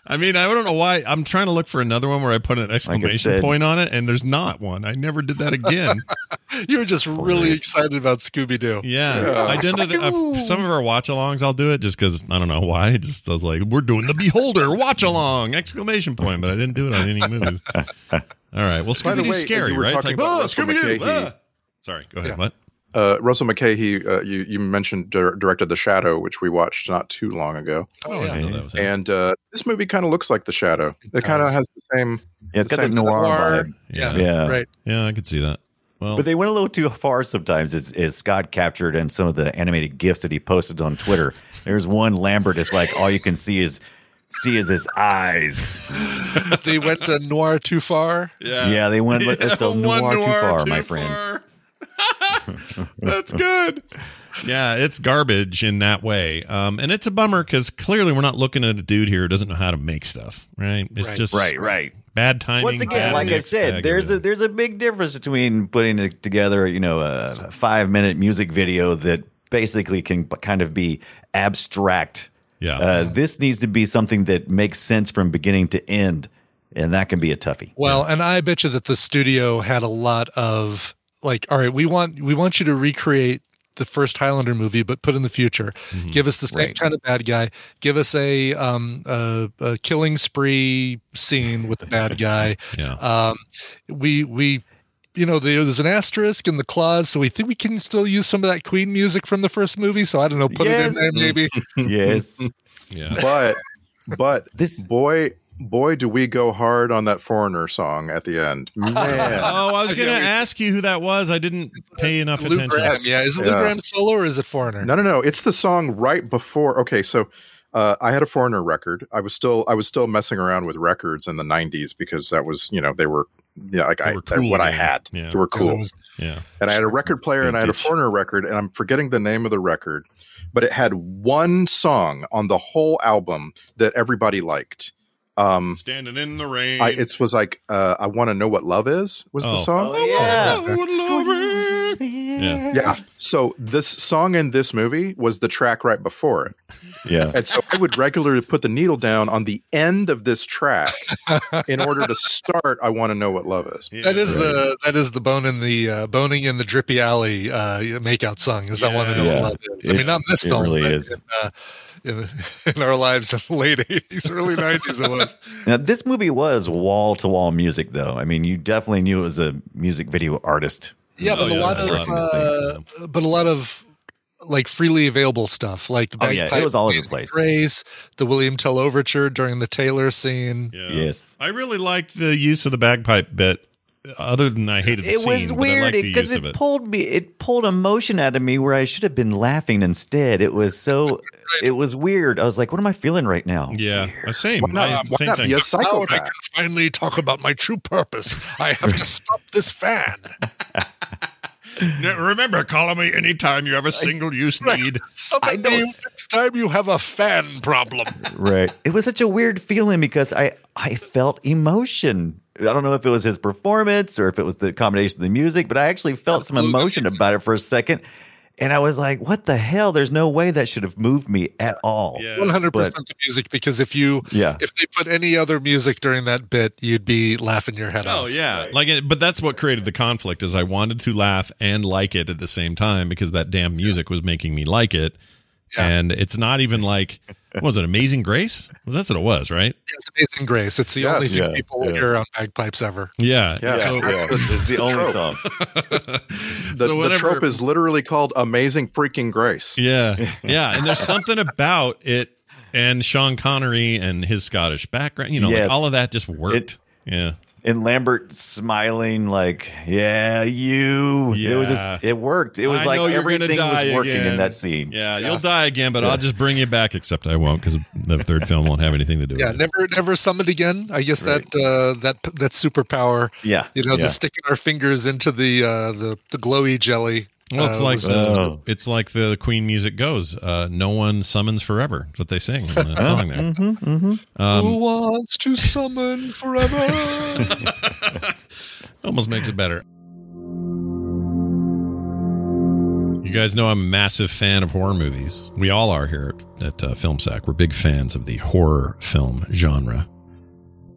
Speaker 1: I mean, I don't know why. I'm trying to look for another one where I put an exclamation
Speaker 8: said-
Speaker 1: point on it, and there's not one. I never did that
Speaker 8: (laughs)
Speaker 1: again.
Speaker 6: you were just really excited about Scooby Doo.
Speaker 1: yeah. I did it. uh, some of our watch alongs, I'll do it just because I don't know why. It just I was like, we're doing the Beholder watch along exclamation point, but I didn't do it on any
Speaker 8: (laughs)
Speaker 1: movies. All right. Well,
Speaker 7: By the
Speaker 1: Scooby Doo's
Speaker 7: way,
Speaker 1: scary,
Speaker 7: you were
Speaker 1: right? It's like,
Speaker 7: talking about
Speaker 1: oh,
Speaker 7: Russell
Speaker 1: Scooby Doo.
Speaker 7: McKay, he-
Speaker 1: Sorry. Go ahead. What?
Speaker 7: Uh, Russell McKay, uh, you you mentioned dir- directed The Shadow, which we watched not too long ago,
Speaker 1: Oh, I didn't know that was happening.
Speaker 7: and uh, this movie kind of looks like The Shadow. It kind of
Speaker 6: does.
Speaker 7: has the
Speaker 1: (laughs)
Speaker 7: same.
Speaker 8: Yeah, it's got the
Speaker 7: Same
Speaker 8: noir
Speaker 7: noir.
Speaker 8: vibe.
Speaker 1: Yeah. yeah.
Speaker 8: Yeah.
Speaker 6: Right.
Speaker 1: I could see that. Well,
Speaker 8: But they went a little too far sometimes, as, as Scott captured in some of the animated gifs that he posted on Twitter. There's one Lambert is like, all you can see is see is his eyes.
Speaker 6: They went to noir too far.
Speaker 8: Yeah, they went yeah,
Speaker 1: (laughs)
Speaker 8: still
Speaker 1: One
Speaker 8: noir, too
Speaker 1: noir
Speaker 8: far,
Speaker 1: too
Speaker 8: my friends.
Speaker 1: far. (laughs)
Speaker 8: (laughs)
Speaker 1: That's good. Yeah, it's garbage in that way. Um, and it's a bummer because clearly we're not looking at a dude here who doesn't know how to make stuff, right? It's
Speaker 6: Right.
Speaker 1: just
Speaker 8: Right, right.
Speaker 1: bad timing.
Speaker 8: Once again,
Speaker 1: bad
Speaker 8: like I
Speaker 1: mix bag
Speaker 8: said,
Speaker 1: of
Speaker 8: there's a
Speaker 1: it.
Speaker 8: there's a big difference between putting it together, you know, a five minute music video that basically can b- kind of be abstract.
Speaker 1: Yeah.
Speaker 8: Uh, this needs to be something that makes sense from beginning to end, and that can be a toughie.
Speaker 6: Well, and I bet you that the studio had a lot of like, all right, we want we want you to recreate the first Highlander movie, but put in the future. Give us the same kind of bad guy. Give us a um a, a killing spree scene with the bad guy.
Speaker 1: Yeah.
Speaker 6: Um, we we. You know, there- there's an asterisk in the clause, so we think we can still use some of that Queen music from the first movie. So I don't know, put it in
Speaker 8: Yes.
Speaker 6: there maybe.
Speaker 8: (laughs) yes.
Speaker 1: yeah.
Speaker 7: But but
Speaker 8: This
Speaker 7: boy boy, do we go hard on that foreigner song at the end?
Speaker 1: (laughs)
Speaker 7: Man,
Speaker 1: Oh, I was going to ask you who that was. I didn't pay enough
Speaker 6: Lou
Speaker 1: attention.
Speaker 6: Graham, yeah. Is it Lou
Speaker 7: Yeah.
Speaker 6: Graham solo or is it Foreigner?
Speaker 7: no no no, it's the song right before. Okay, so. Uh, I had a foreigner record. I was still I was still messing around with records in the '90s because that was you know they were yeah like
Speaker 1: They
Speaker 7: I
Speaker 1: were
Speaker 7: that-
Speaker 1: cool
Speaker 7: what I
Speaker 1: then.
Speaker 7: had
Speaker 1: Yeah. Oh,
Speaker 7: they were
Speaker 6: Yeah, that
Speaker 7: cool.
Speaker 6: was-
Speaker 1: Yeah.
Speaker 7: and I had a record player and I had a
Speaker 8: Vintage.
Speaker 7: foreigner record, and I'm forgetting the name of the record, but it had one song on the whole album that everybody liked. Um,
Speaker 1: Standing in the rain.
Speaker 7: I, it was like uh, I want to know what love is was
Speaker 1: Oh.
Speaker 7: the song.
Speaker 8: yeah.
Speaker 1: yeah.
Speaker 7: Yeah. So this song in this movie was the track right before it.
Speaker 8: Yeah.
Speaker 7: And so I would regularly put the needle down on the end of this track in order to start I want to know what love is.
Speaker 1: Yeah.
Speaker 6: That is the that is the bone in the uh, boning in the drippy alley uh, makeout song. Is I want to know
Speaker 8: Yeah.
Speaker 6: what love is. I
Speaker 8: It-
Speaker 6: mean, not in this
Speaker 8: it
Speaker 6: film,
Speaker 8: really
Speaker 6: but
Speaker 8: is.
Speaker 6: In, uh, in, (laughs) in our lives in the late eighties, early nineties, it
Speaker 8: (laughs)
Speaker 6: was.
Speaker 8: Now, this movie was wall to wall music, though. I mean, you definitely knew it was a music video artist.
Speaker 6: Yeah,
Speaker 1: Oh,
Speaker 6: but
Speaker 1: yeah,
Speaker 6: a lot
Speaker 1: there's a lot
Speaker 6: of
Speaker 1: of
Speaker 6: uh, but a lot of like freely available stuff, like the
Speaker 8: Oh, yeah, it
Speaker 6: bagpipe
Speaker 8: was all over the
Speaker 6: Amazing
Speaker 8: place.
Speaker 6: Grace, the William Tell overture during the Taylor scene.
Speaker 1: Yeah.
Speaker 8: Yes.
Speaker 1: I really liked the use of the bagpipe bit. Other than I hated the
Speaker 8: It
Speaker 1: scene,
Speaker 8: was
Speaker 1: but I
Speaker 8: weird
Speaker 1: liked the
Speaker 8: because
Speaker 1: use
Speaker 8: it,
Speaker 1: of it.
Speaker 8: pulled me. It pulled emotion out of me where I should have been laughing instead. It was (laughs) so. It was weird. I was like, "What am I feeling right now?"
Speaker 1: Yeah, uh, same.
Speaker 7: Why not,
Speaker 1: I-
Speaker 7: why
Speaker 1: same
Speaker 7: not
Speaker 1: thing.
Speaker 7: be a
Speaker 6: Now I
Speaker 7: psychopath?
Speaker 6: can finally talk about my true purpose. I have
Speaker 8: (laughs)
Speaker 6: to stop this fan.
Speaker 1: No, remember, call me anytime you have a single use need.
Speaker 8: I
Speaker 6: Somebody
Speaker 8: know.
Speaker 6: next time you have a fan problem.
Speaker 8: (laughs) Right. It was such a weird feeling because I I felt emotion. I don't know if it was his performance or if it was the combination of the music, but I actually felt some emotion about it for a second. And I was like, what the hell? There's no way that should have moved me at all.
Speaker 1: Yeah.
Speaker 6: One hundred
Speaker 8: But-
Speaker 6: percent the music because if you
Speaker 8: Yeah.
Speaker 6: if they put any other music during that bit, you'd be laughing your head
Speaker 1: Oh
Speaker 6: off.
Speaker 1: yeah, like it, but that's what created the conflict. Is I wanted to laugh and like it at the same time because that damn music was making me like it,
Speaker 6: Yeah.
Speaker 1: and it's not even like what was it Amazing Grace? Well, that's what it was, right?
Speaker 6: It's Amazing Grace. It's the
Speaker 7: Yes.
Speaker 6: only thing
Speaker 8: Yeah,
Speaker 6: people
Speaker 8: yeah.
Speaker 6: hear on bagpipes ever.
Speaker 1: Yeah.
Speaker 7: Yeah.
Speaker 1: So,
Speaker 8: It's the only song.
Speaker 7: The,
Speaker 1: so
Speaker 7: the
Speaker 1: whenever-
Speaker 7: trope is literally called Amazing Freaking Grace. (laughs)
Speaker 1: Yeah. Yeah. And there's something about it and Sean Connery and his Scottish background, you know,
Speaker 8: Yes.
Speaker 1: like all of that just worked. yeah.
Speaker 8: And Lambert smiling like, yeah, you. It was
Speaker 1: Yeah.
Speaker 8: just it worked. It was
Speaker 1: I
Speaker 8: like
Speaker 1: know you're gonna
Speaker 8: everything was
Speaker 1: die
Speaker 8: working
Speaker 1: again.
Speaker 8: in that scene.
Speaker 1: Yeah, you'll die again, but I'll just bring you back. Except I won't because the third film won't have anything to do
Speaker 6: Yeah,
Speaker 1: with it.
Speaker 6: never never summoned again. I guess that uh, that that superpower.
Speaker 8: Yeah.
Speaker 6: You know,
Speaker 8: Yeah.
Speaker 6: just sticking our fingers into the uh, the the glowy jelly.
Speaker 1: Well, it's
Speaker 6: uh,
Speaker 1: like
Speaker 6: was-
Speaker 1: the,
Speaker 8: Oh.
Speaker 1: it's like the Queen music goes. Uh, no one summons forever. That's what they sing in
Speaker 8: (laughs)
Speaker 1: that song there. (laughs)
Speaker 8: Um,
Speaker 6: who wants to summon forever?
Speaker 1: Almost makes it better. You guys know I'm a massive fan of horror movies. We all are here at, at uh, FilmSack. We're big fans of the horror film genre.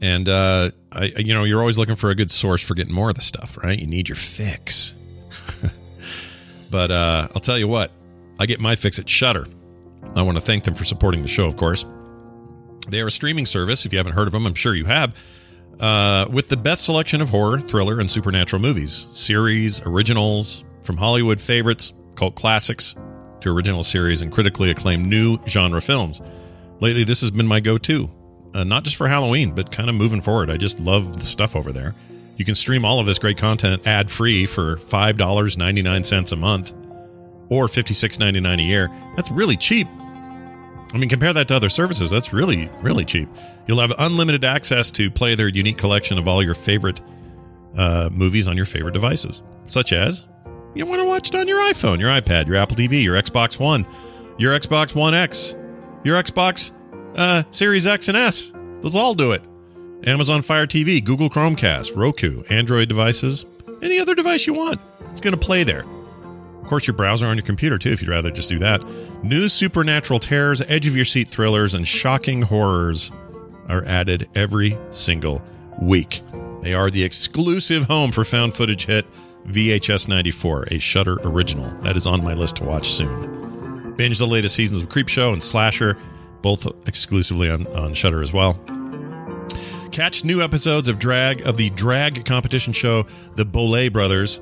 Speaker 1: And, uh, I, I- you know, you're always looking for a good source for getting more of the stuff, right? You need your fix. (laughs) but uh, I'll tell you what, I get my fix at Shudder. I want to thank them for supporting the show, of course. They are a streaming service. If you haven't heard of them, I'm sure you have uh, with the best selection of horror, thriller, and supernatural movies, series, originals, from Hollywood favorites, cult classics, to original series and critically acclaimed new genre films. Lately, this has been my go to, uh, not just for Halloween, but kind of moving forward. I just love the stuff over there. You can stream all of this great content ad free for $5.99 a month or $56.99 a year. That's really cheap. I mean, compare that to other services. That's really, really cheap. You'll have unlimited access to play their unique collection of all your favorite uh, movies on your favorite devices, such as you want to watch it on your iPhone, your iPad, your Apple TV, your Xbox One, your Xbox One X, your Xbox uh, Series X and S. Those all do it. Amazon Fire TV, Google Chromecast, Roku, Android devices, any other device you want. It's going to play there. Of course, your browser on your computer, too, if you'd rather just do that. New supernatural terrors, edge of your seat thrillers, and shocking horrors are added every single week. They are the exclusive home for found footage hit VHS 94, a Shutter original that is on my list to watch soon. Binge the latest seasons of Creepshow and Slasher, both exclusively on, on Shutter as well. Catch new episodes of drag of the drag competition show The Bolet Brothers,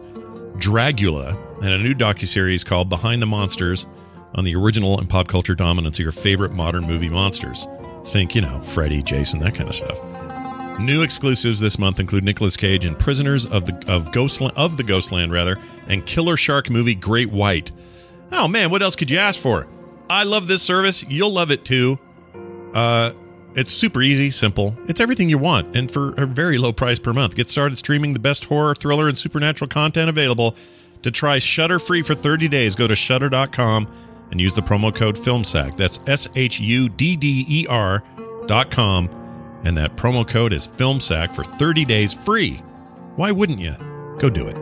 Speaker 1: Dragula, and a new docuseries called Behind the Monsters on the original and pop culture dominance of your favorite modern movie monsters. Think, you know, Freddy, Jason, that kind of stuff. New exclusives this month include Nicolas Cage and Prisoners of the of Ghostland of the Ghostland rather, and Killer Shark movie Great White. Oh man, what else could you ask for? I love this service. You'll love it too. Uh, it's super easy, simple. It's everything you want, and for a very low price per month. Get started streaming the best horror, thriller, and supernatural content available. To try Shutter free for 30 days, go to Shutter.com and use the promo code FilmSack. That's S H U D D E R dot com, and that promo code is FilmSack for 30 days free. Why wouldn't you? Go do it.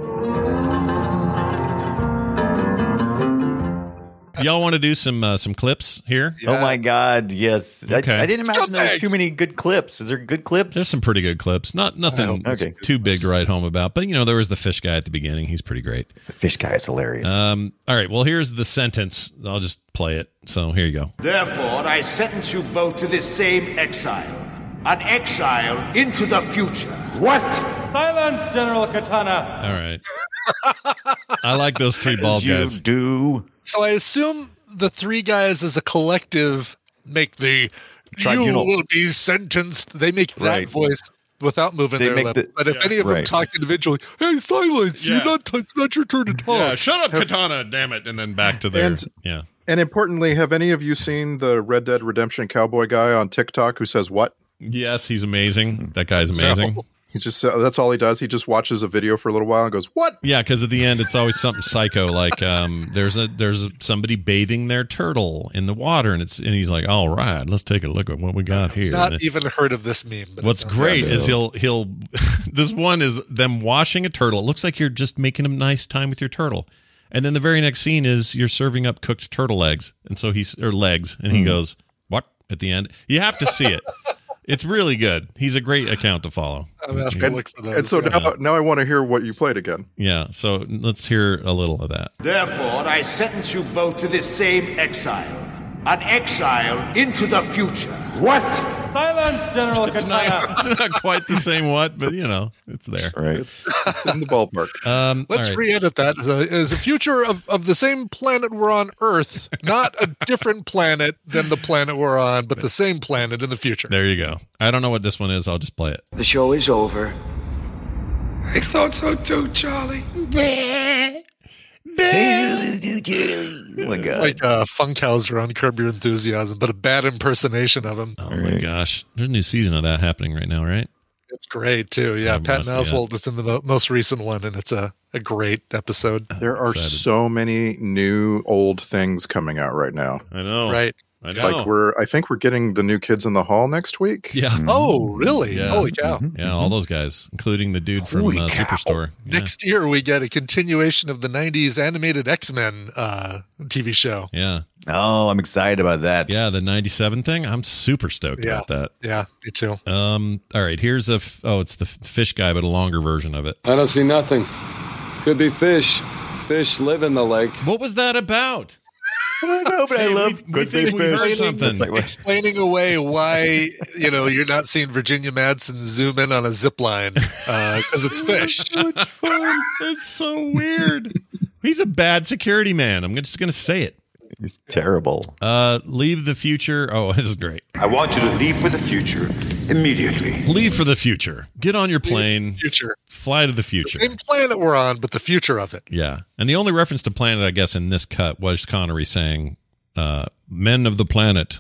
Speaker 1: Y'all want to do some uh, some clips here?
Speaker 8: Oh my God! Yes, I-
Speaker 1: Okay.
Speaker 8: I, didn't imagine there was too many good clips. Is there good clips?
Speaker 1: There's some pretty good clips. Not nothing
Speaker 8: Oh, okay.
Speaker 1: too big to write home about, but you know there was the fish guy at the beginning. He's pretty great.
Speaker 8: the fish guy is hilarious.
Speaker 1: Um, all right. Well, here's the sentence. I'll just play it. So here you go.
Speaker 10: Therefore, I sentence you both to this same exile. An exile into the future.
Speaker 3: Silence, General Katana.
Speaker 1: All right. I like those (laughs) three bald
Speaker 8: you
Speaker 1: guys.
Speaker 8: do.
Speaker 6: So I assume the three guys as a collective make the
Speaker 8: Tribunal.
Speaker 6: You will be sentenced. They make that
Speaker 8: Right.
Speaker 6: voice without moving
Speaker 8: They
Speaker 6: their
Speaker 8: make
Speaker 6: lips.
Speaker 8: the-
Speaker 6: but if any of them
Speaker 8: Right.
Speaker 6: talk individually, hey, silence!
Speaker 1: Yeah.
Speaker 6: You're not. It's not your turn to talk.
Speaker 1: Yeah, shut up, Katana! Damn it! And then back to their
Speaker 7: And-
Speaker 1: yeah.
Speaker 7: And importantly, have any of you seen the Red Dead Redemption cowboy guy on TikTok who says what?
Speaker 1: Yes, he's amazing. That guy's amazing.
Speaker 7: He's just uh, that's all he does. He just watches a video for a little while and goes, "What?"
Speaker 1: Yeah, because at the end it's always something psycho. Like um, there's a there's somebody bathing their turtle in the water, and it's and he's like, all right, let's take a look at what we got here.
Speaker 6: Not
Speaker 1: And-
Speaker 6: even heard of this meme. But
Speaker 1: What's
Speaker 6: it sounds
Speaker 1: great
Speaker 6: awesome.
Speaker 1: is he'll he'll (laughs) this one is them washing a turtle. It looks like you're just making him nice time with your turtle. And then the very next scene is you're serving up cooked turtle eggs. And so he's or legs and he goes, "What?" at the end. You have to see it. (laughs) it's really good. He's a great account to follow.
Speaker 6: I'm gonna have to
Speaker 7: And,
Speaker 6: look for those.
Speaker 7: and so now, now I want to hear what you played again.
Speaker 1: Yeah, so let's hear a little of that.
Speaker 10: Therefore, I sentence you both to this same exile. An exile into the future.
Speaker 3: Silence,
Speaker 6: Oh,
Speaker 3: General
Speaker 1: It's
Speaker 3: Katana.
Speaker 1: not, (laughs) it's not quite the same what, but you know, it's there.
Speaker 8: Right.
Speaker 7: It's in the ballpark.
Speaker 1: Um
Speaker 6: Let's
Speaker 1: all right.
Speaker 6: re-edit that as a, as a future of, of the same planet we're on, Earth, not a different planet than the planet we're on, but the same planet in the future.
Speaker 1: There you go. I don't know what this one is. I'll just play it.
Speaker 10: The show is over.
Speaker 3: I thought so too, Charlie.
Speaker 8: Oh my God.
Speaker 6: Like uh, Funkhauser on Curb Your Enthusiasm, but a bad impersonation of him.
Speaker 1: Oh my gosh. There's a new season of that happening right now, right?
Speaker 6: It's great too. Yeah,
Speaker 1: I
Speaker 6: Patton
Speaker 1: must- yeah.
Speaker 6: Oswalt is in the mo- most recent one, and it's a, a great episode.
Speaker 7: There are
Speaker 1: excited.
Speaker 7: so many new old things coming out right now.
Speaker 1: I know.
Speaker 6: Right.
Speaker 1: I know.
Speaker 7: Like we're, I think we're getting the new kids in the hall next week.
Speaker 1: yeah.
Speaker 6: Oh,
Speaker 1: Mm-hmm.
Speaker 6: really?
Speaker 1: Yeah. Mm-hmm.
Speaker 6: Holy cow.
Speaker 1: Yeah, all those guys, including the dude from
Speaker 7: Holy
Speaker 1: uh,
Speaker 7: cow.
Speaker 1: Superstore. Yeah.
Speaker 6: Next year, we get a continuation of the 90s animated X Men uh, TV show.
Speaker 1: yeah.
Speaker 8: Oh, I'm excited about that.
Speaker 1: Yeah, the 97 thing. I'm super stoked
Speaker 6: Yeah.
Speaker 1: about that.
Speaker 6: Yeah, me too.
Speaker 1: Um, all right, here's a f- oh, it's the f- fish guy, but a longer version of it.
Speaker 4: I don't see nothing. Could be fish. Fish live in the lake.
Speaker 1: What was that about?
Speaker 8: (laughs) I don't know, but I love
Speaker 1: we
Speaker 8: good
Speaker 1: think
Speaker 8: fish.
Speaker 1: we heard something.
Speaker 8: It's like, what-
Speaker 6: Explaining away why you know you're not seeing Virginia Madsen zoom in on a zip line
Speaker 1: (laughs)
Speaker 6: because it's fish.
Speaker 1: It's so weird. (laughs) He's a bad security man. I'm just gonna say it.
Speaker 8: it's terrible.
Speaker 1: Uh, leave the future. Oh, (laughs) this is great.
Speaker 10: I want you to leave for the future immediately.
Speaker 1: Leave for the future. Get on your plane.
Speaker 6: Future,
Speaker 1: Fly to the future.
Speaker 6: same planet we're on, but the future of it.
Speaker 1: Yeah. And the only reference to planet, I guess, in this cut was Connery saying, uh, men of the planet.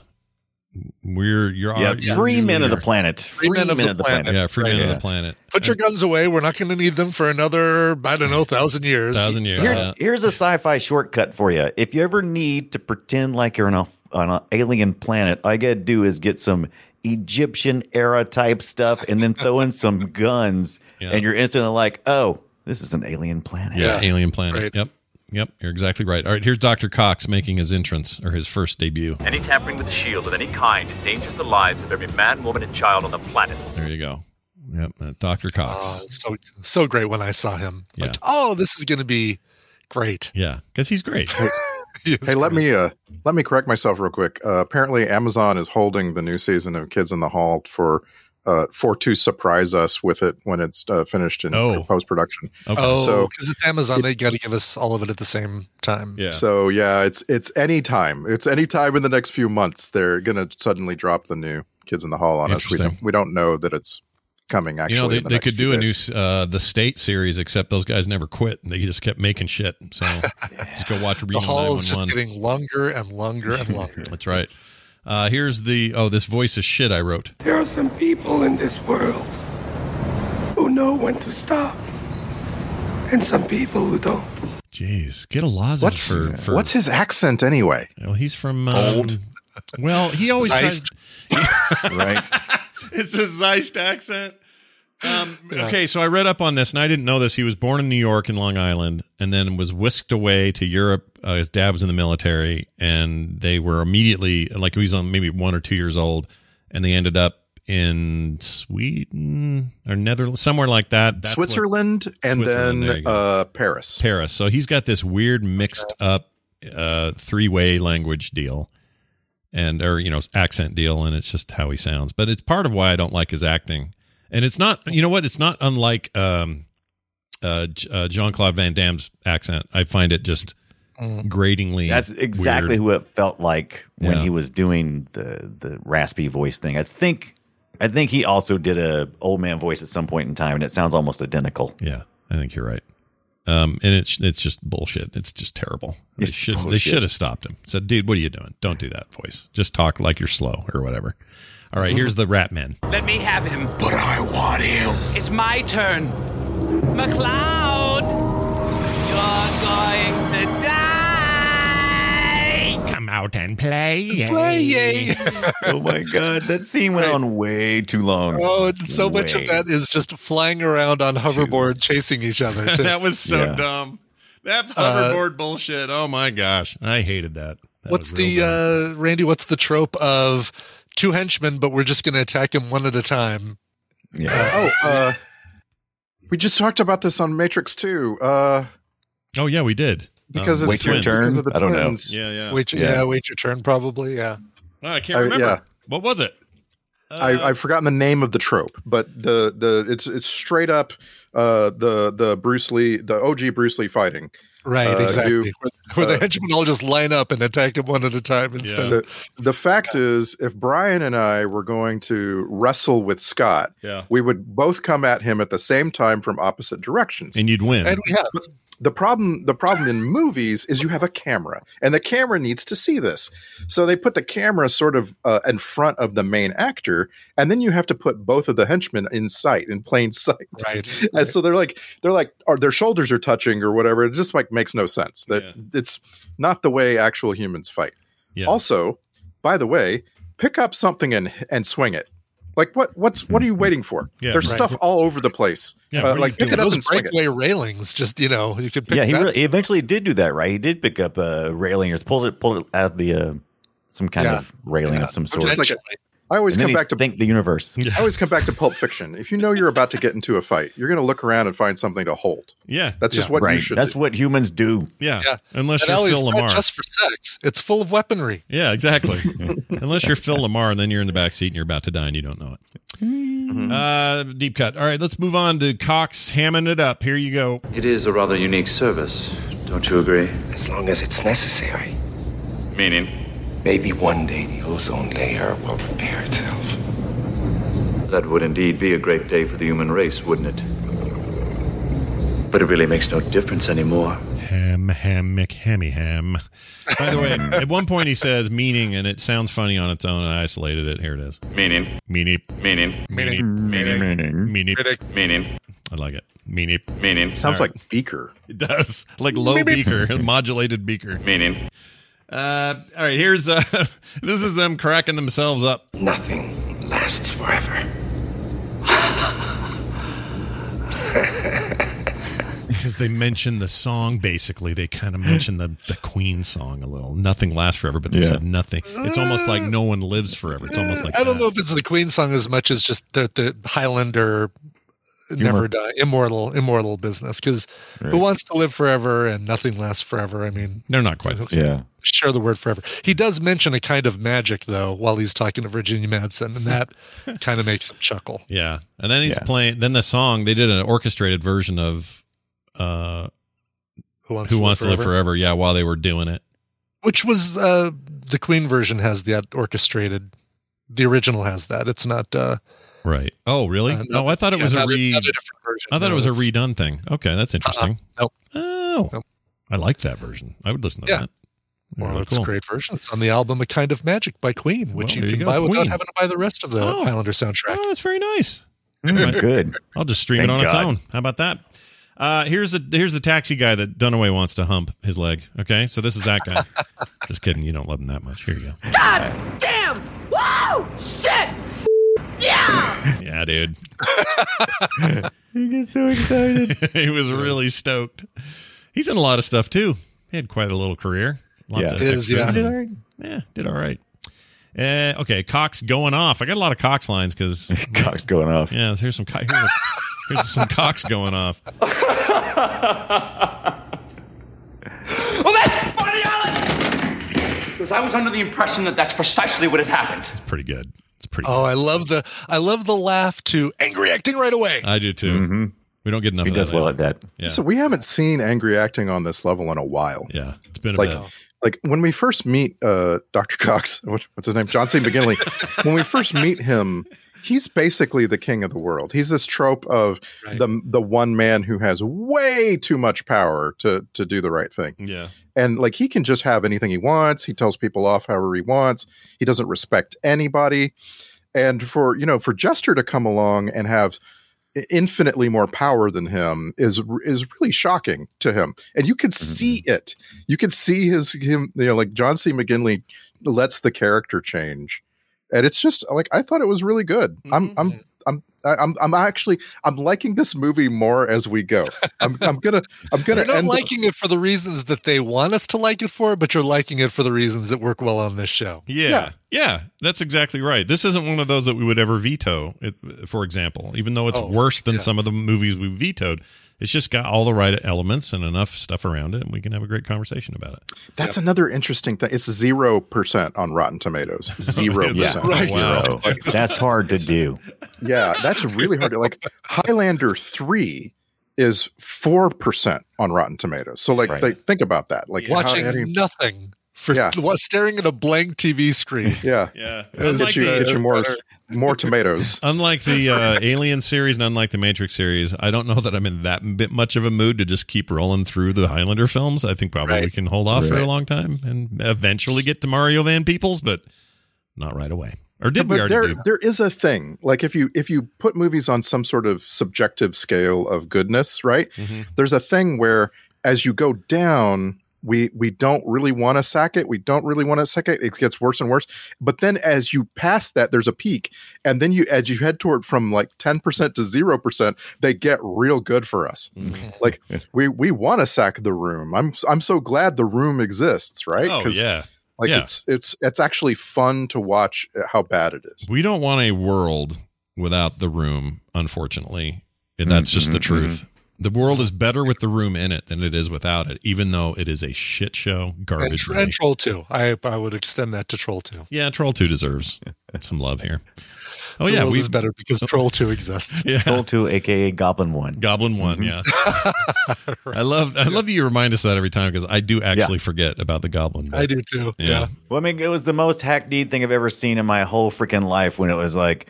Speaker 1: We're, you're,
Speaker 8: yeah,
Speaker 1: our- you're
Speaker 8: free men of the
Speaker 1: leader."
Speaker 8: planet. Free, men, of, the planet.
Speaker 1: Yeah. Free
Speaker 6: Right,
Speaker 1: men
Speaker 8: yeah.
Speaker 1: of the planet.
Speaker 6: Put your guns away. We're not going to need them for another I don't know thousand years.
Speaker 1: thousand years.
Speaker 8: Here-
Speaker 1: yeah.
Speaker 8: here's a sci-fi shortcut for you. If you ever need to pretend like you're on a on an alien planet, all you gotta do is get some Egyptian era type stuff and then throw in some guns,
Speaker 1: Yeah.
Speaker 8: and you're instantly like, oh, this is an alien planet.
Speaker 1: Yeah, alien planet.
Speaker 6: Right.
Speaker 1: Yep. Yep. You're exactly right. All right. Here's Dr. Cox making his entrance or his first debut.
Speaker 11: Any tampering with a shield of any kind endangers the lives of every man, woman, and child on the planet.
Speaker 1: There you go. Yep. uh, Dr. Cox.
Speaker 6: Oh, so so great when I saw him.
Speaker 1: Yeah.
Speaker 6: Like, oh, this is going to be
Speaker 1: (laughs)
Speaker 6: great.
Speaker 1: yeah. Because he's great.
Speaker 7: Hey, let me uh, let me correct myself real quick. Uh, apparently, Amazon is holding the new season of Kids in the Hall for uh, for to surprise us with it when it's uh, finished in
Speaker 1: Oh.
Speaker 7: post production.
Speaker 1: Okay.
Speaker 6: Oh,
Speaker 7: So-
Speaker 6: because it's Amazon, they got to give us all of it at the same time.
Speaker 1: yeah.
Speaker 7: So yeah, it's it's any time. It's any time in the next few months they're gonna suddenly drop the new Kids in the Hall on us. We
Speaker 1: Interesting.
Speaker 7: don't, we don't know that it's coming. Actually,
Speaker 1: you know, they,
Speaker 7: in the
Speaker 1: they
Speaker 7: next
Speaker 1: could do
Speaker 7: few
Speaker 1: a
Speaker 7: days.
Speaker 1: new, s- uh, the state series, except those guys never quit. They just kept making shit.
Speaker 7: (laughs)
Speaker 1: So just go watch
Speaker 6: The
Speaker 1: Reno
Speaker 6: hall is just
Speaker 1: 911.
Speaker 6: getting longer and longer
Speaker 1: (laughs)
Speaker 6: and longer.
Speaker 1: That's right. Uh, here's the, oh, this voice is shit I wrote.
Speaker 3: There are some people in this world who know when to stop, and some people who don't.
Speaker 1: Jeez. Get a lozenge
Speaker 7: What's
Speaker 1: for, for,
Speaker 7: what's his accent anyway?
Speaker 1: well, he's from, um,
Speaker 7: Old.
Speaker 1: Well, he always tries,
Speaker 6: Zeist.
Speaker 8: Right?
Speaker 1: (laughs) it's a Zeist accent. Um, Okay, so I read up on this, and I didn't know this. He was born in New York in Long Island, and then was whisked away to Europe. Uh, his dad was in the military, and they were immediately like he was on maybe one or two years old, and they ended up in Sweden or Netherlands, somewhere like that. That's what-
Speaker 7: Switzerland and
Speaker 1: Switzerland, there you
Speaker 7: then
Speaker 1: go.
Speaker 7: uh, Paris.
Speaker 1: Paris. So he's got this weird mixed up uh, three way language deal and or you know accent deal and it's just how he sounds but it's part of why i don't like his acting and it's not you know what it's not unlike um uh, J- uh jean-claude van damme's accent i find it just gratingly
Speaker 8: Mm. That's exactly
Speaker 1: weird.
Speaker 8: who it felt like when
Speaker 1: Yeah.
Speaker 8: he was doing the the raspy voice thing. I think I think he also did a old man voice at some point in time, and it sounds almost identical.
Speaker 1: yeah i think you're right um and it's it's just bullshit it's just terrible they
Speaker 8: It's
Speaker 1: should they
Speaker 8: bullshit.
Speaker 1: should have stopped him said dude what are you doing don't do that voice just talk like you're slow or whatever all
Speaker 8: Mm-hmm.
Speaker 1: right here's the rat man
Speaker 11: Let me have him.
Speaker 10: But I want him.
Speaker 11: It's my turn. McLeod, you're going to die.
Speaker 1: come out and (laughs) play.
Speaker 8: oh my god, that scene went on way too long.
Speaker 6: Oh, and so much
Speaker 8: Way.
Speaker 6: of that is just flying around on hoverboard, chasing each other. too.
Speaker 1: that was so
Speaker 8: Yeah.
Speaker 1: dumb. That
Speaker 6: Uh,
Speaker 1: hoverboard bullshit. Oh my gosh, I hated that. That
Speaker 6: what's
Speaker 1: was real
Speaker 6: the
Speaker 1: dumb.
Speaker 6: uh, Randy? What's the trope of two henchmen, but we're just going to attack him one at a time?
Speaker 8: Yeah.
Speaker 7: Oh, uh, we just talked about this on Matrix Two. Uh,
Speaker 1: Oh yeah, we did
Speaker 7: because
Speaker 1: Um,
Speaker 7: it's
Speaker 8: Wait Your
Speaker 1: twins.
Speaker 7: because
Speaker 8: Turn?
Speaker 7: of the
Speaker 8: I don't know.
Speaker 7: twins.
Speaker 1: Yeah, yeah.
Speaker 6: Wait, your- yeah.
Speaker 8: Yeah.
Speaker 6: wait your turn, probably. Yeah,
Speaker 1: Oh, I
Speaker 8: Uh,
Speaker 1: can't
Speaker 7: I-
Speaker 1: remember.
Speaker 7: yeah.
Speaker 1: What was it? Uh,
Speaker 7: I, I've forgotten the name of the trope, but the the it's it's straight up uh, the the Bruce Lee the OG Bruce Lee fighting.
Speaker 6: right,
Speaker 7: Uh,
Speaker 6: exactly.
Speaker 7: you-
Speaker 6: where where the
Speaker 7: uh,
Speaker 6: henchmen all just line up and attack him one at a time instead.
Speaker 7: The, the fact is, if Brian and I were going to wrestle with Scott,
Speaker 1: Yeah.
Speaker 7: we would both come at him at the same time from opposite directions.
Speaker 1: And you'd win.
Speaker 6: And we have
Speaker 7: the problem the problem in movies is you have a camera and the camera needs to see this so they put the camera sort of uh, in front of the main actor and then you have to put both of the henchmen in sight in plain (laughs) sight
Speaker 6: right.
Speaker 7: and so they're like they're like or their shoulders are touching or whatever it just like makes no sense that
Speaker 1: Yeah.
Speaker 7: it's not the way actual humans fight
Speaker 1: yeah.
Speaker 7: also by the way, pick up something and and swing it. Like what? What's what are you waiting for?
Speaker 6: Yeah,
Speaker 7: There's
Speaker 6: right.
Speaker 7: stuff all over the place.
Speaker 6: Yeah,
Speaker 7: Uh,
Speaker 6: what are
Speaker 7: like
Speaker 6: you
Speaker 7: pick
Speaker 6: doing?
Speaker 7: it up
Speaker 6: Those
Speaker 7: and swing it.
Speaker 6: breakaway railings. Just you know, you could pick.
Speaker 8: yeah, he
Speaker 6: that-
Speaker 8: really he eventually did do that, right? He did pick up a railing or pulled it pulled it out of the uh, some kind
Speaker 7: Yeah.
Speaker 8: of railing of some
Speaker 7: I'm
Speaker 8: sort.
Speaker 7: just like a- I always
Speaker 8: And then
Speaker 7: come
Speaker 8: he
Speaker 7: back to
Speaker 8: think the universe.
Speaker 7: I always come back to Pulp Fiction. If you know you're about to get into a fight, you're going to look around and find something to hold.
Speaker 1: Yeah,
Speaker 7: That's just what you
Speaker 8: (laughs) right.
Speaker 7: should
Speaker 8: That's
Speaker 7: do.
Speaker 8: what humans do.
Speaker 1: Yeah.
Speaker 6: Yeah.
Speaker 1: Unless
Speaker 6: And
Speaker 1: you're
Speaker 6: Allie's
Speaker 1: Phil
Speaker 6: not
Speaker 1: Lamar.
Speaker 6: just for sex. It's full of weaponry.
Speaker 1: Yeah, exactly. Unless you're Phil Lamar and then you're in the back seat and you're about to die and you don't know it. Uh, deep cut. All right, let's move on to Cox hamming it up. Here you go.
Speaker 12: It is a rather unique service, don't you agree?
Speaker 3: As long as it's necessary.
Speaker 12: Meaning?
Speaker 3: Maybe one day the ozone layer will repair itself.
Speaker 12: That would indeed be a great day for the human race, wouldn't it? But it really makes no difference anymore.
Speaker 1: Ham, ham, Mick, hammy, ham. By the way, at one point he says meaning, and it sounds funny on its own. I isolated it. Here it is.
Speaker 12: Meaning?
Speaker 1: Meaning.
Speaker 12: Meaning?
Speaker 1: Meaning.
Speaker 8: Meaning.
Speaker 1: Meaning.
Speaker 12: Meaning?
Speaker 1: I like it. Meaning.
Speaker 12: Meaning?
Speaker 7: Sounds like Beaker.
Speaker 1: It does. (laughs) Like low beaker, (laughs) modulated beaker.
Speaker 12: Meaning?
Speaker 1: Uh, all right, here's uh, (laughs) this is them cracking themselves up.
Speaker 3: Nothing lasts forever.
Speaker 1: Because they mentioned the song, basically. They kind of mentioned the, the Queen song a little. Nothing lasts forever, but they
Speaker 8: Yeah.
Speaker 1: said nothing. It's almost like no one lives forever. It's almost like
Speaker 6: Eh, I don't
Speaker 1: that.
Speaker 6: know if it's the Queen song as much as just the, the Highlander never die immortal immortal business because who wants to live forever and nothing lasts forever i mean
Speaker 1: They're not quite the same.
Speaker 8: (laughs) Yeah.
Speaker 6: share the word forever he does mention a kind of magic though while he's talking to virginia madsen and
Speaker 1: (laughs)
Speaker 6: that kind of makes him chuckle
Speaker 1: Yeah. And then he's
Speaker 8: Yeah.
Speaker 1: playing, then the song, they did an orchestrated version of uh,
Speaker 6: who wants,
Speaker 1: Who Wants to Live Forever. Yeah, while they were doing it.
Speaker 6: which was uh the queen version has that orchestrated the original has that it's not uh
Speaker 1: Right. Oh, really?
Speaker 6: Uh, no.
Speaker 1: oh, I thought it
Speaker 6: yeah,
Speaker 1: was a
Speaker 6: not
Speaker 1: re.
Speaker 6: not a different version
Speaker 1: I thought
Speaker 6: No,
Speaker 1: it was a
Speaker 6: it's-
Speaker 1: redone thing. Okay, that's interesting.
Speaker 6: nope.
Speaker 1: Oh,
Speaker 6: Nope.
Speaker 1: I like that version. I would listen to
Speaker 6: Yeah.
Speaker 1: that.
Speaker 6: Well,
Speaker 1: Really
Speaker 6: it's
Speaker 1: cool.
Speaker 6: a great version. It's on the album "A Kind of Magic" by Queen,
Speaker 1: Well,
Speaker 6: which
Speaker 1: there
Speaker 6: you
Speaker 1: you
Speaker 6: can
Speaker 1: go,
Speaker 6: buy without
Speaker 1: Queen.
Speaker 6: having to buy the rest of the
Speaker 1: Oh.
Speaker 6: Highlander soundtrack.
Speaker 1: Oh, that's very nice.
Speaker 8: Mm, Good.
Speaker 1: I'll just stream it
Speaker 8: Thank
Speaker 1: on its
Speaker 8: God.
Speaker 1: own. How about that? Uh, here's the here's the taxi guy that Dunaway wants to hump his leg. Okay, so this is that
Speaker 8: (laughs)
Speaker 1: guy. just kidding. You don't love him that much. Here you go.
Speaker 13: God damn! Woo! Shit! Yeah!
Speaker 1: Yeah, dude. (laughs)
Speaker 8: You get so excited.
Speaker 1: he was really stoked. He's in a lot of stuff too. He had quite a little career. Lots
Speaker 8: (laughs) Yeah.
Speaker 1: of
Speaker 6: It is,
Speaker 1: extras
Speaker 6: yeah.
Speaker 1: and- yeah, did all right. Uh, okay, Cox going off. I got a lot of Cox lines
Speaker 8: (laughs)
Speaker 1: because
Speaker 8: Cock's going off.
Speaker 1: yeah, here's some co- here's, a, here's some Cox going off.
Speaker 2: Well, that's funny, Alan! Because I was under the impression that that's precisely what had happened.
Speaker 1: It's pretty good. It's pretty.
Speaker 6: Oh, I love the I love the laugh to angry acting right away.
Speaker 1: I do too.
Speaker 8: Mhm.
Speaker 1: We don't get enough.
Speaker 8: He
Speaker 1: of
Speaker 8: does
Speaker 1: that
Speaker 8: well
Speaker 1: out.
Speaker 8: at (laughs) that.
Speaker 1: Yeah,
Speaker 7: So we haven't seen angry acting on this level in a while.
Speaker 1: yeah. It's been a
Speaker 7: Like-
Speaker 1: bit.
Speaker 7: Like when we first meet uh, Dr. Cox, (laughs) what- what's his name? John C. McGinley. when we first meet him, he's basically the king of the world. He's this trope of
Speaker 6: Right.
Speaker 7: the the one man who has way too much power to to do the right thing.
Speaker 1: Yeah.
Speaker 7: and like he can just have anything he wants he tells people off however he wants he doesn't respect anybody and for you know for jester to come along and have i- infinitely more power than him is r- is really shocking to him and you could see
Speaker 6: Mm-hmm.
Speaker 7: it you could see his him you know like john c mcginley lets the character change and it's just like i thought it was really good i'm
Speaker 6: Mm-hmm.
Speaker 7: i'm I'm, I- I'm I'm actually I'm liking this movie more as we go. I'm I'm gonna I'm gonna
Speaker 6: (laughs) You're not
Speaker 7: end
Speaker 6: liking it for the reasons that they want us to like it for, but you're liking it for the reasons that work well on this show.
Speaker 1: Yeah. yeah.
Speaker 7: Yeah.
Speaker 1: That's exactly right. This isn't one of those that we would ever veto, it- for example, even though it's
Speaker 6: Oh,
Speaker 1: worse than
Speaker 6: yeah.
Speaker 1: some of the movies we vetoed. It's just got all the right elements and enough stuff around it, and we can have a great conversation about it.
Speaker 7: That's another interesting thing. It's zero percent on
Speaker 1: (laughs)
Speaker 7: Rotten Tomatoes. Zero
Speaker 1: Is it?
Speaker 7: percent.
Speaker 1: Right.
Speaker 8: Zero. That's hard to (laughs) do.
Speaker 7: (laughs) Yeah, that's really hard. to- Like Highlander three is four percent on Rotten Tomatoes. So like,
Speaker 8: Right.
Speaker 7: like, think about that. Like how-
Speaker 6: Watching
Speaker 7: how do you-
Speaker 6: nothing for (laughs)
Speaker 7: Yeah.
Speaker 6: wa- staring at a blank
Speaker 1: (laughs)
Speaker 6: TV screen.
Speaker 7: yeah,
Speaker 1: Yeah.
Speaker 7: It'll
Speaker 1: Unlike
Speaker 7: get you
Speaker 1: the,
Speaker 7: get you more more tomatoes.
Speaker 1: unlike the
Speaker 7: (laughs)
Speaker 1: uh, Alien series and unlike the Matrix series, I don't know that I'm in that bit much of a mood to just keep rolling through the Highlander films. I think probably we
Speaker 6: Right.
Speaker 1: can hold off for a
Speaker 8: Right.
Speaker 1: long time and eventually get to Mario Van Peebles, but not right away. Or did we
Speaker 7: but
Speaker 1: already
Speaker 7: there
Speaker 1: do?
Speaker 7: there is a thing like if you if you put movies on some sort of
Speaker 1: Mm-hmm.
Speaker 7: subjective scale of goodness, right? There's a thing where as you go down, we we don't really want to sack it. We don't really want to sack it. It gets worse and worse. But then as you pass that, there's a peak, and then you as you head toward from like ten percent to zero percent, they get real good for us.
Speaker 1: Mm-hmm.
Speaker 7: like we we want to sack the room. I'm I'm so glad the room exists, right?
Speaker 1: Oh,
Speaker 7: 'Cause,
Speaker 1: yeah.
Speaker 7: Like
Speaker 1: Yeah.
Speaker 7: it's it's it's actually fun to watch how bad it is.
Speaker 1: We don't want a world without the room, unfortunately. And that's just the
Speaker 7: Mhm,
Speaker 6: Mm-hmm,
Speaker 1: truth. The world is better with the room in it than it is without it, even though it is a shit show,
Speaker 6: And,
Speaker 1: garbage.
Speaker 6: tr-
Speaker 1: really.
Speaker 6: and Troll 2. I, I would extend that to Troll 2.
Speaker 1: Yeah, Troll 2 deserves some love here. Oh,
Speaker 6: The
Speaker 1: yeah.
Speaker 6: world
Speaker 1: we
Speaker 6: is better
Speaker 1: (laughs)
Speaker 6: because Troll 2 exists.
Speaker 1: Yeah.
Speaker 8: Troll 2, aka Goblin 1.
Speaker 1: Goblin 1,
Speaker 6: Mm-hmm. (laughs)
Speaker 1: yeah. I love I love that you remind us that every time because I do actually forget about the Goblin.
Speaker 6: I do too.
Speaker 1: Yeah.
Speaker 8: Well, I mean, it was the most hackneyed thing I've ever seen in my whole freaking life when it was like,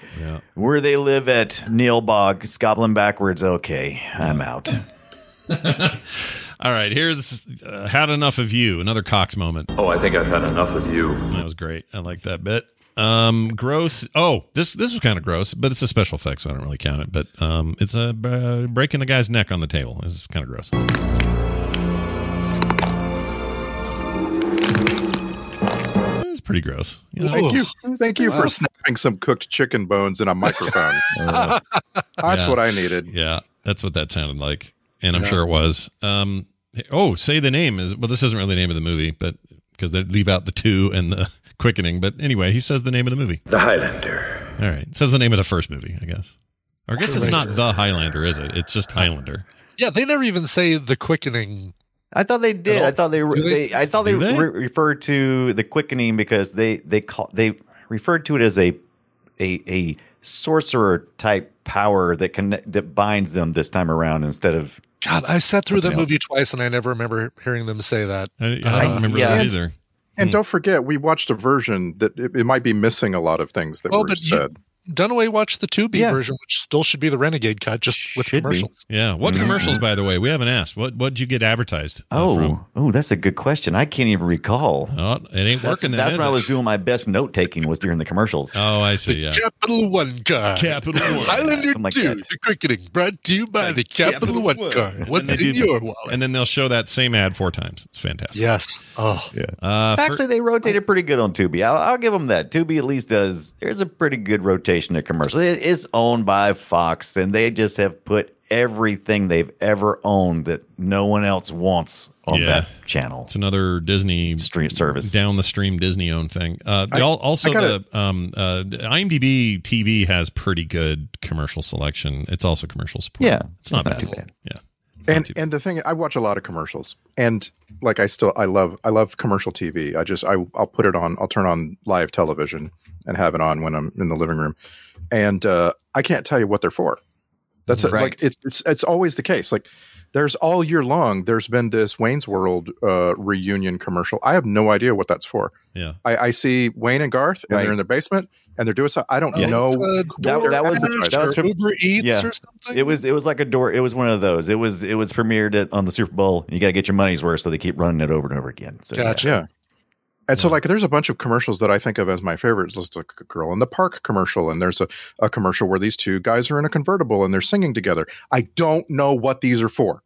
Speaker 8: where they live at Neil Bog, Goblin backwards. Okay, I'm out.
Speaker 1: All right, here's uh, Had Enough of You, another Cox moment.
Speaker 12: Oh, I think I've had enough of you.
Speaker 1: That was great. I like that bit. Um, gross. Oh, this this was kind of gross, but it's a special effect, so I don't really count it. But um, it's a uh, breaking the guy's neck on the table. This is kind of gross. It's pretty gross. You know?
Speaker 7: Thank you, thank you for
Speaker 1: Wow.
Speaker 7: snapping some cooked chicken bones in a microphone.
Speaker 1: (laughs) Oh.
Speaker 7: That's
Speaker 1: Yeah.
Speaker 7: what I needed.
Speaker 1: Yeah, that's what that sounded like, and I'm
Speaker 7: Yeah.
Speaker 1: sure it was. Um, oh, say the name is well. This isn't really the name of the movie, but because they leave out the two and the (laughs) quickening. But anyway, he says the name of the movie,
Speaker 14: The Highlander.
Speaker 1: All right, it says the name of the first movie, I guess. Or I guess it's not the Highlander, is it? It's just Highlander.
Speaker 6: Yeah, they never even say the quickening.
Speaker 8: I thought they did. I thought they,
Speaker 6: Do
Speaker 8: they,
Speaker 6: they-
Speaker 8: I thought they,
Speaker 6: do they?
Speaker 8: Re- referred to the quickening because they they call they referred to it as a a a sorcerer type power that connect that binds them this time around instead of
Speaker 6: God, I sat through that
Speaker 8: Something
Speaker 6: movie twice and I never remember hearing them say that.
Speaker 1: I,
Speaker 6: Uh,
Speaker 7: And-
Speaker 1: Hmm.
Speaker 7: And don't forget, we watched a version that it, it might be missing a lot of things that
Speaker 6: Well,
Speaker 7: were
Speaker 6: but you-
Speaker 7: said.
Speaker 6: Dunaway watched the 2B
Speaker 7: Yeah.
Speaker 6: version, which still should be the Renegade cut, just with commercials.
Speaker 1: Yeah. What
Speaker 8: Mhm.
Speaker 1: commercials, by the way? We haven't asked. What What did you get advertised? uh, from?
Speaker 8: Oh, oh, that's a good question. I can't even recall.
Speaker 1: Oh, it ain't working then,
Speaker 8: That's
Speaker 1: is
Speaker 8: when I
Speaker 1: it?
Speaker 8: was doing my best note taking was during the commercials.
Speaker 1: Oh, I see. Yeah.
Speaker 6: Capital One
Speaker 1: (laughs)
Speaker 6: card.
Speaker 1: Capital One.
Speaker 6: Highlander
Speaker 8: Something like
Speaker 6: 2,
Speaker 8: that.
Speaker 6: the quickening, brought to you by the Capital,
Speaker 1: Capital
Speaker 6: One
Speaker 1: One.
Speaker 6: card. What's
Speaker 1: And they
Speaker 6: in
Speaker 1: do-
Speaker 6: your wallet?
Speaker 1: And then they'll show that same ad four times. It's fantastic.
Speaker 6: Yes. Oh,
Speaker 1: yeah. Uh,
Speaker 8: Actually,
Speaker 1: fir-
Speaker 8: they rotated pretty good on Tubi. I'll, I'll give them that. Tubi at least does. There's a pretty good rotation of commercials. It is owned by Fox, and they just have put everything they've ever owned that no one else wants on
Speaker 1: Yeah.
Speaker 8: that channel.
Speaker 1: it's another Disney
Speaker 8: stream service
Speaker 1: down the stream Disney owned thing. Uh, they
Speaker 8: I-
Speaker 1: all, also
Speaker 8: I gotta-
Speaker 1: the um uh the IMDb TV has pretty good commercial selection. It's also commercial support.
Speaker 7: Yeah,
Speaker 1: it's not,
Speaker 7: it's not
Speaker 1: bad.
Speaker 7: too
Speaker 1: at all. Yeah.
Speaker 7: and and the thing, I watch a lot of commercials, and like I still, I love, I love commercial TV. I just, I, I'll put it on, I'll turn on live television and have it on when I'm in the living room, and uh, I can't tell you what they're for. That's it.
Speaker 8: Right.
Speaker 7: like it's, it's it's always the case. Like there's all year long, there's been this Wayne's World uh, reunion commercial. I have no idea what that's for.
Speaker 1: Yeah.
Speaker 7: I, I see Wayne and Garth, and
Speaker 8: Right.
Speaker 7: they're in their basement, and they're doing so. I don't
Speaker 6: Oh,
Speaker 8: Yeah.
Speaker 7: know.
Speaker 8: that, that was that was from-
Speaker 6: Uber Eats
Speaker 8: yeah.
Speaker 6: or something.
Speaker 8: It was it was like a door. It was one of those. It was it was premiered at, on the Super Bowl. You got to get your money's worth, so they keep running it over and over again. So yeah.
Speaker 6: Gotcha.
Speaker 7: Yeah. And so, like, there's a bunch of commercials that I think of as my favorites. There's like a girl in the park commercial, and there's a, a commercial where these two guys are in a convertible and they're singing together. I don't know what these are for.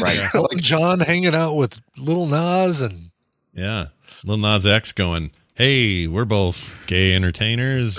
Speaker 8: right.
Speaker 6: Elton John hanging out with Little Nas and
Speaker 1: Yeah. Lil Nas X going, hey, we're both gay
Speaker 8: (laughs)
Speaker 1: entertainers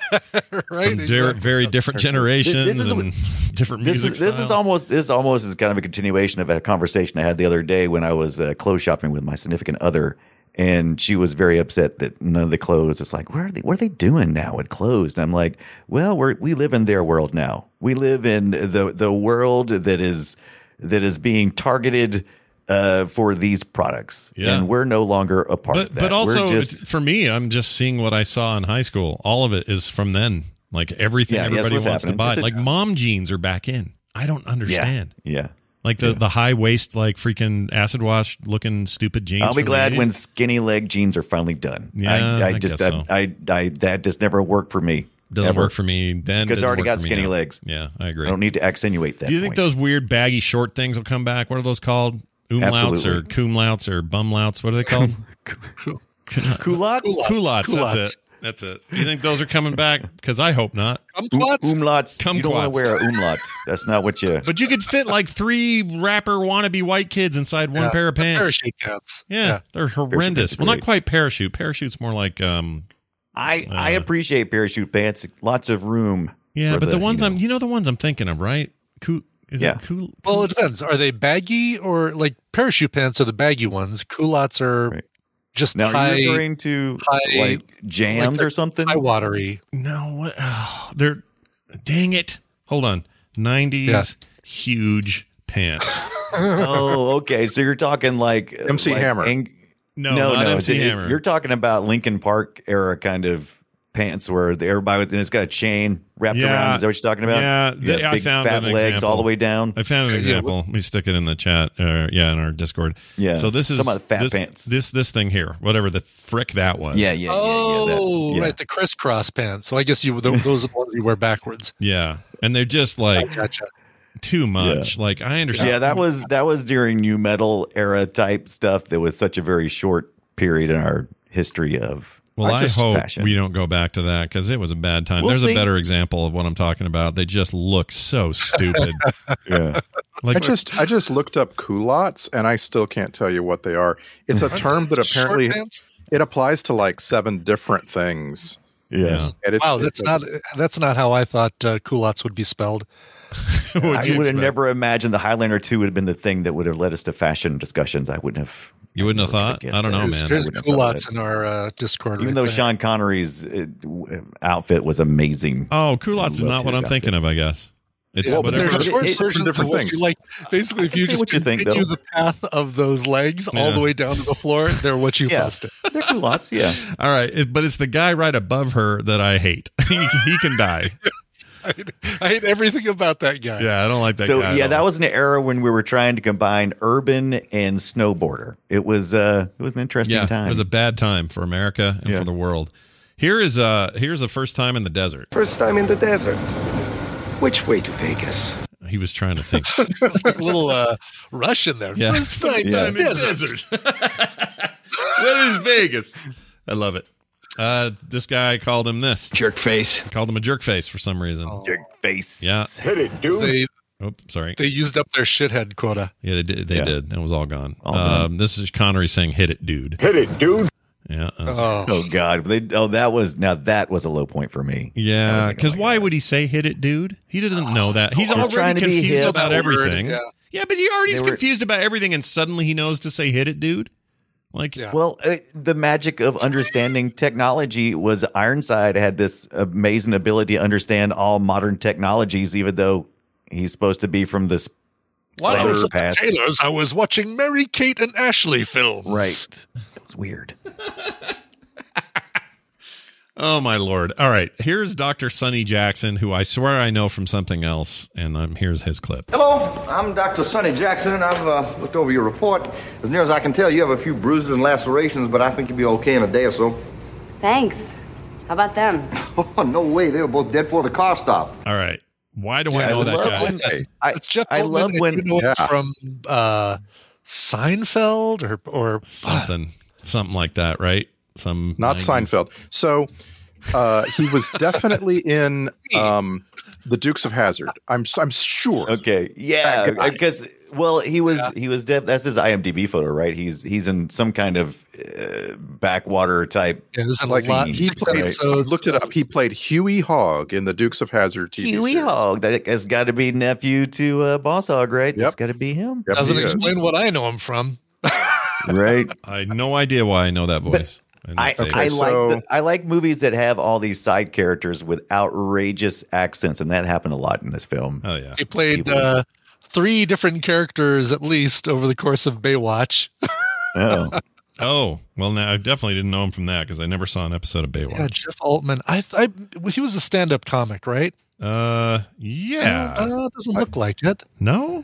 Speaker 1: from di- very different generations
Speaker 8: This is-
Speaker 1: and (laughs) different
Speaker 8: This
Speaker 1: music
Speaker 8: is, this is
Speaker 1: style.
Speaker 8: almost this almost is kind of a continuation of a conversation I had the other day when I was uh, clothes shopping with my significant other, and she was very upset that none of the clothes. It's like, where are they? What are they doing now at clothes? And I'm like, well, we're we live in their world now. We live in the the world that is that is being targeted uh, for these products,
Speaker 1: Yeah.
Speaker 8: and we're no longer a part
Speaker 1: but
Speaker 8: of that.
Speaker 1: but
Speaker 8: We're
Speaker 1: also
Speaker 8: just-
Speaker 1: it's- for me, I'm just seeing what I saw in high school. All of it is from then. Like everything
Speaker 8: Yeah, yes,
Speaker 1: everybody
Speaker 8: what's
Speaker 1: wants to
Speaker 8: happening.
Speaker 1: buy.
Speaker 8: This is-
Speaker 1: like mom jeans are back in. I don't understand.
Speaker 8: yeah.
Speaker 1: Like the, the high waist, like freaking acid wash looking stupid jeans.
Speaker 8: I'll be
Speaker 1: from the
Speaker 8: glad
Speaker 1: 80s.
Speaker 8: when skinny leg jeans are finally done.
Speaker 1: Yeah,
Speaker 8: I,
Speaker 1: I
Speaker 8: just
Speaker 1: guess
Speaker 8: I,
Speaker 1: so.
Speaker 8: I, I that just never worked for me.
Speaker 1: doesn't
Speaker 8: Ever.
Speaker 1: work for me then
Speaker 8: because
Speaker 1: doesn't
Speaker 8: I already
Speaker 1: work
Speaker 8: got
Speaker 1: for me
Speaker 8: skinny
Speaker 1: now.
Speaker 8: legs.
Speaker 1: Yeah, I agree.
Speaker 8: I don't need to accentuate that.
Speaker 1: Do you think those weird baggy short things will come back? What are those called? Umlauts or
Speaker 8: Absolutely.
Speaker 1: coomlauts or bumlauts? What are they called?
Speaker 8: culottes?
Speaker 1: Culottes. That's it. That's it. You think those are coming back? Because I hope not.
Speaker 8: Umlauts.
Speaker 1: Um,
Speaker 8: Umlauts.
Speaker 1: Kumquats.
Speaker 8: You don't want to wear an umlaut. That's not what you.
Speaker 1: (laughs) But you could fit like three rapper wannabe white kids inside one
Speaker 6: Yeah,
Speaker 1: pair of
Speaker 6: the
Speaker 1: pants.
Speaker 6: parachute pants.
Speaker 1: Yeah,
Speaker 6: Yeah.
Speaker 1: they're horrendous.
Speaker 8: Parachute's
Speaker 1: Well, not
Speaker 8: great.
Speaker 1: quite parachute. Parachute's more like um.
Speaker 8: I I appreciate parachute pants. Lots of room.
Speaker 1: uh, Yeah,
Speaker 8: for
Speaker 1: but the,
Speaker 8: you
Speaker 1: ones
Speaker 8: know.
Speaker 1: I'm you know the ones I'm thinking of, right? Cool. Is
Speaker 8: Yeah.
Speaker 1: it cool?
Speaker 6: Well, it depends. Are they baggy or like parachute pants are the baggy ones? Culottes are just
Speaker 8: now
Speaker 6: high,
Speaker 8: are you referring to
Speaker 6: high-
Speaker 8: like jams
Speaker 6: they're
Speaker 8: or something.
Speaker 6: high watery.
Speaker 1: No, what? Oh, they're dang it. Hold on. 90s huge
Speaker 8: (laughs)
Speaker 1: pants.
Speaker 8: oh, okay. So you're talking like
Speaker 7: MC
Speaker 8: like
Speaker 7: Hammer.
Speaker 8: ang-
Speaker 1: No, not MC
Speaker 8: it- it-
Speaker 1: Hammer.
Speaker 8: You're talking about Lincoln Park era kind of pants where the- everybody was, and it's got a chain wrapped
Speaker 1: Yeah.
Speaker 8: around. Is that what you're talking about?
Speaker 1: Yeah,
Speaker 8: You
Speaker 1: th-
Speaker 8: got
Speaker 1: I
Speaker 8: big
Speaker 1: found
Speaker 8: fat
Speaker 1: an
Speaker 8: legs all
Speaker 1: example.
Speaker 8: the way down.
Speaker 1: I found an
Speaker 8: Yeah,
Speaker 1: example. Let me stick it in the chat. Uh, yeah, in our Discord.
Speaker 8: Yeah.
Speaker 1: So this is
Speaker 8: Talking about fat
Speaker 1: this,
Speaker 8: pants.
Speaker 1: this this thing here, whatever the frick that was.
Speaker 8: Yeah, yeah, yeah, yeah, that-
Speaker 6: Oh,
Speaker 8: yeah.
Speaker 6: right, the crisscross pants. So I guess you th- those are the ones you wear
Speaker 8: (laughs)
Speaker 6: backwards.
Speaker 1: Yeah, and they're just like
Speaker 6: Gotcha.
Speaker 1: too much. Like I understand.
Speaker 8: Yeah, that was that was during new metal era type stuff. That was such a very short period in our history of
Speaker 1: Well,
Speaker 8: not
Speaker 1: I
Speaker 8: just
Speaker 1: hope
Speaker 8: fashion.
Speaker 1: we don't go back to that because it was a bad time.
Speaker 8: We'll
Speaker 1: There's
Speaker 8: see.
Speaker 1: a better example of what I'm talking about. They just look
Speaker 8: (laughs)
Speaker 1: so stupid. (laughs)
Speaker 8: yeah.
Speaker 1: Like
Speaker 7: I just I just looked up culottes and I still can't tell you what they are. It's a term that
Speaker 6: Short
Speaker 7: apparently
Speaker 6: pants?
Speaker 7: it applies to like seven different things.
Speaker 1: yeah.
Speaker 7: And it's,
Speaker 6: Wow,
Speaker 7: it's
Speaker 6: that's
Speaker 7: a-
Speaker 6: not that's not how I thought uh, culottes would be spelled.
Speaker 1: What'd
Speaker 8: I
Speaker 1: you
Speaker 8: (laughs) would have
Speaker 1: expect?
Speaker 8: never imagined the Highlander 2 would have been the thing that would have led us to fashion discussions. I wouldn't have.
Speaker 1: You wouldn't have thought.
Speaker 8: guess
Speaker 1: I don't know,
Speaker 6: There's,
Speaker 1: man.
Speaker 6: there's
Speaker 8: I wouldn't have thought of
Speaker 6: culottes in our uh, Discord.
Speaker 8: Even
Speaker 6: right
Speaker 8: though
Speaker 6: there.
Speaker 8: Sean Connery's uh, w- outfit was amazing.
Speaker 1: Oh, culottes is
Speaker 8: Love
Speaker 1: not
Speaker 8: to
Speaker 1: what I'm
Speaker 8: adopt
Speaker 1: thinking of. I guess it's
Speaker 6: Yeah, but
Speaker 1: whatever.
Speaker 6: there's
Speaker 8: It-
Speaker 6: short
Speaker 8: it- it-
Speaker 6: versions
Speaker 7: different
Speaker 6: of what
Speaker 7: things.
Speaker 6: you like. Basically, if
Speaker 8: can
Speaker 6: you
Speaker 8: see
Speaker 6: just
Speaker 8: what you think,
Speaker 6: continue
Speaker 8: though.
Speaker 6: the path of those legs all
Speaker 1: Yeah.
Speaker 6: the way down to the floor, they're what you
Speaker 8: Yeah.
Speaker 6: posted.
Speaker 8: They're culottes, yeah.
Speaker 1: (laughs) All right, it- but it's the guy right above her that I hate. (laughs) he, he can
Speaker 8: (laughs)
Speaker 1: die.
Speaker 6: (laughs) I hate, I hate everything about that guy.
Speaker 1: Yeah, I don't like (laughs) that
Speaker 8: so
Speaker 1: guy. at
Speaker 8: yeah, that
Speaker 1: all.
Speaker 8: was an era when we were trying to combine urban and snowboarder. It was uh, it was an interesting
Speaker 1: yeah,
Speaker 8: time.
Speaker 1: it was a bad time for America and
Speaker 8: Yeah.
Speaker 1: for the world. Here is uh here's a first time in the desert.
Speaker 3: First time in the desert. Which way to Vegas?
Speaker 1: He was trying to think.
Speaker 6: It's like a little uh, rush in there.
Speaker 1: Yeah. (laughs)
Speaker 6: First uh, time
Speaker 8: Yeah.
Speaker 1: I'm in the desert. (laughs) Where is Vegas? I love it. Uh, this guy called him this.
Speaker 12: Jerk face.
Speaker 1: Called him a jerk face for some reason.
Speaker 8: Your face.
Speaker 1: Yeah.
Speaker 2: Hit it, dude.
Speaker 6: They
Speaker 1: Oh, sorry.
Speaker 6: they used up their shithead quota.
Speaker 1: Yeah, they did. They
Speaker 8: Yeah.
Speaker 1: did. It was all gone.
Speaker 8: All
Speaker 1: um,
Speaker 8: gone.
Speaker 1: This is Connery saying, "Hit it, dude."
Speaker 2: Hit it, dude.
Speaker 1: Yeah. uh, that's-
Speaker 6: Oh,
Speaker 8: Oh God. They, oh, that was now that was a low point for me.
Speaker 1: Yeah,
Speaker 8: I don't think I
Speaker 1: because
Speaker 8: like
Speaker 1: why would he say "hit it, dude"? He doesn't know that. He's
Speaker 8: Oh He's trying
Speaker 1: already
Speaker 8: to be
Speaker 1: confused
Speaker 8: hip.
Speaker 1: about
Speaker 6: That word,
Speaker 1: everything.
Speaker 6: yeah.
Speaker 1: yeah. but he already
Speaker 8: They
Speaker 1: is
Speaker 8: were-
Speaker 1: confused about everything, and suddenly he knows to say "hit it, dude." Like,
Speaker 6: Yeah.
Speaker 8: Well, uh, the magic of understanding technology was Ironside had this amazing ability to understand all modern technologies, even though he's supposed to be from this
Speaker 6: While I was at the
Speaker 8: Overpass.
Speaker 6: tailors, I was watching Mary Kate and Ashley films.
Speaker 8: right.
Speaker 1: (laughs)
Speaker 8: It's weird.
Speaker 1: oh my lord! All right, here's Doctor Sonny Jackson, who I swear I know from something else, and um, here's his clip.
Speaker 14: Hello, I'm Dr. Sonny Jackson, and I've uh, looked over your report. As near as I can tell, you have a few bruises and lacerations, but I think you'll be okay in a day or so.
Speaker 15: Thanks. How about them?
Speaker 14: Oh, no way. They were both dead before the car stopped.
Speaker 1: All right, why do I
Speaker 8: Yeah,
Speaker 1: know
Speaker 8: I
Speaker 1: oh, that
Speaker 8: love
Speaker 1: guy?
Speaker 8: when-
Speaker 7: Hey,
Speaker 8: I,
Speaker 6: It's Jeff.
Speaker 8: I
Speaker 6: Goldblum
Speaker 8: love
Speaker 6: and
Speaker 8: when
Speaker 6: you know him
Speaker 7: Yeah.
Speaker 6: from uh, Seinfeld or
Speaker 1: (sighs)
Speaker 6: or uh,
Speaker 1: Something, something like that, right? Some
Speaker 7: not
Speaker 1: 90s.
Speaker 7: Seinfeld. So uh, he was definitely in um, the Dukes of Hazard. I'm I'm sure.
Speaker 8: Okay. Yeah.
Speaker 7: That guy.
Speaker 8: Because well, he was he was deaf. That's his IMDb photo, right? He's he's in some kind of uh, backwater type.
Speaker 6: Yeah, there's a
Speaker 7: Like
Speaker 6: lot.
Speaker 7: he
Speaker 6: six
Speaker 7: played, I
Speaker 6: episodes.
Speaker 7: looked it up. He played Huey Hogg in the Dukes of Hazard TV.
Speaker 8: Huey
Speaker 7: series.
Speaker 8: Hog. That has got to be nephew to uh, Boss Hog, right?
Speaker 7: Yep.
Speaker 8: That's got to be him,
Speaker 7: Yep,
Speaker 6: Doesn't
Speaker 7: he is.
Speaker 6: explain what I know him from.
Speaker 8: right?
Speaker 1: I had no idea why I know that voice. and that
Speaker 8: (laughs) I,
Speaker 1: face.
Speaker 8: I
Speaker 7: so-
Speaker 8: like the, I like movies that have all these side characters with outrageous accents, and that happened a lot in
Speaker 1: (laughs)
Speaker 8: this film.
Speaker 1: oh yeah,
Speaker 6: He played uh, three different characters at least over the course of Baywatch.
Speaker 8: Oh,
Speaker 1: Oh, well, now I definitely didn't know him from that because I never saw an episode of
Speaker 6: Yeah,
Speaker 1: Baywatch.
Speaker 6: Jeff Altman. I, I he was a stand-up comic, right?
Speaker 1: Uh, yeah.
Speaker 6: Uh, doesn't look like it.
Speaker 1: no?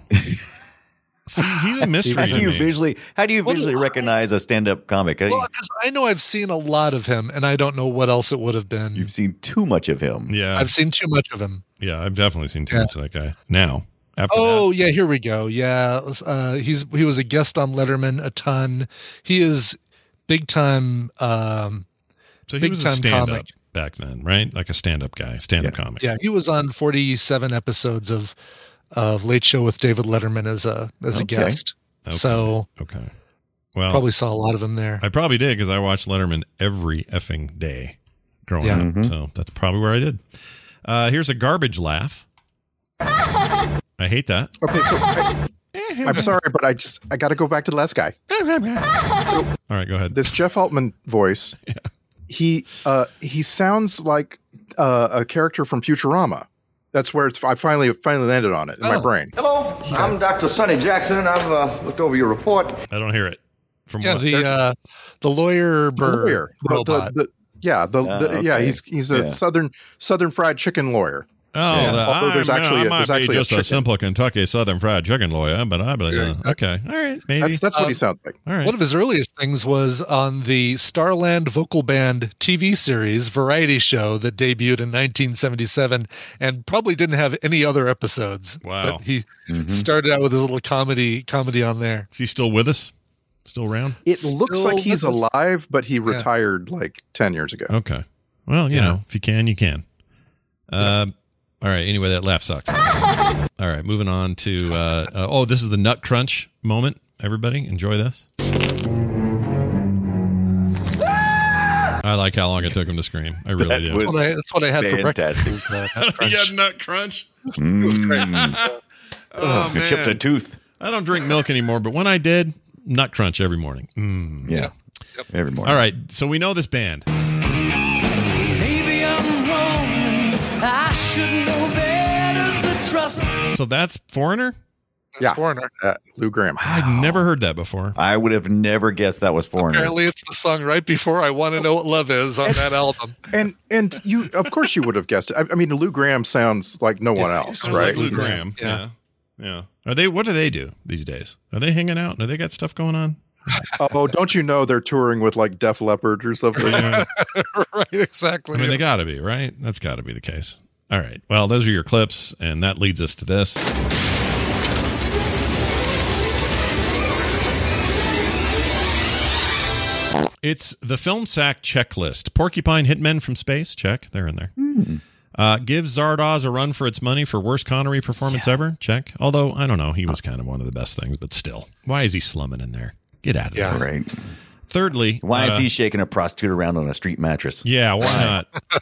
Speaker 1: See, he's a mystery
Speaker 8: how
Speaker 1: to
Speaker 8: do you
Speaker 1: me.
Speaker 8: visually how do you
Speaker 6: What do
Speaker 8: visually
Speaker 6: I-
Speaker 8: recognize a stand up comic? I-
Speaker 6: Well, because I know I've seen a lot of him, and I don't know what else it would have been.
Speaker 8: You've seen too much of him.
Speaker 1: Yeah,
Speaker 6: I've seen too much of him.
Speaker 1: yeah, I've definitely seen too
Speaker 6: Yeah.
Speaker 1: much of that guy. Now, after
Speaker 6: Oh yeah, here we go. Yeah, uh, he's he was a guest on Letterman a ton. He is big time um,
Speaker 1: So he
Speaker 6: Big
Speaker 1: was a
Speaker 6: time
Speaker 1: stand up
Speaker 6: comic.
Speaker 1: back then, right? Like a stand up guy, stand up comic.
Speaker 6: Yeah, he was on 47 episodes of of Late Show with David Letterman as a as a
Speaker 1: Okay.
Speaker 6: guest.
Speaker 1: Okay.
Speaker 6: So
Speaker 1: Okay. Well,
Speaker 6: probably saw a lot of him there.
Speaker 1: I probably did because I watched Letterman every effing day growing
Speaker 6: Yeah.
Speaker 1: up.
Speaker 6: Mhm.
Speaker 1: So that's probably where I did. Uh, here's a garbage laugh. I hate that.
Speaker 7: Okay, so I, am sorry, but I just I got to go back to the last guy. so
Speaker 1: All right, go ahead.
Speaker 7: this Jeff Altman (laughs) voice, he uh he sounds like uh, a character from Futurama. That's where it's. I finally finally landed on it in my brain.
Speaker 14: Hello, I'm Dr. Sonny Jackson, and I've uh, looked over your report.
Speaker 1: I don't hear it. From
Speaker 6: yeah,
Speaker 1: what?
Speaker 6: the uh, the lawyer bird
Speaker 7: lawyer. The- the-
Speaker 6: robot.
Speaker 7: the- yeah, the,
Speaker 6: Ah,
Speaker 7: the yeah
Speaker 6: okay.
Speaker 7: he's he's a
Speaker 6: Yeah.
Speaker 7: southern southern fried chicken lawyer.
Speaker 1: Oh,
Speaker 7: Yeah.
Speaker 1: the-
Speaker 7: Although
Speaker 1: I'm, I might be just a,
Speaker 7: chicken.
Speaker 1: simple Kentucky Southern Fried Chicken lawyer, but I believe. uh, okay, all right, maybe
Speaker 7: That's that's what
Speaker 6: Um,
Speaker 7: he sounds like.
Speaker 1: All right.
Speaker 6: One of his earliest things was on the Starland Vocal Band TV series variety show that debuted in 1977 and probably didn't have any other episodes.
Speaker 1: Wow.
Speaker 6: But he started out with his little comedy comedy on there.
Speaker 1: Is he still with us? Still around?
Speaker 7: It looks like
Speaker 6: Still
Speaker 7: he's
Speaker 6: with us.
Speaker 7: alive, but he retired like ten years ago.
Speaker 1: Okay. Well, you
Speaker 7: Yeah.
Speaker 1: know, if you can, you can. Um, all right. Anyway, that laugh sucks. all right. Moving on to uh, uh, oh, this is the nut crunch moment. Everybody, enjoy this. I like how long it took him to scream. I really do. (laughs)
Speaker 6: That's what I, that's what I had for breakfast. is the nut crunch.
Speaker 1: yeah, nut crunch.
Speaker 8: Mm.
Speaker 1: (laughs) Oh,
Speaker 8: I chipped a
Speaker 1: man.
Speaker 8: tooth.
Speaker 1: I don't drink milk anymore, but when I did, nut crunch every morning. Mm.
Speaker 8: Yeah. Every morning.
Speaker 1: All right. So we know this band.
Speaker 13: Maybe I'm wrong. and I should know better to trust.
Speaker 1: So that's Foreigner.
Speaker 7: Yeah,
Speaker 6: Foreigner.
Speaker 7: Uh, Lou Graham.
Speaker 1: I'd never heard that before.
Speaker 8: I would have never guessed that was foreigner.
Speaker 6: Apparently, it's the song right before I Want to Know What Love Is on that album. (laughs)
Speaker 7: And and you, of course, you would have guessed it. I, I mean, Lou Graham sounds like no one else,
Speaker 1: Sounds
Speaker 7: right?
Speaker 1: Like Lou Graham. Yeah. yeah. Are they? What do they do these days? Are they hanging out? Do they got stuff going on?
Speaker 7: Oh, don't you know they're touring with like Def Leppard or something?
Speaker 6: right, exactly.
Speaker 1: I mean, they got to be right. That's got to be the case. All right. Well, those are your clips, and that leads us to this. It's the film sack checklist. Porcupine hitmen from space. Check. They're in there.
Speaker 8: Hmm.
Speaker 1: Uh, give Zardoz a run for its money for worst Connery performance ever. Check. Although I don't know, he was kind of one of the best things, but still, why is he slumming in there? Get out of
Speaker 6: Yeah.
Speaker 1: there.
Speaker 8: Right.
Speaker 1: Thirdly,
Speaker 8: Why
Speaker 1: uh,
Speaker 8: is he shaking a prostitute around on a street mattress?
Speaker 1: yeah, why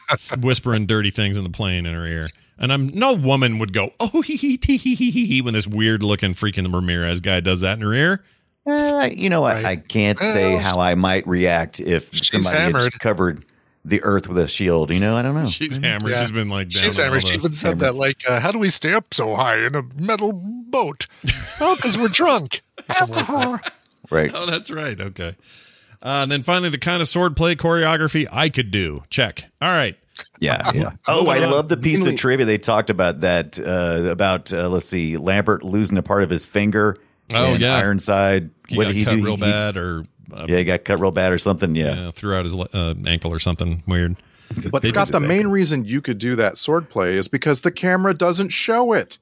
Speaker 1: not? Whispering dirty things in the plane in her ear. And I'm no woman would go, oh, hee hee tee hee hee hee hee when this weird looking freaking Ramirez guy does that in her ear.
Speaker 8: Uh, you know, I, I can't say how I might react if somebody had
Speaker 6: hammered.
Speaker 8: covered the earth with a shield. You know, I don't know.
Speaker 1: She's hammered.
Speaker 6: Yeah.
Speaker 1: She's been like down
Speaker 6: She's
Speaker 1: on all
Speaker 6: Irish. She
Speaker 1: the-
Speaker 6: even said that, like, uh, how do we stay up so high in a metal
Speaker 1: (laughs)
Speaker 6: boat? oh, because we're drunk. Something like that.
Speaker 8: Right.
Speaker 1: Oh, that's right. Okay. Uh, and then finally, the kind of sword play choreography I could do. Check. All right.
Speaker 8: Yeah, yeah. Oh, I love the piece of trivia they talked about that uh, about uh, let's see, Lambert losing a part of his finger.
Speaker 1: Oh,
Speaker 8: and
Speaker 1: yeah.
Speaker 8: Ironside.
Speaker 1: He
Speaker 8: what
Speaker 1: got
Speaker 8: did he
Speaker 1: cut
Speaker 8: do?
Speaker 1: real
Speaker 8: He-
Speaker 1: bad or uh,
Speaker 8: yeah, he got cut real bad or something. Yeah.
Speaker 1: uh, threw out his le- uh, ankle or something weird.
Speaker 7: But Scott, the main reason you could do that sword play is because the camera doesn't show it.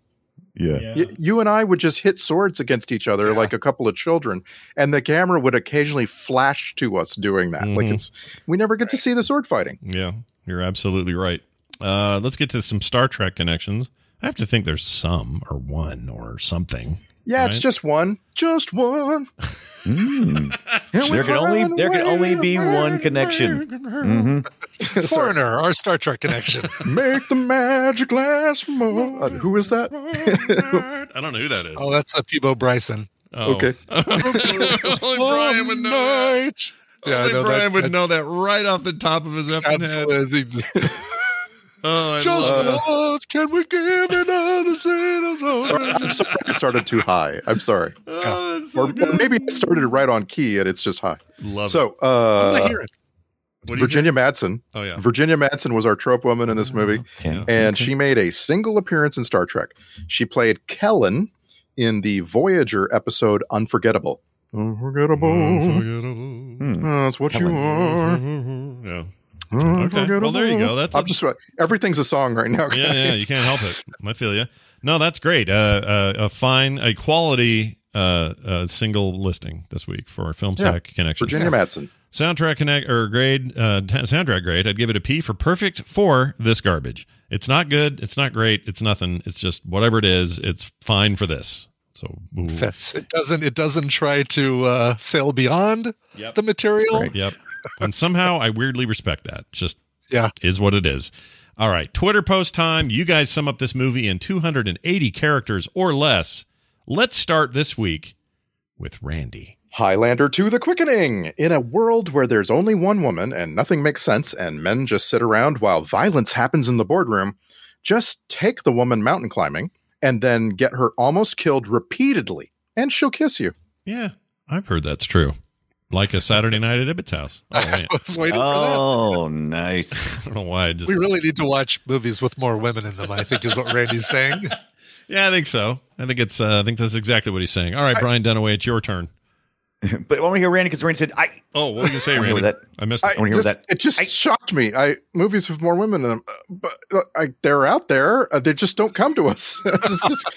Speaker 8: Yeah.
Speaker 7: Y- you and I would just hit swords against each other like a couple of children, and the camera would occasionally flash to us doing that. Like
Speaker 1: Mhm.
Speaker 7: it's we never get to see the sword fighting.
Speaker 1: Yeah, you're absolutely right. Uh, let's get to some Star Trek connections. I have to think there's some or one or something.
Speaker 7: Yeah, it's
Speaker 1: Right.
Speaker 7: just one, just one. And we
Speaker 8: Mm. There can only
Speaker 7: find
Speaker 8: there
Speaker 7: a
Speaker 8: can
Speaker 7: way
Speaker 8: only be
Speaker 7: to
Speaker 8: one
Speaker 7: make-
Speaker 8: connection. Mhm.
Speaker 6: Foreigner, our Star Trek
Speaker 7: (laughs)
Speaker 6: connection.
Speaker 7: Make the magic last for more. Uh, who is that?
Speaker 1: Oh. I don't know who that is.
Speaker 6: oh, that's a Peebo Bryson.
Speaker 1: Oh.
Speaker 7: Okay.
Speaker 1: Only Brian would know that.
Speaker 6: Yeah, I
Speaker 1: Only
Speaker 6: know
Speaker 1: Brian
Speaker 6: that.
Speaker 1: would
Speaker 6: that-
Speaker 1: know that right off the top of his effing head. (laughs)
Speaker 6: Absolutely.
Speaker 1: Oh, I
Speaker 6: Just
Speaker 1: love it.
Speaker 6: once, can we give it
Speaker 7: Sorry, I'm
Speaker 6: another
Speaker 7: sorry I started too high. I'm sorry.
Speaker 1: (laughs) Oh, that's so
Speaker 7: Or
Speaker 1: good.
Speaker 7: maybe I started it right on key and it's just high.
Speaker 1: Love
Speaker 7: So,
Speaker 6: I
Speaker 7: uh,
Speaker 6: hear it.
Speaker 1: What do you
Speaker 7: Virginia Madsen.
Speaker 1: Oh, yeah. Oh,
Speaker 7: Virginia Madsen was our trope woman in this movie,
Speaker 8: Yeah.
Speaker 7: and she made a single appearance in Star Trek. She played Kellen in the Voyager episode Unforgettable. Unforgettable.
Speaker 6: Hmm.
Speaker 7: That's what you are.
Speaker 1: Yeah.
Speaker 7: Unforgettable.
Speaker 1: Well, there you go. That's-
Speaker 7: I'm just everything's a song right now.
Speaker 1: yeah, yeah,
Speaker 7: guys.
Speaker 1: you can't help it. I feel you. No, that's great. Uh, uh, a fine, a quality uh, uh, single listing this week for film
Speaker 7: Yeah.
Speaker 1: sack connections.
Speaker 7: Virginia Madsen.
Speaker 1: Soundtrack connect or grade uh, t- soundtrack grade. I'd give it a P for perfect for this garbage. It's not good. It's not great. It's nothing. It's just whatever it is. It's fine for this. So ooh.
Speaker 6: That's, it doesn't it doesn't try to uh, sail beyond
Speaker 1: Yep.
Speaker 6: the material.
Speaker 1: Right. Yep. and somehow I weirdly respect that. Just
Speaker 6: Yeah. (laughs)
Speaker 1: is what it is. All right, Twitter post time. You guys sum up this movie in 280 characters or less. Let's start this week with Randy.
Speaker 7: Highlander to the quickening. In a world where there's only one woman and nothing makes sense and men just sit around while violence happens in the boardroom, just take the woman mountain climbing and then get her almost killed repeatedly and she'll kiss you.
Speaker 1: Yeah, I've heard that's true. Like a Saturday night at Ibbett's house. Oh, man.
Speaker 6: I was waiting
Speaker 8: Oh, nice.
Speaker 1: I don't know why. I
Speaker 6: for that.
Speaker 1: just,
Speaker 6: We really need to watch movies with more women in them. I think is what Randy's saying.
Speaker 7: (laughs)
Speaker 1: yeah, I think so. I think it's. Uh, I think that's exactly what he's saying. All right, Brian Dunaway, it's your turn.
Speaker 8: But I want to hear Randy because Randy said, "I."
Speaker 1: Oh, what were you saying,
Speaker 8: I wanna
Speaker 1: Randy?
Speaker 8: hear that.
Speaker 1: I missed
Speaker 7: I
Speaker 1: it.
Speaker 8: wanna hear
Speaker 7: just-
Speaker 8: that.
Speaker 7: It just shocked me. I movies with more women in them, uh, but uh, I, they're out there. Uh, they just don't come to us. (laughs) Just- just-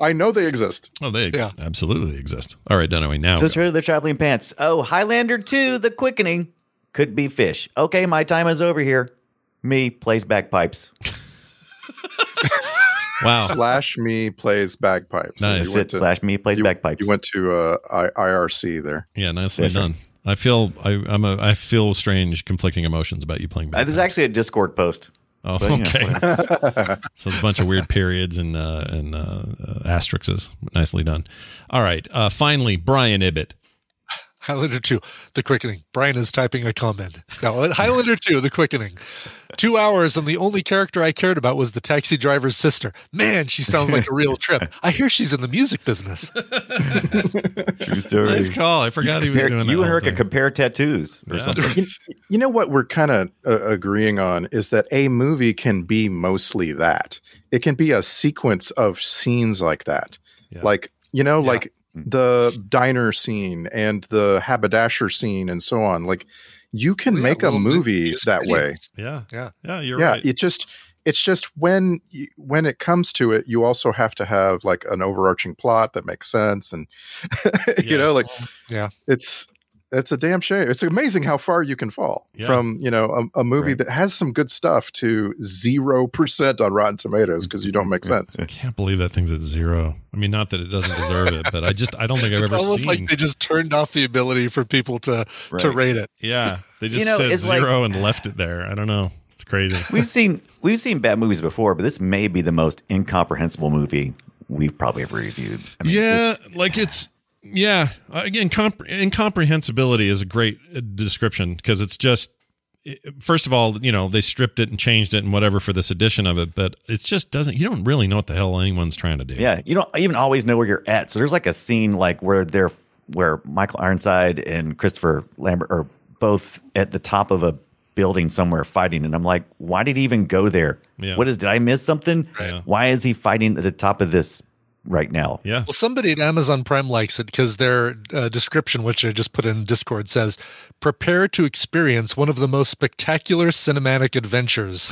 Speaker 7: I know they exist.
Speaker 1: Oh, they
Speaker 6: Yeah.
Speaker 1: absolutely exist. All right, Dunaway, now.
Speaker 8: Just heard of the traveling pants. Oh, Highlander 2, The Quickening. Could be fish. Okay, my time is over here. Me plays bagpipes.
Speaker 1: Wow.
Speaker 7: Slash me plays bagpipes.
Speaker 1: Nice.
Speaker 7: You
Speaker 8: Sit
Speaker 7: went to,
Speaker 8: slash me plays
Speaker 7: you-
Speaker 8: bagpipes.
Speaker 7: you went to uh, I- IRC there.
Speaker 1: Yeah, nicely
Speaker 8: That's right.
Speaker 1: done. I feel I, I'm a I feel strange conflicting emotions about you playing
Speaker 8: Uh,
Speaker 1: back.
Speaker 8: there's actually a Discord post.
Speaker 1: Oh,
Speaker 8: But, you know,
Speaker 1: okay.
Speaker 8: whatever.
Speaker 1: (laughs) so it's a bunch of weird periods and uh, and uh, uh, asterisks. Nicely done. All right. Uh, finally, Brian Ibbett.
Speaker 6: Highlander 2, The Quickening. Brian is typing a comment. No, (laughs) Highlander 2, The Quickening. Two hours, and the only character I cared about was the taxi driver's sister. Man, she sounds like a real
Speaker 7: (laughs)
Speaker 6: trip. I hear she's in the music business.
Speaker 8: True story.
Speaker 1: Nice call. I forgot he was
Speaker 8: Compare-
Speaker 1: doing that.
Speaker 8: you and
Speaker 1: whole
Speaker 8: her
Speaker 1: thing.
Speaker 8: could compare tattoos or
Speaker 1: Yeah.
Speaker 8: something.
Speaker 7: You know what we're kind of uh, agreeing on is that a movie can be mostly that. It can be a sequence of scenes like that.
Speaker 1: Yeah. Mm.
Speaker 7: Like, you know, like the diner scene and the haberdasher scene and so on. Like you can
Speaker 6: Yeah,
Speaker 7: make a
Speaker 6: little bit
Speaker 7: movie
Speaker 6: music
Speaker 7: that way.
Speaker 6: videos.
Speaker 1: Yeah.
Speaker 6: Yeah.
Speaker 1: Yeah. You're
Speaker 7: yeah,
Speaker 1: right.
Speaker 7: it just it's just when you- when it comes to it, you also have to have like an overarching plot that makes sense and (laughs)
Speaker 1: Yeah.
Speaker 7: you know, like
Speaker 6: Yeah.
Speaker 7: it's it's a damn shame. It's amazing how far you can fall
Speaker 1: Yeah.
Speaker 7: from you know a, a movie
Speaker 8: Right.
Speaker 7: that has some good stuff to zero percent on Rotten Tomatoes because you don't make sense.
Speaker 1: I can't believe that thing's at zero. I mean, not that it doesn't deserve it, but I just I don't think I've
Speaker 6: It's
Speaker 1: ever seen.
Speaker 6: almost like they just turned off the ability for people to, to
Speaker 8: Right.
Speaker 6: rate it.
Speaker 1: yeah, they just
Speaker 8: You know,
Speaker 1: said
Speaker 8: it's like-
Speaker 1: zero and left it there. I don't know. It's crazy.
Speaker 8: We've seen we've seen bad movies before, but this may be the most incomprehensible movie we've probably ever reviewed. I mean,
Speaker 1: yeah,
Speaker 8: just-
Speaker 1: like it's yeah. Uh, Again, comp- incomprehensibility is a great uh, description because it's just i- first of all, you know, they stripped it and changed it and whatever for this edition of it, but it just doesn't. You don't really know what the hell anyone's trying to do.
Speaker 8: yeah, you don't even always know where you're at. So there's like a scene like where they're where Michael Ironside and Christopher Lambert are both at the top of a building somewhere fighting, and I'm like, why did he even go there?
Speaker 1: Yeah.
Speaker 8: What is? Did I miss something?
Speaker 1: Right.
Speaker 8: Why is he fighting at the top of this right now?
Speaker 1: yeah.
Speaker 6: Well, somebody at Amazon Prime likes it because their uh, description, which I just put in Discord, says, "Prepare to experience one of the most spectacular cinematic adventures."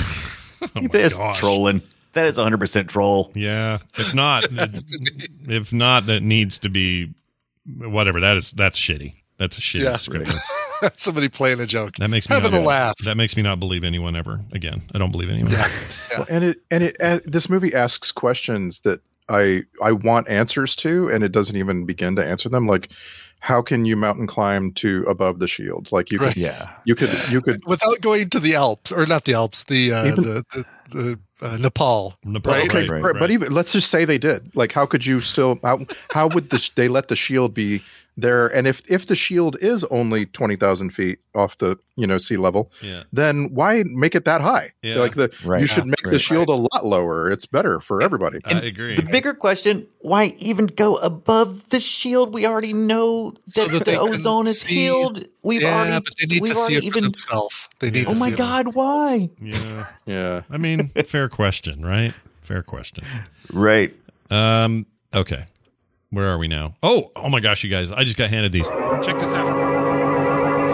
Speaker 6: (laughs)
Speaker 1: Oh
Speaker 8: That's trolling. That is 100 percent troll.
Speaker 1: Yeah. If not, it's- if not, that needs to be whatever. That is that's shitty. That's a shitty
Speaker 6: Yeah.
Speaker 1: description.
Speaker 6: somebody playing a joke.
Speaker 1: That makes me
Speaker 6: having
Speaker 1: not,
Speaker 6: a laugh.
Speaker 1: That makes me not believe anyone ever again. I don't believe anyone. (laughs)
Speaker 7: Well, and it and it uh, this movie asks questions that I I want answers to, and it doesn't even begin to answer them. Like, how can you mountain climb to above the shield? Like you could
Speaker 6: Right.
Speaker 8: Yeah.
Speaker 7: you could you could
Speaker 6: Without going to the Alps, or not the Alps, the uh,
Speaker 7: Even-
Speaker 6: the, the, the uh, Nepal.
Speaker 1: Nepal,
Speaker 6: Right.
Speaker 7: Okay,
Speaker 8: (laughs) right,
Speaker 7: but- but even let's just say they did. Like, how could you still? How how would the, they let the shield be there? And if if the shield is only twenty thousand feet off the you know sea level,
Speaker 1: Yeah.
Speaker 7: then why make it that high?
Speaker 1: Yeah.
Speaker 7: Like the
Speaker 8: Right.
Speaker 7: you should make the
Speaker 8: Right.
Speaker 7: shield a lot lower. It's better for everybody.
Speaker 1: I agree.
Speaker 8: The bigger question: Why even go above the shield? We already know that,
Speaker 6: So that they
Speaker 8: the
Speaker 6: can
Speaker 8: ozone is
Speaker 6: see-
Speaker 8: healed. We've
Speaker 6: yeah,
Speaker 8: already,
Speaker 6: but they need
Speaker 8: we've
Speaker 6: to see
Speaker 8: already
Speaker 6: it for
Speaker 8: even.
Speaker 6: themselves. They need.
Speaker 8: Oh
Speaker 6: to
Speaker 8: my
Speaker 6: see it.
Speaker 8: God! Why?
Speaker 1: Yeah.
Speaker 7: Yeah.
Speaker 1: I mean, fair question, right? Fair question.
Speaker 8: Right.
Speaker 1: Um, okay. Where are we now? Oh, oh my gosh, you guys. I just got handed these. Check this out.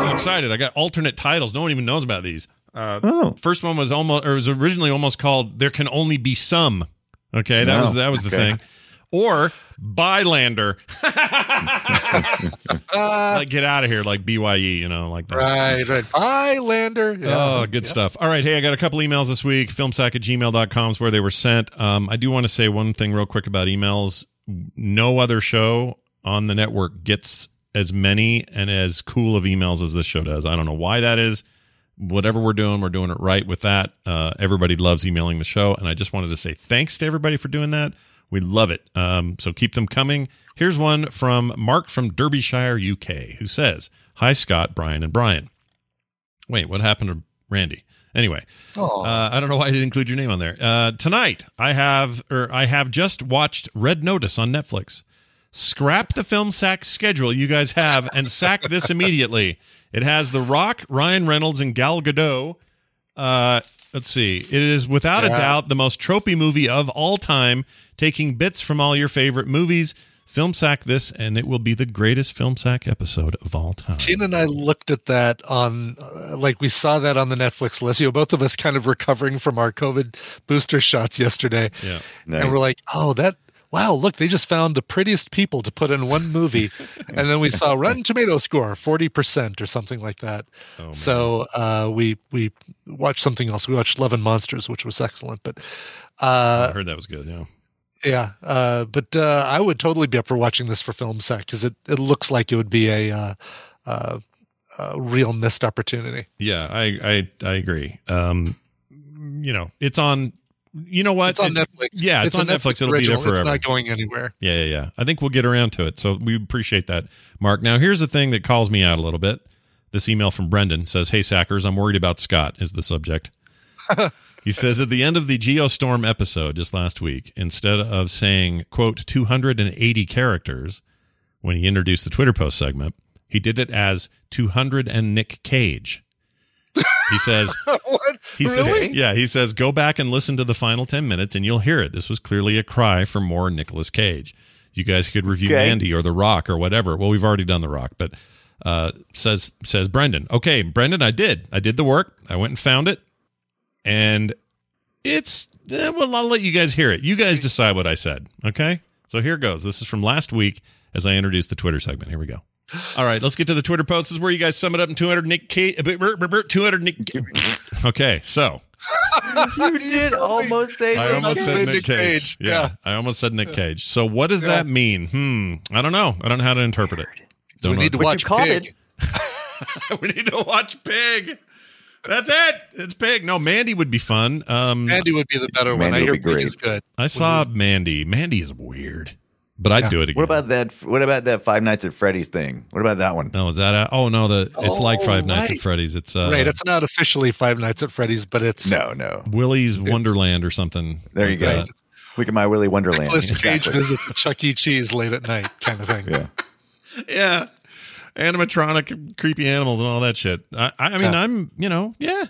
Speaker 1: So excited. I got alternate titles. No one even knows about these. Uh,
Speaker 8: Oh.
Speaker 1: First one was almost or was originally almost called There Can Only Be Some. Okay, that
Speaker 8: Wow.
Speaker 1: was that was the
Speaker 8: Okay.
Speaker 1: thing. or
Speaker 8: (laughs)
Speaker 1: Bylander. like get out of here, like BYE, you know, like that.
Speaker 6: Right, right. Bylander. Yeah.
Speaker 1: Oh, good stuff. All right. Hey, I got a couple emails this week. Filmsack at gmail.com is where they were sent. Um, I do want to say one thing real quick about emails. No other show on the network gets as many and as cool of emails as this show does. I don't know why that is. Whatever we're doing, we're doing it right with that. Uh, everybody loves emailing the show. And I just wanted to say thanks to everybody for doing that. We love it. Um, so keep them coming. Here's one from Mark from Derbyshire, UK, who says, Hi, Scott, Brian, and Brian. Wait, what happened to Randy? Anyway, uh, I don't know why I didn't include your name on there. Uh, tonight, I have or I have just watched Red Notice on Netflix. Scrap the film sack schedule you guys have and sack this immediately. It has The Rock, Ryan Reynolds, and Gal Gadot. Uh, let's see. It is without a
Speaker 16: Yeah.
Speaker 1: doubt the most tropey movie of all time, taking bits from all your favorite movies. Film sack this, and it will be the greatest film sack episode of all time.
Speaker 6: Tina and I looked at that on, uh, like, we saw that on the Netflix Lizio. Both of us kind of recovering from our COVID booster shots yesterday.
Speaker 1: Yeah.
Speaker 6: And we're like, oh, that, wow, look, they just found the prettiest people to put in one movie. and then we saw Rotten Tomato score 40% or something like that. so uh, we, we watched something else. We watched Love and Monsters, which was excellent. But uh,
Speaker 1: I heard that was good. Yeah.
Speaker 6: yeah, uh, but uh, I would totally be up for watching this for film sec because it, it looks like it would be a uh, uh, uh, real missed opportunity.
Speaker 1: Yeah, I I I agree. Um, you know, it's on. You know what?
Speaker 6: It's on
Speaker 1: It-
Speaker 6: Netflix.
Speaker 1: Yeah, it's,
Speaker 6: a
Speaker 1: on Netflix. It'll be there
Speaker 6: original.
Speaker 1: forever.
Speaker 6: It's not going anywhere.
Speaker 1: yeah, yeah, yeah. I think we'll get around to it. So we appreciate that, Mark. Now, here's the thing that calls me out a little bit. This email from Brendan says, "Hey Sackers, I'm worried about Scott." Is the subject. he says at the end of the Geostorm episode just last week, instead of saying quote 280 characters when he introduced the Twitter post segment, he did it as 200 and Nick Cage. He says, He
Speaker 6: Really?
Speaker 1: says, yeah, he says, go back and listen to the final 10 minutes and you'll hear it. This was clearly a cry for more Nicolas Cage. You guys could review
Speaker 17: Okay.
Speaker 1: Mandy or The Rock or whatever. Well, we've already done The Rock, but uh, says says Brendan. Okay, Brendan, I did. I did the work. I went and found it. And it's eh, well, I'll let you guys hear it. You guys decide what I said. Okay? So here goes. This is from last week as I introduced the Twitter segment. Here we go. All right, let's get to the Twitter posts. This is where you guys sum it up in 200 Nick uh, Kate, 200 Nick. Okay, so
Speaker 8: you did almost say.
Speaker 1: I almost said Nick Cage. Yeah. I almost said Nick Cage. So what does that mean? Hmm. I don't know. I don't know how to interpret it. Don't know. (laughs) we need to watch Pig. That's it. It's Pig. No, Mandy would be fun. Um,
Speaker 6: Mandy would be the better one. I hear Pig is good.
Speaker 1: I saw Mandy. Mandy is weird, but I'd do it again.
Speaker 8: What about that? What about that Five Nights at Freddy's thing? What about that one?
Speaker 1: No, is that? A, oh no, the it's like Five Nights
Speaker 6: right.
Speaker 1: at Freddy's. It's uh,
Speaker 6: right, it's not officially Five Nights at Freddy's, but it's (laughs)
Speaker 8: no, Oh, no.
Speaker 1: Willy's Wonderland or something.
Speaker 8: There you
Speaker 1: like
Speaker 8: go.
Speaker 1: that.
Speaker 8: Look at my Willy Wonderland.
Speaker 6: Nicholas Cage
Speaker 8: Exactly.
Speaker 6: visits a Chuck E. Cheese late at night kind of thing.
Speaker 8: Yeah.
Speaker 1: Yeah. Animatronic, creepy animals, and all that shit. I, I mean,
Speaker 8: Yeah.
Speaker 1: I'm, you know, yeah.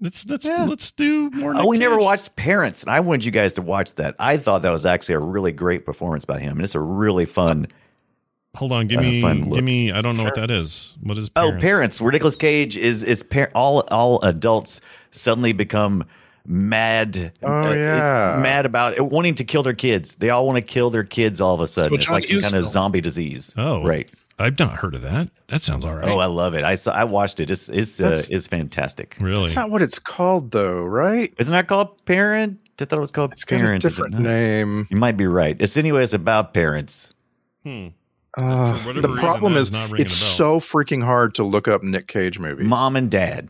Speaker 1: Let's let's
Speaker 8: Yeah.
Speaker 1: let's do more.
Speaker 8: Oh, we
Speaker 1: Nick
Speaker 8: never
Speaker 1: Cage.
Speaker 8: watched Parents, and I wanted you guys to watch that. I thought that was actually a really great performance by him, and it's a really fun.
Speaker 1: Hold on, give
Speaker 8: Uh,
Speaker 1: me,
Speaker 8: fun look.
Speaker 1: give me. I don't know what that is. What is?
Speaker 8: Oh, Parents, where Nicolas Cage is is par- all all adults suddenly become mad. uh,
Speaker 7: Oh, yeah.
Speaker 8: mad about it, wanting to kill their kids. They all want to kill their kids all of a sudden.
Speaker 1: Well,
Speaker 8: it's
Speaker 1: John
Speaker 8: like some
Speaker 1: Hughes
Speaker 8: kind of
Speaker 1: film.
Speaker 8: zombie disease.
Speaker 1: Oh,
Speaker 8: right.
Speaker 1: I've not heard of that. That sounds all right.
Speaker 8: Oh, I love it. I saw. I watched it. It's it's uh,
Speaker 7: That's-
Speaker 8: it's fantastic.
Speaker 1: Really?
Speaker 7: That's not what it's called, though, right?
Speaker 8: Isn't that called Parent? I thought it was called
Speaker 7: got a
Speaker 8: Parent. is it
Speaker 7: different
Speaker 8: not?
Speaker 7: name.
Speaker 8: You might be right. It's anyway. It's about parents.
Speaker 1: Hmm.
Speaker 7: Uh,
Speaker 1: For whatever
Speaker 7: the
Speaker 1: reason,
Speaker 7: problem
Speaker 1: that
Speaker 7: is,
Speaker 1: is not ringing
Speaker 7: it's
Speaker 1: a
Speaker 7: so freaking hard to look up Nick Cage movies.
Speaker 8: Mom and Dad.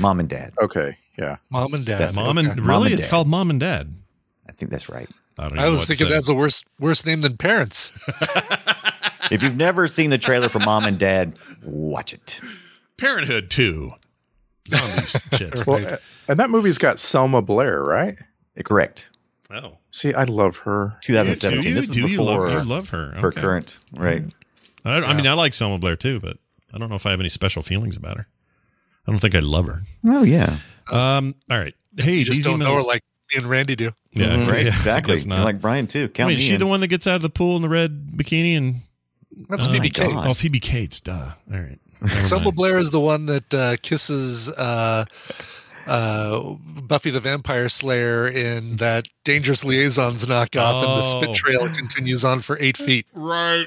Speaker 8: Mom and Dad.
Speaker 7: Okay, yeah.
Speaker 6: Mom and Dad.
Speaker 8: That's
Speaker 1: Mom and
Speaker 8: okay.
Speaker 1: really,
Speaker 8: Mom and
Speaker 1: it's
Speaker 8: Dad.
Speaker 1: called Mom and Dad.
Speaker 8: I think that's right.
Speaker 1: I, don't
Speaker 6: I was thinking that's a worse worse name than Parents.
Speaker 8: If you've never seen the trailer for Mom and Dad, watch it.
Speaker 1: Parenthood Two.
Speaker 6: (laughs)
Speaker 1: Zombies shit.
Speaker 7: Well, a- and that movie's got Selma Blair, right?
Speaker 8: Correct.
Speaker 1: Oh,
Speaker 7: See, I love her.
Speaker 8: 2017.
Speaker 1: You
Speaker 8: this is
Speaker 1: do, you love-
Speaker 8: before
Speaker 1: you love her.
Speaker 8: Her
Speaker 1: Okay. Mm-hmm.
Speaker 8: current. Right.
Speaker 1: I, I mean, I like Selma Blair too, but I don't know if I have any special feelings about her. I don't think I love her.
Speaker 8: Oh yeah.
Speaker 1: Um. All right. Hey,
Speaker 6: you just
Speaker 1: these
Speaker 6: don't
Speaker 1: emails.
Speaker 6: know her like me and Randy do.
Speaker 1: yeah,
Speaker 8: Mhm.
Speaker 1: yeah, (laughs) I
Speaker 8: Right.
Speaker 1: guess
Speaker 8: Exactly.
Speaker 1: not.
Speaker 8: And Like Brian too. Count
Speaker 1: Wait, is
Speaker 8: me
Speaker 1: she
Speaker 8: in.
Speaker 1: the one that gets out of the pool in the red bikini and
Speaker 6: That's
Speaker 1: Oh,
Speaker 6: Phoebe
Speaker 1: my God. Oh,
Speaker 6: Cates.
Speaker 1: Phoebe Cates. Duh. All right. Never
Speaker 6: Selma
Speaker 1: mind.
Speaker 6: Blair is the one that uh, kisses uh, uh, Buffy the Vampire Slayer in that Dangerous Liaisons knockoff, and the
Speaker 1: Oh.
Speaker 6: spit trail continues on for eight feet.
Speaker 1: Right.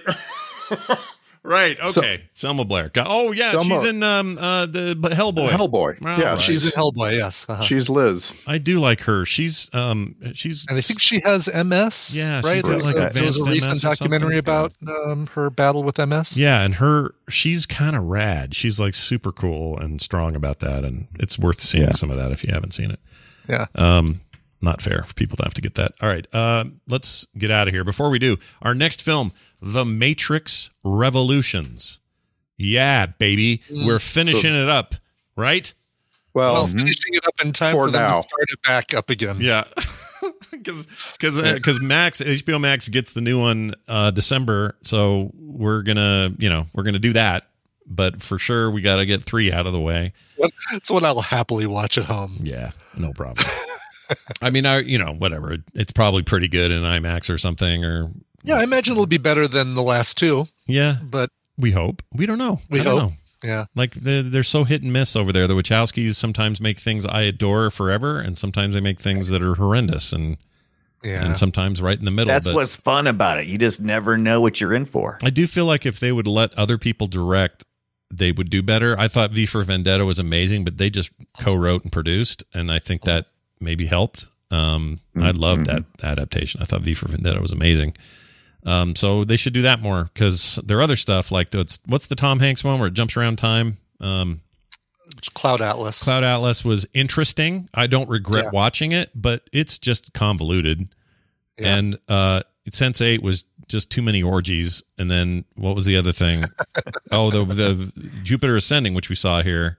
Speaker 1: right. Okay. Selma Blair. Got- oh yeah,
Speaker 6: Selma-
Speaker 1: she's in um uh the but Hellboy.
Speaker 7: Hellboy.
Speaker 1: All
Speaker 7: Yeah,
Speaker 1: right.
Speaker 7: she's in
Speaker 6: Hellboy. Yes,
Speaker 1: Uh,
Speaker 6: uh-huh.
Speaker 7: she's Liz.
Speaker 1: I do like her. She's um she's
Speaker 6: And I think she has MS.
Speaker 1: Yeah, she's got,
Speaker 6: right. There was,
Speaker 1: like,
Speaker 6: a, there was a
Speaker 1: advanced
Speaker 6: recent
Speaker 1: MS or something.
Speaker 6: documentary about um, her battle with MS.
Speaker 1: yeah, and her she's kind of rad. She's like super cool and strong about that, and it's worth seeing some of that if you haven't seen it.
Speaker 6: Yeah.
Speaker 1: Um, not fair for people to have to get that. All right, uh, let's get out of here. Before we do, our next film, The Matrix Revolutions. Yeah, baby,
Speaker 6: Mm.
Speaker 1: we're finishing
Speaker 6: So-
Speaker 1: it up, right?
Speaker 7: Well,
Speaker 6: Well, finishing it up in time
Speaker 1: mm-hmm. For
Speaker 6: for, them
Speaker 1: now.
Speaker 6: to start it back up again.
Speaker 1: Yeah. (laughs) because because Max HBO Max gets the new one uh December, so we're gonna you know we're gonna do that. But for sure, we got to get three out of the way.
Speaker 6: That's what I'll happily watch at home.
Speaker 1: Yeah, no problem. (laughs) I mean, I you know whatever. It's probably pretty good in IMAX or something. Or
Speaker 6: Yeah, I imagine it'll be better than the last two,
Speaker 1: yeah,
Speaker 6: but
Speaker 1: we hope. We don't know.
Speaker 6: we
Speaker 1: I don't
Speaker 6: hope.
Speaker 1: know.
Speaker 6: Yeah.
Speaker 1: Like the, they're so hit and miss over there. The Wachowskis sometimes make things I adore forever, and sometimes they make things that are horrendous, and
Speaker 8: Yeah.
Speaker 1: and sometimes right in the middle.
Speaker 8: That's
Speaker 1: but-
Speaker 8: what's fun about it. You just never know what you're in for.
Speaker 1: I do feel like if they would let other people direct, they would do better. I thought V for Vendetta was amazing, but they just co-wrote and produced, and I think that maybe helped. Um, I loved that adaptation. I thought V for Vendetta was amazing. Um, so they should do that more because their other stuff, like what's what's the Tom Hanks one where it jumps around time? Um,
Speaker 6: It's Cloud Atlas.
Speaker 1: Cloud Atlas was interesting. I don't regret
Speaker 6: Yeah.
Speaker 1: watching it, but it's just convoluted.
Speaker 6: Yeah.
Speaker 1: And uh Sense 8 was just too many orgies and then what was the other thing? oh, the the Jupiter Ascending which we saw here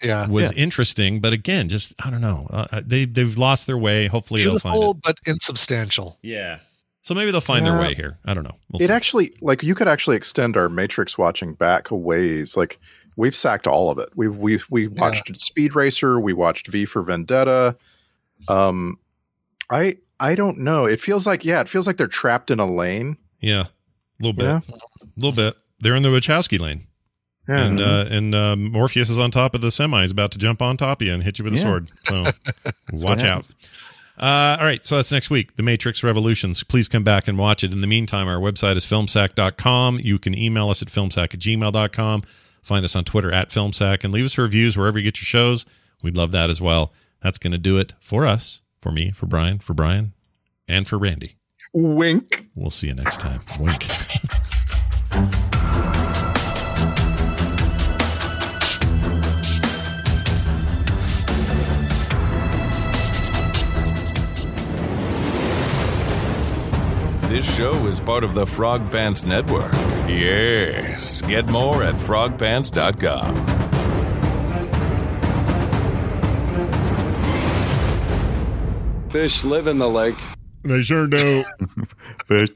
Speaker 6: Yeah.
Speaker 1: was
Speaker 6: Uh, Yeah.
Speaker 1: interesting, but again, just I don't know. Uh, they they've lost their way. Hopefully they'll
Speaker 6: Beautiful
Speaker 1: find it.
Speaker 6: but insubstantial.
Speaker 1: Yeah. So maybe they'll find
Speaker 7: Yeah.
Speaker 1: their way here. I don't know. We'll
Speaker 7: it
Speaker 1: see.
Speaker 7: actually like you could actually extend our matrix watching back a ways like we've sacked all of it we've we we watched speed racer we watched v for vendetta um i i don't know it feels like yeah it feels like they're trapped in a lane
Speaker 1: yeah. A little bit.
Speaker 7: Yeah.
Speaker 1: A little bit. They're in the Wachowski lane.
Speaker 7: Yeah.
Speaker 1: And uh, and uh, Morpheus is on top of the semi. He's about to jump on top of you and hit you with a
Speaker 7: Yeah.
Speaker 1: sword.
Speaker 7: (laughs)
Speaker 1: So
Speaker 7: what
Speaker 1: watch out.
Speaker 7: happens.
Speaker 1: Uh, all right, so that's next week. The Matrix Revolutions. Please come back and watch it. In the meantime, our website is filmsack.com. You can email us at filmsack at gmail.com. Find us on Twitter at filmsack and leave us reviews wherever you get your shows. We'd love that as well. That's going to do it for us, for me, for Brian, for Brian, and for Randy.
Speaker 7: wink
Speaker 1: We'll see you next time. Wink. (laughs)
Speaker 5: This show is part of the Frog Pants Network. Yes. Get more at frogpants.com.
Speaker 4: Fish live in the lake.
Speaker 1: They sure do.
Speaker 4: Fish